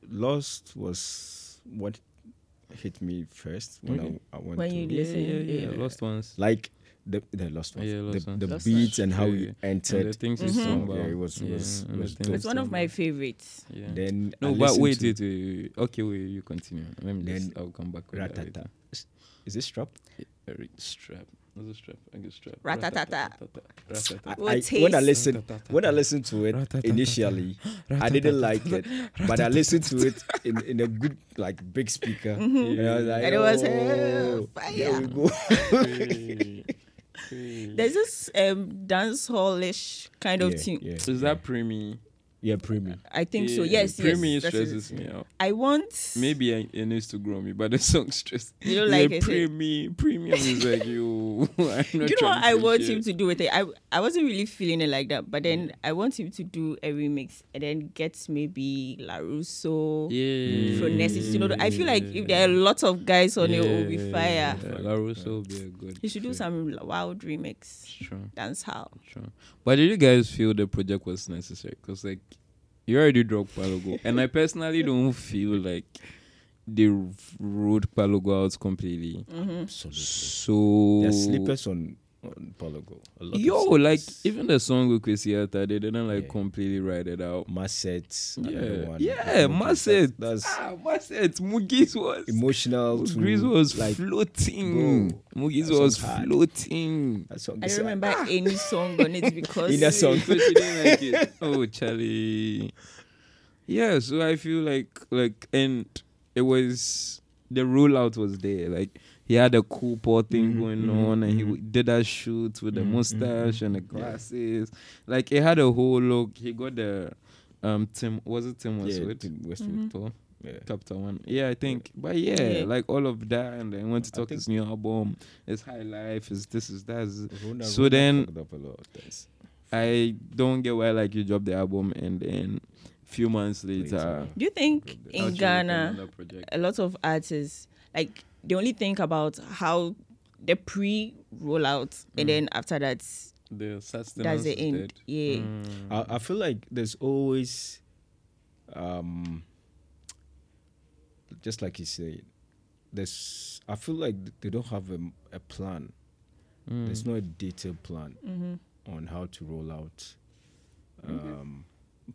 Speaker 5: Lost was what hit me first when
Speaker 4: Okay.
Speaker 5: I, I went
Speaker 6: When
Speaker 5: to
Speaker 6: you
Speaker 4: Yeah,
Speaker 6: listen,
Speaker 4: yeah, yeah.
Speaker 6: yeah.
Speaker 4: Lost ones.
Speaker 5: like the the Lost ones,
Speaker 4: Yeah, Lost
Speaker 5: the,
Speaker 4: Ones.
Speaker 5: the
Speaker 6: Lost
Speaker 5: beats and how
Speaker 4: Yeah.
Speaker 5: you
Speaker 4: And the
Speaker 5: entered.
Speaker 4: things he's talking about.
Speaker 5: Yeah, it was- was-
Speaker 4: and the
Speaker 5: was
Speaker 4: things
Speaker 5: dope.
Speaker 6: Mm-hmm. It's one of
Speaker 4: he's
Speaker 6: my
Speaker 4: talking
Speaker 6: favorites.
Speaker 4: about. Yeah.
Speaker 5: Then I
Speaker 4: No, but
Speaker 5: listened
Speaker 4: wait,
Speaker 5: to
Speaker 4: wait, wait. Okay, wait. You continue. Let me just.
Speaker 5: Then
Speaker 4: I'll come back with that
Speaker 5: Ratata.
Speaker 4: later.
Speaker 5: Is this trap?
Speaker 4: Very strap. Was it strap? I guess strap.
Speaker 6: Ratatata.
Speaker 4: Ratatata. Ratatata.
Speaker 6: What
Speaker 5: I,
Speaker 6: taste?
Speaker 5: when I listened, when I listened to it initially, I didn't like it, but I listened to it in, in a good like big speaker, and I was like,
Speaker 6: Mm-hmm. And it was,
Speaker 5: oh,
Speaker 6: uh,
Speaker 5: here we
Speaker 6: fire."
Speaker 5: go. *laughs*
Speaker 4: Hey, hey.
Speaker 6: There's this um, dance hallish kind of thing.
Speaker 5: yeah,
Speaker 4: Is that preemie?
Speaker 5: yeah, premium.
Speaker 6: I think so.
Speaker 4: Yeah,
Speaker 6: Yes, yes.
Speaker 4: Preemie
Speaker 6: that's it.
Speaker 4: stresses me out.
Speaker 6: I want.
Speaker 4: Maybe I, it needs to grow me, but the song stress.
Speaker 6: You don't
Speaker 4: It's
Speaker 6: like it, eh?
Speaker 4: Preemie, premium is like you. no. *laughs* I'm
Speaker 6: Do
Speaker 4: not
Speaker 6: you know
Speaker 4: trying
Speaker 6: what I
Speaker 4: do
Speaker 6: want
Speaker 4: shit.
Speaker 6: him to do with it? I I wasn't really feeling it like that, but then I want him to do a remix and then get maybe Larusso.
Speaker 4: Yeah.
Speaker 6: From Nessis, you know, I feel like if there are a lot of guys on it, it will be fire.
Speaker 4: La Russo will be a good.
Speaker 6: He should do
Speaker 4: fit.
Speaker 6: some wild remix.
Speaker 4: Sure.
Speaker 6: That's how.
Speaker 4: Sure. But did you guys feel the project was necessary? Because like you already dropped Palogo, and I personally don't feel like they r- wrote Palogo out completely.
Speaker 5: Absolutely.
Speaker 4: So
Speaker 5: There are slippers on, on Pologo. A lot of
Speaker 4: yo, like
Speaker 5: slippers.
Speaker 4: even the song with Kwesi Arthur, they didn't like
Speaker 5: Yeah.
Speaker 4: completely write it out.
Speaker 5: Masset.
Speaker 4: Yeah,
Speaker 5: another one.
Speaker 4: yeah,
Speaker 5: Mugis,
Speaker 4: Masset.
Speaker 5: That's, that's
Speaker 4: ah, Masset, Mugis was.
Speaker 5: emotional. to,
Speaker 4: Mugis was
Speaker 5: like
Speaker 4: floating. Mugis
Speaker 5: that
Speaker 4: was
Speaker 5: song's hard.
Speaker 4: floating.
Speaker 5: that song
Speaker 6: I
Speaker 5: is
Speaker 6: don't
Speaker 5: like,
Speaker 6: remember any song on it because
Speaker 5: In a song.
Speaker 4: Because she didn't like
Speaker 5: *laughs*
Speaker 4: it. Oh, Charlie. Yeah, so I feel like like and it was the rollout was there. Like he had a cool paw thing
Speaker 5: Mm-hmm,
Speaker 4: going on, and he w- did that shoot with the mustache
Speaker 5: mm-hmm.
Speaker 4: and the glasses. Like it had a whole look. He got the um Tim was it Tim
Speaker 5: Yeah,
Speaker 4: Westwood?
Speaker 5: Tim Westwood.
Speaker 6: Mm-hmm.
Speaker 4: Westwood tour?
Speaker 5: Yeah.
Speaker 4: Chapter one, yeah, I think, but yeah,
Speaker 6: Yeah.
Speaker 4: like all of that, and then went to
Speaker 5: I
Speaker 4: talk
Speaker 5: think-
Speaker 4: his new album, his high life, is this, is that. Is,
Speaker 5: Rona-
Speaker 4: so
Speaker 5: Rona
Speaker 4: then,
Speaker 5: fucked up a lot of things.
Speaker 4: I don't get why like you drop the album and then few months later.
Speaker 6: Do you think
Speaker 4: How
Speaker 6: in
Speaker 4: do you
Speaker 6: Ghana?
Speaker 4: recommend that project?
Speaker 6: a lot of artists like they only think about how the pre rollout and then after that
Speaker 4: the sustenance
Speaker 6: that's the
Speaker 4: is
Speaker 6: end.
Speaker 4: dead.
Speaker 6: Yeah.
Speaker 5: I, I feel like there's always, um, just like you said, there's. I feel like th- they don't have a, m- a plan.
Speaker 4: Mm.
Speaker 5: There's no detailed plan on how to roll out um,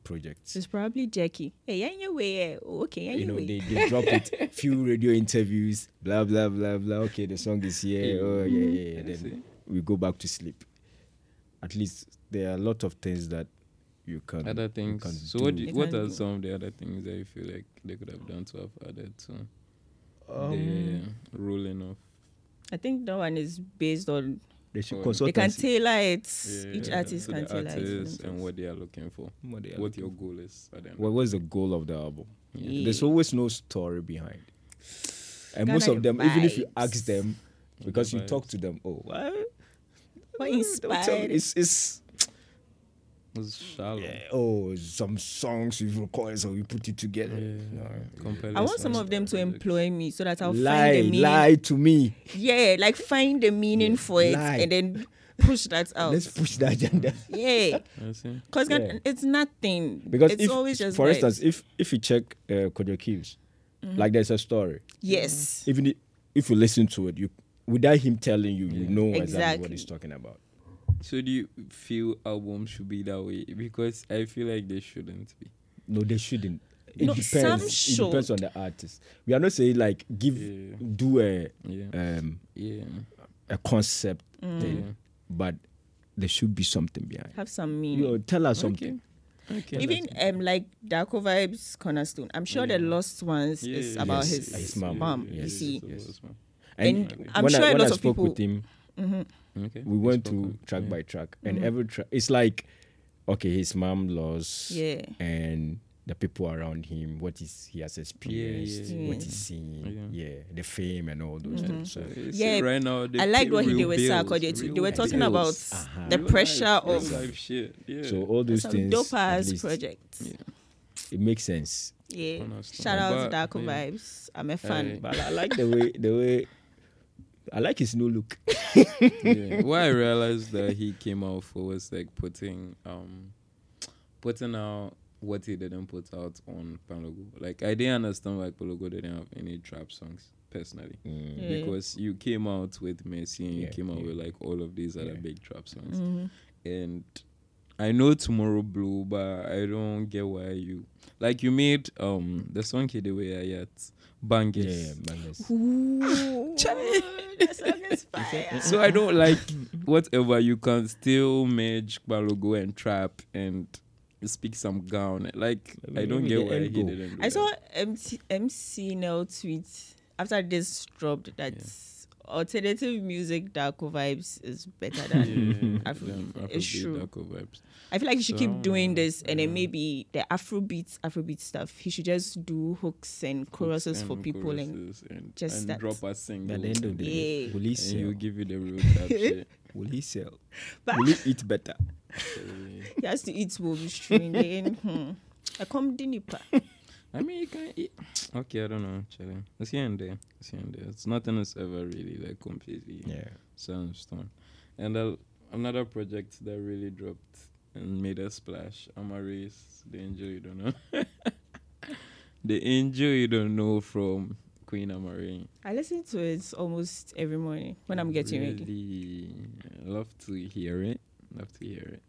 Speaker 5: projects.
Speaker 6: So it's probably Jackie. Hey, yeah, anyway, eh, oh, okay,
Speaker 5: You know,
Speaker 6: anyway.
Speaker 5: they, they drop it. Few radio interviews, blah blah blah blah. Okay, the song is here. Oh yeah yeah. yeah. Then we go back to sleep. At least there are a lot of things that you can
Speaker 4: Other
Speaker 5: you
Speaker 4: things.
Speaker 5: can
Speaker 4: So what? Do
Speaker 5: do.
Speaker 4: you,
Speaker 6: They
Speaker 4: what
Speaker 6: can
Speaker 4: are
Speaker 6: do.
Speaker 4: some of the other things that you feel like they could have done to have added to
Speaker 5: Um,
Speaker 4: the ruling of?
Speaker 6: I think that one is based on
Speaker 5: they should
Speaker 4: Or-
Speaker 5: consult
Speaker 6: Oh, they can
Speaker 5: us.
Speaker 6: tailor it. Each
Speaker 4: Yeah,
Speaker 6: artist
Speaker 4: to
Speaker 6: can
Speaker 4: the
Speaker 6: tailor
Speaker 4: artists
Speaker 6: it.
Speaker 4: and what they are looking for.
Speaker 5: What they are
Speaker 4: what
Speaker 5: looking
Speaker 4: your goal is. At the end.
Speaker 5: What was the goal of the album?
Speaker 6: Yeah.
Speaker 5: There's always no story behind. And
Speaker 6: Ghana
Speaker 5: most of them, even if you
Speaker 6: vibes.
Speaker 5: ask them, because you
Speaker 4: vibes.
Speaker 5: talk to them, oh, what? Don't
Speaker 6: What
Speaker 5: tell me.
Speaker 6: inspired
Speaker 5: It's, it's
Speaker 4: It was shallow.
Speaker 5: yeah, oh, some songs we've recorded, so we put it together.
Speaker 4: Compared
Speaker 6: I
Speaker 4: to
Speaker 6: want some of them to
Speaker 4: project.
Speaker 6: employ me so that I'll
Speaker 5: Lie,
Speaker 6: find the meaning.
Speaker 5: lie to me.
Speaker 6: Yeah, like find the meaning for it
Speaker 5: lie.
Speaker 6: and then push that
Speaker 5: *laughs*
Speaker 6: out.
Speaker 5: Let's push the
Speaker 6: *laughs*
Speaker 5: agenda.
Speaker 6: yeah.
Speaker 4: I see.
Speaker 6: Because
Speaker 5: *laughs* Yeah.
Speaker 6: it's nothing.
Speaker 5: Because
Speaker 6: it's
Speaker 5: if,
Speaker 6: always just
Speaker 5: for
Speaker 6: vibes. Mm-hmm.
Speaker 5: instance, if if you check uh, Kojo Kills, like there's a story.
Speaker 6: yes,
Speaker 5: even i- if you listen to it, you without him telling you, you know exactly. what
Speaker 6: Exactly.
Speaker 5: he's talking about.
Speaker 4: So do you feel albums should be that way? Because I feel like they shouldn't be.
Speaker 5: No, they shouldn't. It
Speaker 6: No, some
Speaker 5: depends. It depends on the artist. We are not saying like give
Speaker 4: Yeah.
Speaker 5: do a
Speaker 4: Yeah.
Speaker 5: um
Speaker 4: yeah.
Speaker 5: a concept
Speaker 6: Mm.
Speaker 5: thing, but there should be something behind.
Speaker 6: have some
Speaker 5: You
Speaker 6: meaning.
Speaker 5: know, tell us something.
Speaker 4: Okay.
Speaker 6: Even um, like Darko Vibes Cornerstone, I'm sure the Lost Ones is about
Speaker 5: yes,
Speaker 6: his,
Speaker 5: yes,
Speaker 6: mom.
Speaker 5: mom.
Speaker 6: you
Speaker 5: yes,
Speaker 6: see,
Speaker 5: yes.
Speaker 6: And I'm
Speaker 5: when
Speaker 6: sure
Speaker 5: I,
Speaker 6: a
Speaker 5: when
Speaker 6: lot
Speaker 5: I
Speaker 6: of
Speaker 5: spoke with
Speaker 6: people-
Speaker 5: him,
Speaker 4: Okay.
Speaker 5: we went through track by track,
Speaker 6: Mm-hmm.
Speaker 5: and every track it's like, okay, his mom lost,
Speaker 6: Yeah.
Speaker 5: and the people around him, what is he has experienced,
Speaker 6: yeah,
Speaker 5: what
Speaker 6: yeah.
Speaker 5: he's seen, yeah. the fame and all
Speaker 6: Mm-hmm.
Speaker 5: those things. So
Speaker 6: Yeah,
Speaker 4: right now they
Speaker 6: I liked
Speaker 4: pay
Speaker 6: what he did
Speaker 4: real
Speaker 6: with
Speaker 4: bills,
Speaker 6: Sarkodie too. They
Speaker 4: real
Speaker 6: were talking
Speaker 4: bills.
Speaker 6: about
Speaker 5: bills. Uh-huh.
Speaker 6: the
Speaker 4: Real
Speaker 6: pressure
Speaker 4: life, real
Speaker 6: of
Speaker 4: life shit. Yeah.
Speaker 5: So all those
Speaker 6: some
Speaker 5: things,
Speaker 6: dope
Speaker 5: at
Speaker 6: ass
Speaker 5: least,
Speaker 6: projects.
Speaker 5: it makes sense.
Speaker 6: Yeah,
Speaker 4: Cornerstone.
Speaker 6: shout
Speaker 4: But,
Speaker 6: out to Darko
Speaker 4: yeah.
Speaker 6: Vibes. I'm
Speaker 5: *laughs*
Speaker 6: a fan.
Speaker 5: But I like the way the way I like his new look.
Speaker 4: yeah. What I realized that he came out for was like putting um putting out what he didn't put out on Palogo. Like I didn't understand why Palogo didn't have any trap songs personally.
Speaker 6: Yeah.
Speaker 4: Because you came out with Messi and you
Speaker 5: Mm. Yeah,
Speaker 4: came out
Speaker 5: yeah.
Speaker 4: with like all of these other
Speaker 5: Yeah.
Speaker 4: big trap songs. And I know tomorrow blue, but I don't get why you like you made um the song he did with Ayat
Speaker 5: Yeah,
Speaker 4: bangers.
Speaker 5: yeah, man, that's-
Speaker 6: Ooh, that song
Speaker 5: *laughs*
Speaker 6: is fire.
Speaker 4: So I don't like whatever you can still merge Balogo and trap and speak some gown. Like I
Speaker 5: Maybe
Speaker 4: don't
Speaker 5: the
Speaker 4: get why he
Speaker 5: end goal.
Speaker 4: didn't. Do
Speaker 6: I saw
Speaker 4: that.
Speaker 6: MC, MC Nell tweet after this dropped that alternative music darko vibes is
Speaker 4: *laughs*
Speaker 6: better than Afro. it's
Speaker 4: Afrobeat,
Speaker 6: true.
Speaker 4: Darko vibes.
Speaker 6: I feel like he should keep doing this, and then maybe the Afrobeat, Afrobeat stuff. He should just do hooks and choruses
Speaker 4: Hooks
Speaker 6: for
Speaker 4: and
Speaker 6: people, and
Speaker 4: choruses and,
Speaker 6: just
Speaker 4: and
Speaker 6: that.
Speaker 4: drop a single.
Speaker 5: At the end of the day,
Speaker 6: Yeah.
Speaker 5: will he
Speaker 4: and he'll
Speaker 5: sell?
Speaker 4: give you the real
Speaker 6: *laughs*
Speaker 4: type shit.
Speaker 5: Will he sell?
Speaker 6: But-
Speaker 5: Will he eat better?
Speaker 6: he has to eat
Speaker 4: *laughs*
Speaker 6: wolves during the end. Hmm. I come dinipa.
Speaker 4: I mean, you can eat. Okay, I don't know. Actually, it's here and there. It's here and there. It's nothing is ever really like completely
Speaker 5: Yeah.
Speaker 4: set in stone. And uh, another project that really dropped and made a splash. Amaris, the angel you don't know. *laughs* the angel you don't know from Queen Amari.
Speaker 6: I listen to it almost every morning when I'm getting ready.
Speaker 4: really I love to hear it. Love to hear it.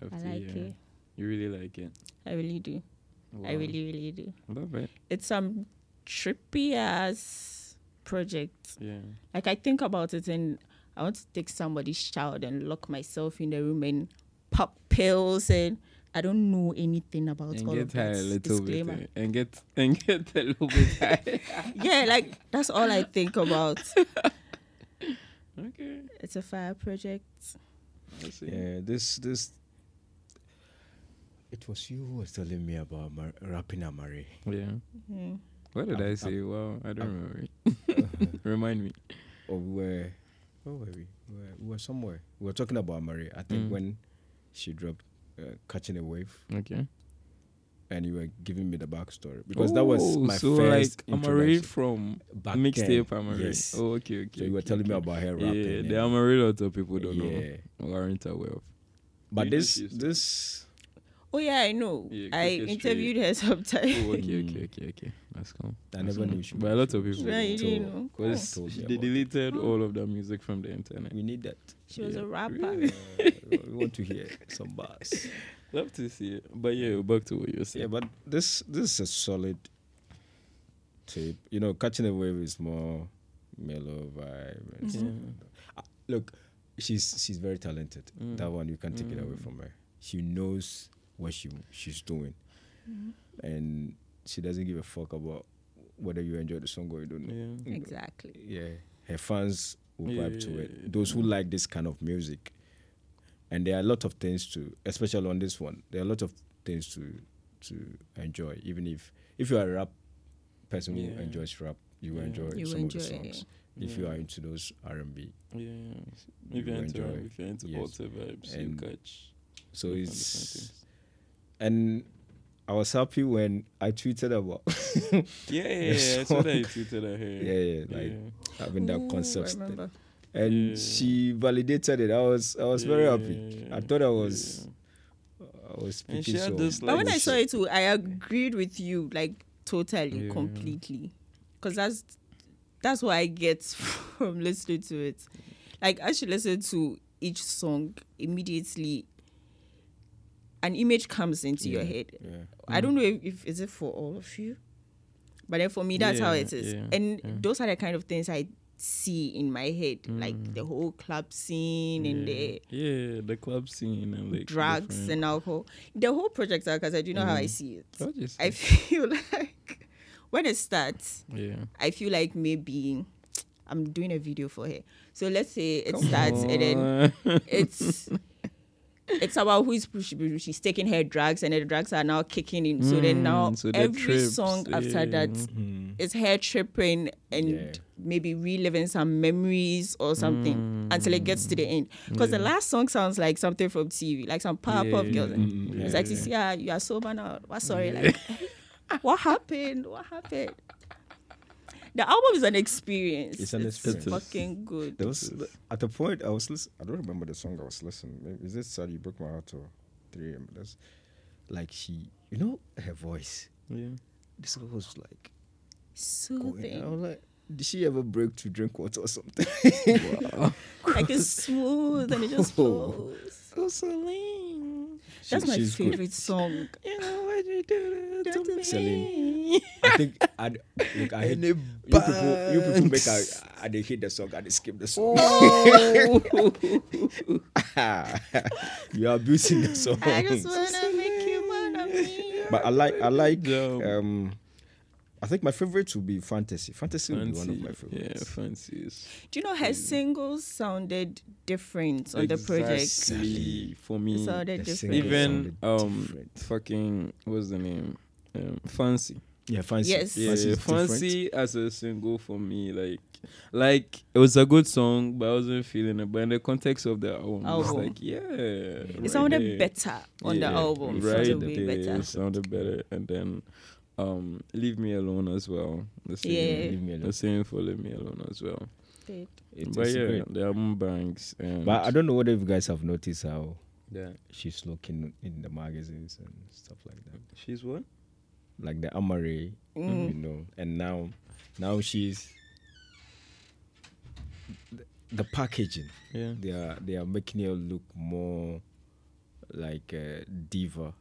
Speaker 4: Love
Speaker 6: I
Speaker 4: to
Speaker 6: like
Speaker 4: hear
Speaker 6: it.
Speaker 4: You really like it.
Speaker 6: I really do. I
Speaker 4: Wow.
Speaker 6: really, really do.
Speaker 4: love it.
Speaker 6: It's some trippy ass project.
Speaker 4: Yeah.
Speaker 6: Like I think about it, and I want to take somebody's child and lock myself in the room and pop pills, and I don't know anything about
Speaker 4: and
Speaker 6: all
Speaker 4: get
Speaker 6: of
Speaker 4: high
Speaker 6: that.
Speaker 4: a little
Speaker 6: Disclaimer.
Speaker 4: bit. eh, And get and get a little
Speaker 6: *laughs*
Speaker 4: bit high.
Speaker 6: yeah, like that's all I think about.
Speaker 4: *laughs* okay.
Speaker 6: it's a fire project.
Speaker 4: I see.
Speaker 5: Yeah, this this. It was you who was telling me about Mar- rapping Amari.
Speaker 4: Yeah. What did
Speaker 5: Up-
Speaker 4: I
Speaker 5: up-
Speaker 4: say? Wow, I don't remember. it. Remind me.
Speaker 5: Or we were, Oh, where were we? We were, we were somewhere. We were talking about Amari. I think
Speaker 4: Mm.
Speaker 5: when she dropped uh, Catching a Wave,
Speaker 4: Okay.
Speaker 5: and you were giving me the backstory because that was
Speaker 4: Oh,
Speaker 5: my
Speaker 4: so
Speaker 5: first.
Speaker 4: like Amari
Speaker 5: introduction.
Speaker 4: from
Speaker 5: Back
Speaker 4: mixtape
Speaker 5: then,
Speaker 4: Amari.
Speaker 5: yes.
Speaker 4: Oh, okay, okay.
Speaker 5: So you were
Speaker 4: okay,
Speaker 5: telling me
Speaker 4: okay.
Speaker 5: about her rapping.
Speaker 4: Yeah,
Speaker 5: and-
Speaker 4: the Amari lot of people don't
Speaker 5: Yeah.
Speaker 4: know or aren't aware of.
Speaker 5: But
Speaker 4: You
Speaker 5: this
Speaker 4: just used to-
Speaker 5: this
Speaker 6: Oh yeah, I know.
Speaker 4: Yeah,
Speaker 6: I
Speaker 4: Cricket
Speaker 6: interviewed her *laughs* sometime.
Speaker 4: Oh, okay, okay, okay, okay. That's cool.
Speaker 5: Mm. I never knew she.
Speaker 4: But a lot of people
Speaker 6: Yeah, you
Speaker 5: told-
Speaker 6: didn't know.
Speaker 4: Because
Speaker 5: told me
Speaker 4: they
Speaker 5: about it.
Speaker 4: deleted all of their music from the internet.
Speaker 5: We need that.
Speaker 6: She was
Speaker 4: Yeah.
Speaker 6: a rapper.
Speaker 5: Uh, we want to hear some *laughs* bars.
Speaker 4: Love to see it. But yeah, back to what you were
Speaker 5: Yeah,
Speaker 4: saying.
Speaker 5: but this this is a solid tape. You know, catching a wave is more mellow vibe. And stuff like that. Uh, Look, she's she's very talented. That one you can't take it away from her. She knows what she she's doing, Mm-hmm. and she doesn't give a fuck about whether you enjoy the song or you don't.
Speaker 4: Yeah.
Speaker 5: You know,
Speaker 6: *laughs* Exactly.
Speaker 5: yeah, her fans will
Speaker 4: Yeah,
Speaker 5: vibe to
Speaker 4: yeah, yeah,
Speaker 5: it. Those who like this kind of music, and there are a lot of things to, especially on this one, there are a lot of things to to enjoy. Even if if you are a rap person
Speaker 4: Yeah.
Speaker 5: who enjoys rap, you will
Speaker 4: Yeah.
Speaker 5: enjoy
Speaker 6: You will
Speaker 5: some of the
Speaker 6: enjoy it,
Speaker 5: songs. If you are into those R and B,
Speaker 4: Yeah. If
Speaker 5: You
Speaker 4: you're into,
Speaker 5: enjoy.
Speaker 4: if you're into
Speaker 5: Yes.
Speaker 4: alter vibes,
Speaker 5: And
Speaker 4: you catch.
Speaker 5: so
Speaker 4: different,
Speaker 5: it's *laughs*
Speaker 4: different
Speaker 5: and I was happy when I tweeted about
Speaker 4: things. Yeah, yeah, yeah. I saw that you tweeted at her.
Speaker 5: *laughs* yeah, yeah, like having that
Speaker 6: Ooh,
Speaker 5: concept.
Speaker 6: I
Speaker 5: thing.
Speaker 6: remember.
Speaker 5: and
Speaker 4: Yeah.
Speaker 5: she validated it. I was I was very happy. I
Speaker 4: Yeah,
Speaker 5: thought I
Speaker 4: yeah.
Speaker 5: was I was speaking
Speaker 4: And she had
Speaker 5: so.
Speaker 4: this like.
Speaker 6: But when I saw it, too, I agreed with you, like totally,
Speaker 4: Yeah.
Speaker 6: completely, because that's that's what I get *laughs* from listening to it. Like I should listen to each song immediately. An image comes into your head.
Speaker 5: yeah.
Speaker 6: I
Speaker 4: Mm.
Speaker 6: don't know if, if is it for all of you, but then for me that's how
Speaker 4: Yeah,
Speaker 6: it is,
Speaker 4: yeah,
Speaker 6: and
Speaker 4: yeah.
Speaker 6: those are the kind of things I see in my head, like the whole club scene and the
Speaker 4: Mm. Yeah, the club scene and like.
Speaker 6: drugs and alcohol. The whole project, because I do know how
Speaker 4: Mm.
Speaker 6: I see it.
Speaker 4: How'd you say?
Speaker 6: I *laughs* feel like when it starts,
Speaker 4: Yeah.
Speaker 6: I feel like maybe I'm doing a video for her. So let's say it starts and then
Speaker 4: Uh,
Speaker 6: it's it's about who is she, she's taking her drugs and her drugs are now kicking in. So then now
Speaker 4: Mm, so the
Speaker 6: every
Speaker 4: trips,
Speaker 6: song after that Mm-hmm.
Speaker 4: yeah.
Speaker 6: is her tripping and
Speaker 5: Yeah.
Speaker 6: maybe reliving some memories or something until it gets to the end. Because the last song sounds like something from TV, like some Powerpuff
Speaker 4: Yeah.
Speaker 6: Girls.
Speaker 4: Mm,
Speaker 6: It's like, it's, yeah, you are sober now. What sorry? Like, what happened? What happened? The album is an experience.
Speaker 5: It's an experience.
Speaker 6: fucking good.
Speaker 5: There was at the point I was listening. I don't remember the song I was listening. Maybe- Is it "Sorry You Broke My Heart" or three? M? That's like she, you know, her voice.
Speaker 4: yeah.
Speaker 5: This girl was like going. I
Speaker 6: Soothing.
Speaker 5: was like, did she ever break to drink water or *laughs* something? *laughs*
Speaker 6: Like it's smooth and it just
Speaker 5: Bro.
Speaker 6: flows.
Speaker 5: so Celine,
Speaker 6: That's my
Speaker 5: she's good. *laughs*
Speaker 6: favorite song.
Speaker 5: You know what you do
Speaker 6: That's
Speaker 5: to me. Celine. *laughs*
Speaker 6: me.
Speaker 5: I think I look. I hate you people. You people make a. I they hate the song. I they skip the song. Oh. *laughs* you are abusing the song.
Speaker 6: I just wanna make you one of me.
Speaker 5: but I like. I like.
Speaker 4: Yeah.
Speaker 5: Um, I think my favorites would be fantasy. Fantasy would be one of my
Speaker 4: Fancy. *laughs* Yeah,
Speaker 5: favorites.
Speaker 4: fancy. is-
Speaker 6: Do you know
Speaker 5: Mm.
Speaker 6: her singles sounded different on the project?
Speaker 4: Exactly. For me,
Speaker 6: It sounded
Speaker 5: The
Speaker 6: different.
Speaker 5: singles
Speaker 4: even
Speaker 5: sounded
Speaker 4: um,
Speaker 5: different.
Speaker 4: fucking what's the name? Um, fancy.
Speaker 5: Yeah, fancy.
Speaker 6: Yes.
Speaker 4: Yeah,
Speaker 5: Fancy
Speaker 4: fancy,
Speaker 5: is different.
Speaker 4: as a single for me, like, like it was a good song, but I wasn't feeling it. But in the context of the album, it's
Speaker 6: Album.
Speaker 4: like, yeah, it
Speaker 6: It sounded better on the album. It
Speaker 4: right?
Speaker 6: sounded way
Speaker 4: there,
Speaker 6: better.
Speaker 4: It sounded better, and then, um, leave me alone as well. The same,
Speaker 6: Yeah.
Speaker 5: Leave me alone.
Speaker 4: the same for leave me alone as well.
Speaker 6: Great.
Speaker 5: It
Speaker 4: but
Speaker 5: is
Speaker 4: yeah,
Speaker 5: great.
Speaker 4: the album banks, and
Speaker 5: But I don't know whether you guys have noticed how
Speaker 4: yeah,
Speaker 5: she's looking in the magazines and stuff like that.
Speaker 4: she's what?
Speaker 5: Like the Amare, you know. And now now she's the, the packaging.
Speaker 4: Yeah,
Speaker 5: They are they are making her look more like a diva.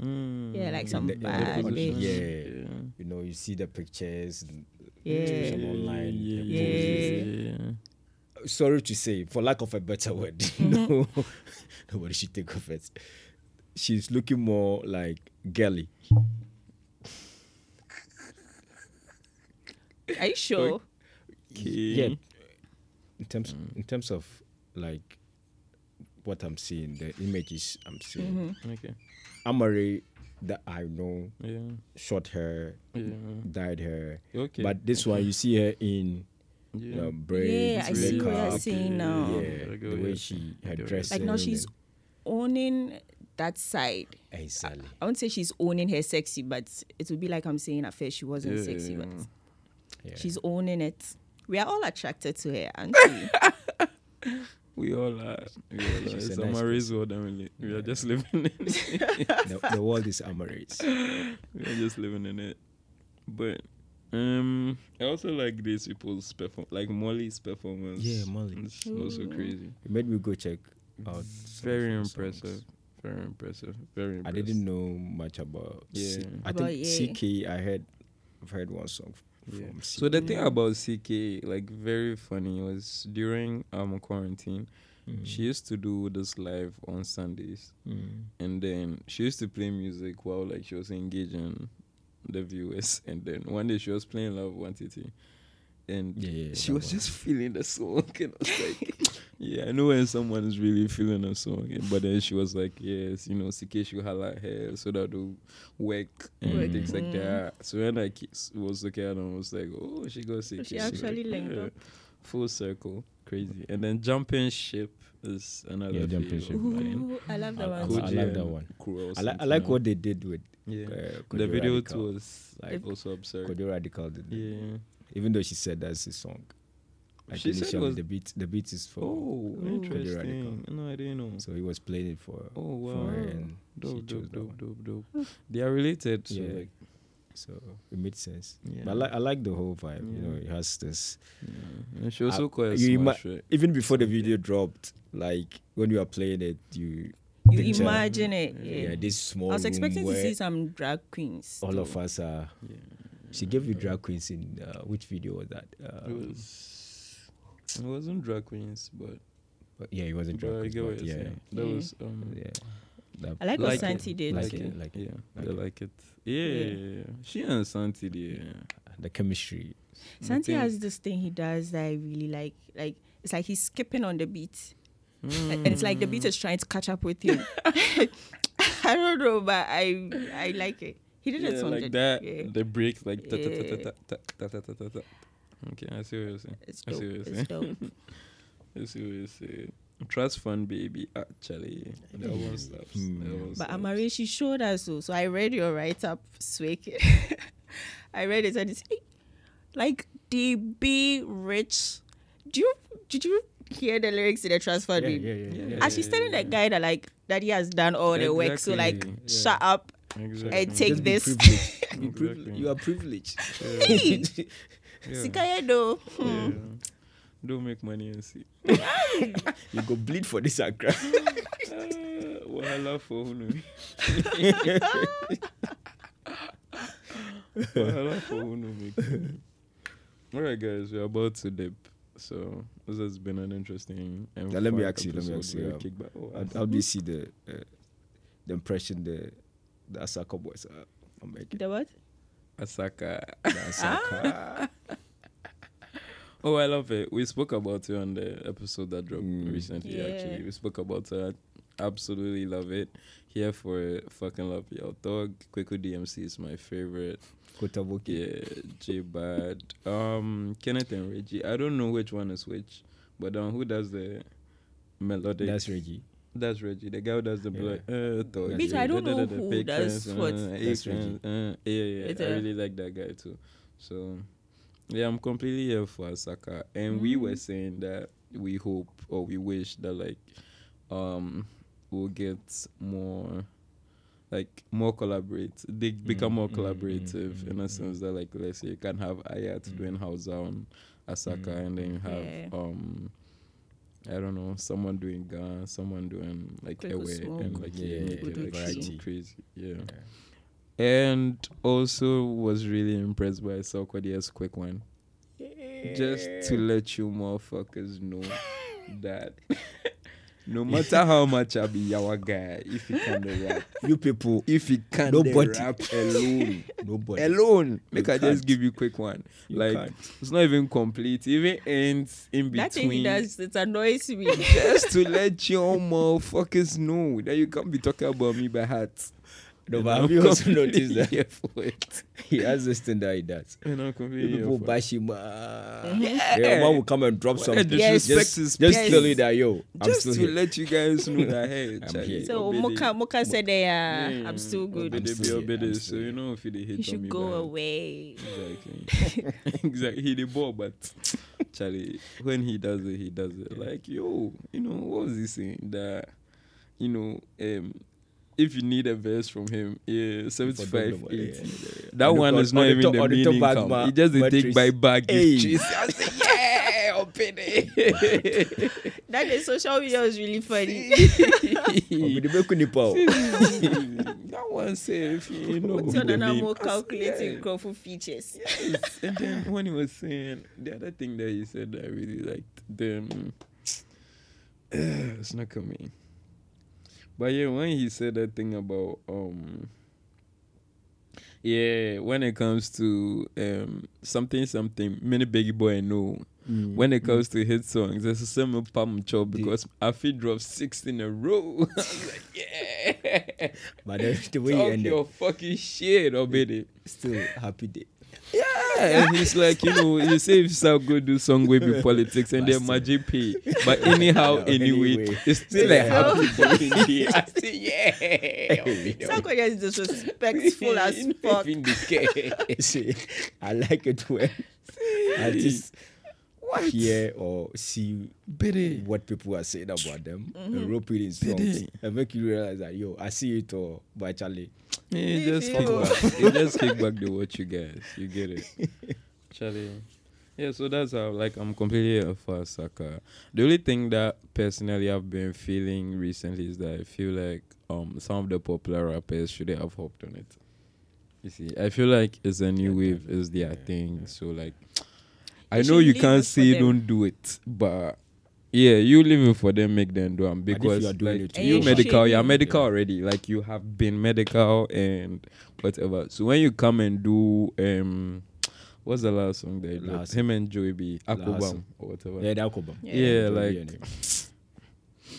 Speaker 4: mm.
Speaker 6: Yeah, like some
Speaker 5: the- in the
Speaker 6: bad
Speaker 5: position.
Speaker 6: bitch.
Speaker 5: Yeah. You know, you see the pictures
Speaker 6: Yeah.
Speaker 5: some online. the
Speaker 4: yeah, yeah,
Speaker 5: poses.
Speaker 4: yeah, yeah.
Speaker 5: sorry to say, for lack of a better word, *laughs* you know, nobody should take offense. She's looking more like girly.
Speaker 6: Are you sure?
Speaker 5: Yeah.
Speaker 6: Mm.
Speaker 5: In terms, in terms of like what I'm seeing, the images I'm seeing,
Speaker 4: Okay.
Speaker 6: Mm-hmm.
Speaker 5: Amari that I know
Speaker 4: Yeah.
Speaker 5: shot her,
Speaker 4: Yeah.
Speaker 6: Mm.
Speaker 5: dyed her,
Speaker 4: Okay.
Speaker 5: but this one you see her in
Speaker 4: yeah.
Speaker 5: you know, braids,
Speaker 6: Yeah, I see what you're
Speaker 5: makeup,
Speaker 6: seeing
Speaker 5: yeah,
Speaker 6: now.
Speaker 4: I get
Speaker 5: the
Speaker 4: what
Speaker 5: way
Speaker 4: you're
Speaker 5: she
Speaker 4: I
Speaker 5: her
Speaker 4: get what you're
Speaker 5: dress,
Speaker 6: Like now she's owning that side.
Speaker 5: exactly.
Speaker 6: I won't say she's owning her sexy, but it would be like I'm saying at first she wasn't
Speaker 4: Yeah,
Speaker 6: sexy,
Speaker 4: yeah.
Speaker 6: but
Speaker 5: Yeah.
Speaker 6: she's owning it. We are all attracted to her, aren't we?
Speaker 4: We all are. We all are.
Speaker 5: *laughs* She's
Speaker 4: It's
Speaker 5: a nice
Speaker 4: Amari's world, and we, li- we are just living in it.
Speaker 5: the, the world is Amari's.
Speaker 4: We are just living in it. But um, I also like these people's perform, like Molly's performance.
Speaker 5: Yeah, Molly.
Speaker 4: It's also crazy.
Speaker 5: It made me go check out. some of
Speaker 4: Mm. Very
Speaker 5: her
Speaker 4: impressive.
Speaker 5: songs.
Speaker 4: Very impressive. Very.
Speaker 5: I
Speaker 4: Impressive.
Speaker 5: didn't know much about. C-
Speaker 4: Yeah.
Speaker 5: I
Speaker 6: About,
Speaker 5: think CK.
Speaker 6: yeah.
Speaker 5: I heard. I've heard one song f-
Speaker 4: Yeah.
Speaker 5: from. CK.
Speaker 4: So the thing about CK, like very funny, was during um quarantine,
Speaker 5: Mm.
Speaker 4: she used to do this live on Sundays,
Speaker 5: Mm.
Speaker 4: and then she used to play music while like she was engaging the viewers. And then one day she was playing Love 180, and
Speaker 5: Yeah, yeah, yeah,
Speaker 4: she
Speaker 5: that
Speaker 4: was
Speaker 5: one.
Speaker 4: just feeling the song, and I was like,
Speaker 5: *laughs*
Speaker 4: yeah, I know when someone is really feeling a song. And- But then she was like, yes, you know, CK should highlight her so that will work and
Speaker 6: Work.
Speaker 4: things
Speaker 5: Mm-hmm.
Speaker 4: like that. So when I ki- s- was looking at them, I was like, oh, she got CK.
Speaker 6: She actually linked up.
Speaker 4: Full circle, crazy. And then jumping ship is another.
Speaker 5: Yeah, Jumping
Speaker 4: fave
Speaker 5: Ship,
Speaker 4: of mine.
Speaker 6: Ooh, I love that
Speaker 5: I- I-
Speaker 6: one.
Speaker 5: I
Speaker 4: Koji
Speaker 5: like that
Speaker 4: and
Speaker 5: one.
Speaker 4: Kuro
Speaker 5: I, li- I
Speaker 4: something
Speaker 5: like
Speaker 4: else.
Speaker 5: what they did with
Speaker 4: Yeah.
Speaker 5: uh,
Speaker 4: the
Speaker 5: Kojo
Speaker 4: video
Speaker 5: Radical.
Speaker 4: too was like
Speaker 5: If-
Speaker 4: also absurd.
Speaker 5: Kojo Radical did. it.
Speaker 4: Yeah.
Speaker 5: Even though she said that's a song. Like
Speaker 4: She said it
Speaker 5: initially,
Speaker 4: was-
Speaker 5: the beat the beat is for.
Speaker 4: Oh,
Speaker 5: Kojo Radical.
Speaker 4: interesting. No, I didn't know.
Speaker 5: So he was playing it for.
Speaker 4: Oh wow.
Speaker 5: For her and she
Speaker 4: Dope,
Speaker 5: chose
Speaker 4: dope,
Speaker 5: that
Speaker 4: dope,
Speaker 5: one.
Speaker 4: dope, dope. They are related, so
Speaker 5: Yeah.
Speaker 4: like,
Speaker 5: So it made sense.
Speaker 4: yeah.
Speaker 5: But I like I like the whole vibe. You
Speaker 4: Yeah.
Speaker 5: know, it has this.
Speaker 4: Yeah, she also
Speaker 5: Uh,
Speaker 4: called
Speaker 5: you
Speaker 4: you
Speaker 5: ima-
Speaker 4: smash right?
Speaker 5: even before the video dropped, like when you were playing it, you
Speaker 6: You
Speaker 5: picture,
Speaker 6: imagine it. Yeah.
Speaker 5: yeah, this small
Speaker 6: I was expecting
Speaker 5: room
Speaker 6: to
Speaker 5: where
Speaker 6: see some drag queens.
Speaker 5: all of us are.
Speaker 4: Yeah.
Speaker 5: She gave you drag queens in uh, which video was that? Uh,
Speaker 4: It was. It wasn't drag queens, but,
Speaker 5: but yeah, it wasn't
Speaker 4: but I
Speaker 5: drag queens.
Speaker 4: get what
Speaker 5: but
Speaker 4: you're
Speaker 5: yeah,
Speaker 4: saying. That
Speaker 6: Yeah.
Speaker 4: was um.
Speaker 5: yeah. That-
Speaker 6: I like what
Speaker 4: Like it,
Speaker 6: Santi did.
Speaker 5: like
Speaker 4: Like
Speaker 5: it,
Speaker 4: it,
Speaker 5: like it,
Speaker 4: yeah,
Speaker 5: like
Speaker 4: they
Speaker 5: it.
Speaker 4: like it. Yeah,
Speaker 6: Yeah.
Speaker 4: yeah, yeah, yeah. She and Santi, yeah.
Speaker 5: the chemistry.
Speaker 6: Santi
Speaker 4: think-
Speaker 6: has this thing he does that I really like. Like it's like he's skipping on the beat, Like, and it's like the beat is trying to catch up with *laughs* him. I don't know, but I I like it. He did
Speaker 4: Yeah,
Speaker 6: it on the,
Speaker 4: like that.
Speaker 6: Yeah.
Speaker 4: The breaks, like ta ta ta
Speaker 6: Yeah.
Speaker 4: ta ta ta ta ta ta ta. Okay, I see what you're saying.
Speaker 6: It's
Speaker 4: I
Speaker 6: dope.
Speaker 4: see what you're
Speaker 6: It's
Speaker 4: saying.
Speaker 6: dope.
Speaker 4: I see what you're saying. Trust fund, baby. Actually, that one slaps. That one
Speaker 6: But
Speaker 4: slaps.
Speaker 6: Amari, she showed us. oh, So, so I read your write up, Swake. *laughs* I read it and it's eh, like they be rich. Do you did you hear the lyrics in the transfer
Speaker 5: Yeah,
Speaker 6: name?
Speaker 5: yeah, yeah. yeah,
Speaker 6: And she's telling that guy that like that he has done all the work, so like
Speaker 4: Exactly.
Speaker 6: shut up
Speaker 4: Exactly.
Speaker 6: and take
Speaker 5: Just be
Speaker 6: this.
Speaker 5: privileged.
Speaker 4: *laughs*
Speaker 5: Be
Speaker 4: Exactly.
Speaker 5: privileged. You are privileged.
Speaker 6: Hey,
Speaker 4: Yeah.
Speaker 6: Sikayedo.
Speaker 5: Mm.
Speaker 4: Yeah. Do make money and see.
Speaker 5: *laughs* you go bleed for this Accra.
Speaker 4: Ah, Wahala for
Speaker 5: *laughs*
Speaker 4: Hunu. Wahala for Hunu. All right, guys, we're about to dip. So this has been an interesting. And
Speaker 5: Now, let me
Speaker 4: fun
Speaker 5: ask you, let me
Speaker 4: episode.
Speaker 5: ask you,
Speaker 4: We'll
Speaker 5: um,
Speaker 4: kick back. Oh,
Speaker 5: How- How do you see the uh, the impression the the Asako boys are are making?
Speaker 6: The what?
Speaker 4: Asaka. *laughs*
Speaker 5: That's okay.
Speaker 6: Ah.
Speaker 4: Oh, I love it. We spoke about her on the episode that dropped
Speaker 5: Mm.
Speaker 4: recently.
Speaker 6: Yeah.
Speaker 4: Actually, we spoke about her. Absolutely love it. Here for it. Fucking love your dog. Quaku DMC is my favorite.
Speaker 5: Kotobuki.
Speaker 4: Yeah, J Bad. Um, Kenneth and Reggie. I don't know which one is which, but um, who does the melodic?
Speaker 5: That's Reggie.
Speaker 4: That's Reggie. The guy who does the
Speaker 5: Yeah.
Speaker 4: melodic. Uh, thought
Speaker 5: Bitch,
Speaker 4: you-
Speaker 6: I don't know
Speaker 4: da-da-da-da,
Speaker 6: who
Speaker 4: fake
Speaker 6: does
Speaker 4: friends,
Speaker 6: what.
Speaker 4: uh,
Speaker 5: That's
Speaker 4: fake friends, uh, yeah, yeah.
Speaker 6: It's
Speaker 4: I
Speaker 6: a-
Speaker 4: really like that guy too. So, yeah, I'm completely here for Asaka. And we
Speaker 6: Mm.
Speaker 4: were saying that we hope or we wish that like, um, we'll get more. Like more collaborate, they
Speaker 6: Mm,
Speaker 4: become more collaborative in a sense that like let's say you can have Ayat doing house on Asaka and then have
Speaker 6: Mm. Yeah.
Speaker 4: um I don't know, someone doing Ghana, someone doing like
Speaker 6: Quick or
Speaker 4: Ewe
Speaker 6: small.
Speaker 4: and like yeah,
Speaker 5: Yeah,
Speaker 4: make
Speaker 6: Quick
Speaker 4: it,
Speaker 6: or
Speaker 4: like
Speaker 6: cheap.
Speaker 4: something crazy. Yeah. And also was really impressed by Sokodia's quick one. Just to let you motherfuckers know that *laughs* no matter how much I be our guy, if he can rap,
Speaker 5: You people,
Speaker 4: if he can
Speaker 5: Nobody.
Speaker 4: rap alone,
Speaker 5: *laughs* nobody.
Speaker 4: alone, make I just
Speaker 5: can't.
Speaker 4: give you quick one.
Speaker 5: You
Speaker 4: like
Speaker 5: can't.
Speaker 4: it's not even complete. It Even ends in between
Speaker 6: That thing he does, it annoys me.
Speaker 4: *laughs*
Speaker 6: *laughs*
Speaker 4: just to let your motherfuckers know that you can't be talking about me by heart.
Speaker 5: No,
Speaker 4: And
Speaker 5: but
Speaker 4: I'm
Speaker 5: have you
Speaker 4: *laughs*
Speaker 5: also
Speaker 4: completely
Speaker 5: *laughs* noticed that
Speaker 4: here for it.
Speaker 5: he has this thing that he does?
Speaker 4: And I'm
Speaker 5: You
Speaker 4: completely
Speaker 5: people
Speaker 4: here for it.
Speaker 5: bash him. ah. Yeah, one will come and drop something.
Speaker 4: disrespect
Speaker 5: just,
Speaker 4: is
Speaker 5: just tell
Speaker 4: placed.
Speaker 5: you that yo, I'm
Speaker 4: Just
Speaker 5: still
Speaker 4: to
Speaker 5: here.
Speaker 4: let you guys know that hey, *laughs*
Speaker 5: I'm
Speaker 4: Charlie,
Speaker 5: here.
Speaker 6: so
Speaker 4: Obede-
Speaker 6: Moka Moka said, yeah,
Speaker 4: Mm,
Speaker 6: I'm still good.
Speaker 4: Obede
Speaker 5: I'm
Speaker 4: be
Speaker 5: still here,
Speaker 4: Obede,
Speaker 5: I'm
Speaker 4: so
Speaker 5: still
Speaker 4: you know if he dey hate
Speaker 6: you
Speaker 4: on me
Speaker 6: should go
Speaker 4: by-
Speaker 6: away. *laughs*
Speaker 4: Exactly. eh. *laughs* exactly. He the ball, but *laughs* Charlie, when he does it, he does it. Like, yo, you know, what was he saying? That, you know, um, if you need a verse from him, yeah, 75,
Speaker 5: Unforgivable,
Speaker 4: 80.
Speaker 5: yeah, yeah,
Speaker 4: That
Speaker 5: On the
Speaker 4: one
Speaker 5: top-
Speaker 4: is
Speaker 5: on
Speaker 4: not
Speaker 5: the
Speaker 4: even
Speaker 5: top-
Speaker 4: the
Speaker 5: on the top
Speaker 4: meaning
Speaker 5: bag,
Speaker 4: count.
Speaker 5: ma-
Speaker 4: He just they take
Speaker 5: mattress.
Speaker 4: by bag. Hey.
Speaker 5: *laughs* Hey. *laughs*
Speaker 4: I say, yeah, Obede.
Speaker 6: That day, social media was really
Speaker 4: *laughs*
Speaker 6: funny.
Speaker 5: Obi, the Beku Nipa, oh. *laughs*
Speaker 4: that one safe. You know,
Speaker 6: What's
Speaker 4: the
Speaker 6: on an
Speaker 4: mean.
Speaker 6: more
Speaker 4: I say, *laughs* yeah.
Speaker 6: calculating crowdful features?
Speaker 4: Yes. and then when he was saying the other thing that he said that I really liked them *sighs* it's not coming. But yeah, when he said that thing about um yeah, when it comes to um something something many biggie boy know
Speaker 5: Mm,
Speaker 4: when it comes to hit songs, it's a similar palm chop because Afi dropped six in a row. *laughs* I was like, yeah,
Speaker 5: But then the way he
Speaker 4: talk
Speaker 5: ended,
Speaker 4: your fucking shit, Obede.
Speaker 5: still
Speaker 4: *laughs*
Speaker 5: happy day.
Speaker 4: Yeah, and he's like, you know, you say if South go do song will be politics and then
Speaker 5: Bastard.
Speaker 4: magic pay, but anyhow,
Speaker 5: Yeah,
Speaker 4: anyway,
Speaker 5: anyway.
Speaker 4: it's still a
Speaker 5: Yeah.
Speaker 4: happy
Speaker 5: *laughs*
Speaker 4: fucking day. *laughs* I say, yeah, Obido.
Speaker 6: Sako is disrespectful as
Speaker 4: You don't
Speaker 6: fuck.
Speaker 4: even care.
Speaker 5: *laughs* See, I like it when I just
Speaker 4: What?
Speaker 5: hear or see
Speaker 4: Biddy.
Speaker 5: what people are saying about them and rope it in songs
Speaker 4: Biddy.
Speaker 5: and make you realize that yo, I see it all by Charlie.
Speaker 4: Yeah, just
Speaker 6: you.
Speaker 4: kick back. You just kick back the watch, you guys. You get
Speaker 6: *laughs*
Speaker 4: it, Charlie. Yeah, so that's how like I'm completely up for soccer. The only thing that personally I've been feeling recently is that I feel like um some of the popular rappers should have hopped on it. You see, I feel like it's a new wave, it's their thing. So like, I
Speaker 6: You
Speaker 4: know
Speaker 6: should
Speaker 4: you
Speaker 6: leave
Speaker 4: can't
Speaker 6: it for
Speaker 4: say
Speaker 6: them.
Speaker 4: don't do it, but yeah, you leave it for them, make them do them
Speaker 5: if
Speaker 4: because
Speaker 5: you are doing
Speaker 4: like,
Speaker 5: it,
Speaker 6: And
Speaker 4: you
Speaker 6: you
Speaker 4: medical,
Speaker 6: should.
Speaker 4: you're medical already. Like you have been medical and whatever. So when you come and do um, what's the last song that you dropped?
Speaker 5: Last-
Speaker 4: him and Joey B,
Speaker 5: last-
Speaker 4: Akobam or whatever.
Speaker 5: Yeah, that could be.
Speaker 6: Yeah.
Speaker 4: Yeah,
Speaker 5: Don't be
Speaker 4: like
Speaker 5: anyway.
Speaker 4: you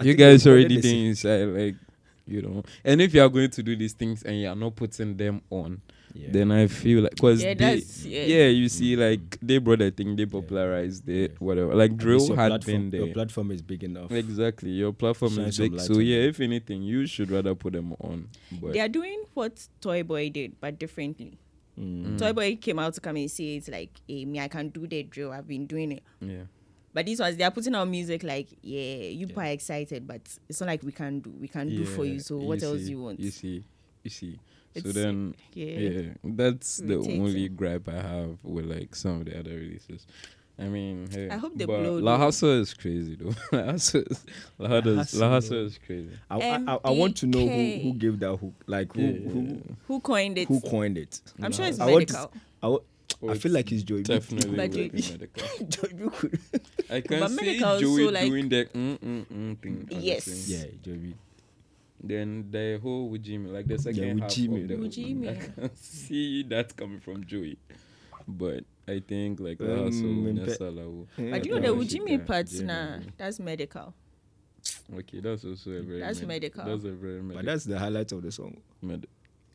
Speaker 5: think
Speaker 4: guys
Speaker 5: they
Speaker 4: already
Speaker 5: recorded this-
Speaker 4: did inside, like you know. And if you are going to do these things and you are not putting them on,
Speaker 5: Yeah. Mm-hmm.
Speaker 4: then I feel like because
Speaker 6: Yeah,
Speaker 4: they,
Speaker 6: that's-
Speaker 4: yeah.
Speaker 6: yeah.
Speaker 4: you see, like they brought a thing, they popularized it,
Speaker 5: Yeah.
Speaker 4: whatever. Like
Speaker 5: At least
Speaker 4: drill
Speaker 5: your
Speaker 4: had
Speaker 5: platform,
Speaker 4: been there.
Speaker 5: Your platform is big enough.
Speaker 4: Exactly, your platform
Speaker 5: Shine
Speaker 4: is
Speaker 5: some
Speaker 4: big,
Speaker 5: light
Speaker 4: so
Speaker 5: on
Speaker 4: yeah.
Speaker 5: it.
Speaker 4: If anything, you should rather put them on. But
Speaker 6: They are doing what Toy Boy did, but differently.
Speaker 5: Mm.
Speaker 6: Toy Boy came out to come and say it's like, hey, me, I can do the drill. I've been doing it.
Speaker 4: yeah,
Speaker 6: But these ones, they are putting out music like, yeah, you are excited, but it's not like we can do. We can do for you. So what else
Speaker 4: see,
Speaker 6: you want?
Speaker 4: You see, you see. so
Speaker 6: It's-
Speaker 4: then, yeah,
Speaker 6: yeah.
Speaker 4: that's the
Speaker 6: Irritating.
Speaker 4: only gripe I have with like some of the other releases. I mean, hey,
Speaker 6: I hope they
Speaker 4: but
Speaker 6: blow
Speaker 4: La
Speaker 6: though.
Speaker 4: Hustle is crazy though. *laughs* La Hustle is, La Hustle is, La
Speaker 5: Hustle.
Speaker 4: Hustle is crazy.
Speaker 5: I, I, I, I want to know who,
Speaker 6: MDK.
Speaker 5: who gave that hook. Like who who
Speaker 6: Who coined it?
Speaker 5: who coined it.
Speaker 6: I'm sure it's
Speaker 5: I want to,
Speaker 6: medical.
Speaker 5: I, wa-
Speaker 4: Oh,
Speaker 5: I feel
Speaker 4: it's
Speaker 5: like it's Joey. B. *laughs*
Speaker 4: Definitely,
Speaker 6: But
Speaker 4: will
Speaker 6: you-
Speaker 4: be medical.
Speaker 6: *laughs*
Speaker 5: Joey B could-
Speaker 4: I can see
Speaker 6: medical
Speaker 4: Joey
Speaker 6: also, like-
Speaker 4: doing the mm mm mm thing. on the
Speaker 6: Yes.
Speaker 4: thing.
Speaker 5: yeah, Joey. B.
Speaker 4: Then the whole Ujimi, like the second half
Speaker 5: Ujimi.
Speaker 4: of the
Speaker 6: Ujimi.
Speaker 4: I can *laughs* see that coming from Joey, but I think like
Speaker 5: Um,
Speaker 4: that's
Speaker 5: in pe-
Speaker 6: But you know the
Speaker 4: Yeah.
Speaker 6: Ujimi part,
Speaker 4: Yeah.
Speaker 6: nah, that's medical.
Speaker 4: Okay, that's also a very
Speaker 6: That's medical.
Speaker 4: That's a very
Speaker 5: But
Speaker 4: medical.
Speaker 5: that's the highlight of the song.
Speaker 4: Med-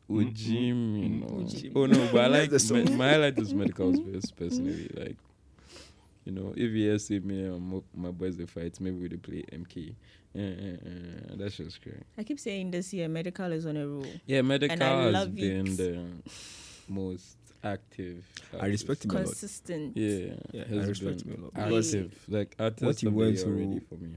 Speaker 4: Ujimi, no. Oh no, but I like
Speaker 5: That's the
Speaker 4: med-
Speaker 5: song.
Speaker 4: my highlight is
Speaker 6: *laughs*
Speaker 4: medical space personally. Like, you know, if you ever see me and mo- my boys they fight, maybe we dey play MK. Eh, eh, eh, That's just great.
Speaker 6: I keep saying this year, medical is on a roll.
Speaker 4: Yeah, medical has
Speaker 6: love
Speaker 4: been
Speaker 6: it.
Speaker 4: the *laughs* most active.
Speaker 5: I respect him a lot.
Speaker 6: Consistent.
Speaker 4: Yeah,
Speaker 5: Yeah,
Speaker 4: has
Speaker 5: I respect
Speaker 4: been
Speaker 5: him a lot.
Speaker 6: Because
Speaker 4: Active, like artist
Speaker 5: what he
Speaker 4: of the
Speaker 5: went
Speaker 4: year already
Speaker 5: through-
Speaker 4: for me.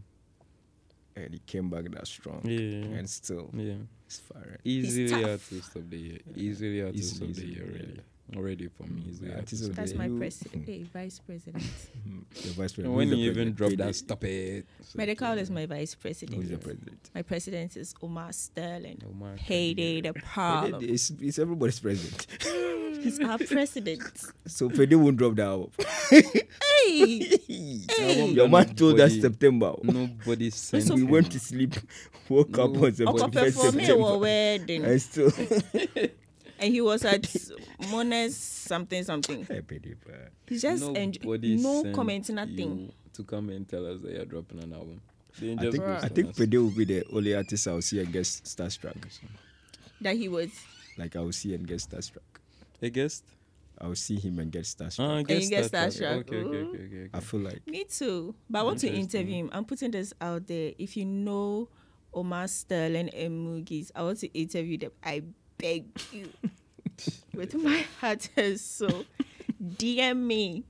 Speaker 5: And he came back that strong.
Speaker 4: Yeah.
Speaker 5: And still,
Speaker 4: Yeah,
Speaker 5: it's fire.
Speaker 4: easily
Speaker 6: tough.
Speaker 4: artist of the year. Easily artist
Speaker 5: Easily,
Speaker 4: of the
Speaker 5: easily,
Speaker 4: year
Speaker 5: yeah.
Speaker 4: already. Already for me, easily
Speaker 5: Artist
Speaker 4: artist.
Speaker 5: of the
Speaker 6: That's
Speaker 5: Yeah.
Speaker 6: my
Speaker 5: You-
Speaker 6: president. Hey, vice president.
Speaker 5: Mm, The vice
Speaker 4: And
Speaker 5: president.
Speaker 4: when
Speaker 5: Who's the
Speaker 4: he even
Speaker 5: president?
Speaker 4: dropped
Speaker 5: Wait,
Speaker 4: that, stop it. So,
Speaker 6: medical is my vice
Speaker 5: Who's the
Speaker 6: president.
Speaker 5: president?
Speaker 6: My president is Omar Sterling.
Speaker 4: Omar
Speaker 6: Payday the
Speaker 5: Pede-
Speaker 6: problem.
Speaker 5: It's, it's everybody's president. *laughs*
Speaker 6: He's our president.
Speaker 5: So Pede won't drop
Speaker 4: *laughs*
Speaker 5: that album.
Speaker 6: Hey,
Speaker 4: Album
Speaker 5: Your
Speaker 4: that
Speaker 5: man told us
Speaker 4: nobody-
Speaker 5: September.
Speaker 4: Nobody sent
Speaker 5: we
Speaker 4: him.
Speaker 5: *laughs* went to sleep, woke up on
Speaker 4: Nobody-
Speaker 5: September.
Speaker 6: Okape for me were
Speaker 5: September
Speaker 6: wedding,
Speaker 5: *laughs* and still.
Speaker 6: and he was at Mones something something.
Speaker 5: *laughs* Hey, Pede, bruh.
Speaker 6: He just enjoy,
Speaker 4: Nobody
Speaker 6: no
Speaker 4: sent
Speaker 6: comment, nothing.
Speaker 4: you To come and tell us that you're dropping an album. They
Speaker 5: I
Speaker 4: just
Speaker 5: think,
Speaker 4: ghost
Speaker 5: I
Speaker 4: on
Speaker 5: think
Speaker 4: us.
Speaker 5: Pede will be the only artist I'll see and get starstruck.
Speaker 6: That he was.
Speaker 5: Like, I'll see and get starstruck.
Speaker 4: a guest.
Speaker 5: I'll see him and get starstruck.
Speaker 4: Ah, guest
Speaker 6: guest
Speaker 4: star
Speaker 6: starstruck.
Speaker 4: track. Okay, okay,
Speaker 6: Ooh.
Speaker 4: okay, okay.
Speaker 5: I
Speaker 4: okay.
Speaker 5: feel like
Speaker 6: Me too. But I want to interview him. I'm putting this out there. If you know Omar Sterling and Mugis, I want to interview them. I beg
Speaker 4: *laughs*
Speaker 6: you. With my heart and soul. DM me.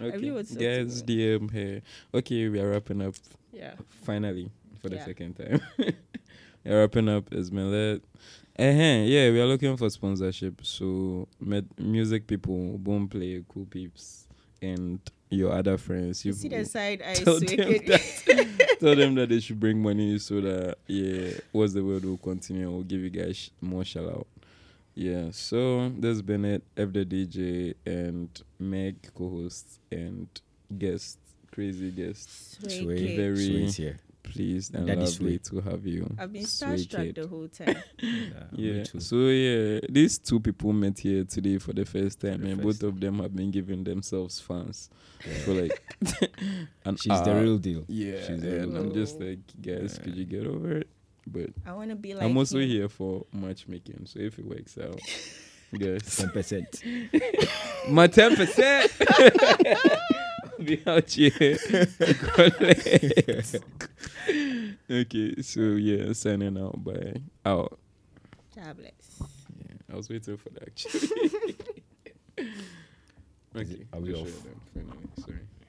Speaker 4: Okay.
Speaker 6: really want to talk to
Speaker 4: Guys,
Speaker 6: her.
Speaker 4: DM here. Okay, we are wrapping up
Speaker 6: Yeah.
Speaker 4: finally for the
Speaker 6: Yeah.
Speaker 4: second time. *laughs* we are wrapping up Ismail. Uh-huh, yeah, we are looking for sponsorship. So, med- music people, boom play, cool peeps, and your other friends.
Speaker 6: You
Speaker 4: *laughs*
Speaker 6: see the side I
Speaker 4: tell them
Speaker 6: swear.
Speaker 4: that *laughs* tell them that they should bring money so that yeah, what's the word will continue. We'll give you guys sh- more shout out. Yeah, so this has been it. F the DJ and Meg co-host and guest, crazy guest.
Speaker 5: Sway,
Speaker 4: Very-
Speaker 5: Sway's here.
Speaker 4: Pleased and
Speaker 5: That is
Speaker 4: lovely
Speaker 5: sweet.
Speaker 4: to have you.
Speaker 6: I've been
Speaker 4: Sweet
Speaker 6: starstruck
Speaker 4: kid.
Speaker 6: the whole time.
Speaker 5: Yeah, me
Speaker 4: Yeah.
Speaker 5: too.
Speaker 4: So yeah, these two people met here today for the first time,
Speaker 5: the
Speaker 4: and
Speaker 5: first
Speaker 4: both of them have been giving themselves fans for like *laughs* an
Speaker 5: She's the
Speaker 4: hour.
Speaker 5: real deal.
Speaker 4: uh, Yeah,
Speaker 5: She's the real
Speaker 4: and
Speaker 5: deal.
Speaker 4: I'm
Speaker 6: Oh.
Speaker 4: just like, guys, could you get over it? But
Speaker 6: I want to be like.
Speaker 4: I'm also
Speaker 6: him.
Speaker 4: here for matchmaking, so if it works
Speaker 6: *laughs*
Speaker 4: out, guys, *laughs*
Speaker 5: 10%.
Speaker 4: my ten percent. *laughs* Be out here. *laughs* okay, so yeah, signing out. Bye. Out.
Speaker 6: God bless.
Speaker 4: Yeah, I was waiting *laughs* for that actually. okay,
Speaker 5: are we
Speaker 4: I'll show
Speaker 5: off?
Speaker 4: you that Finally, sorry.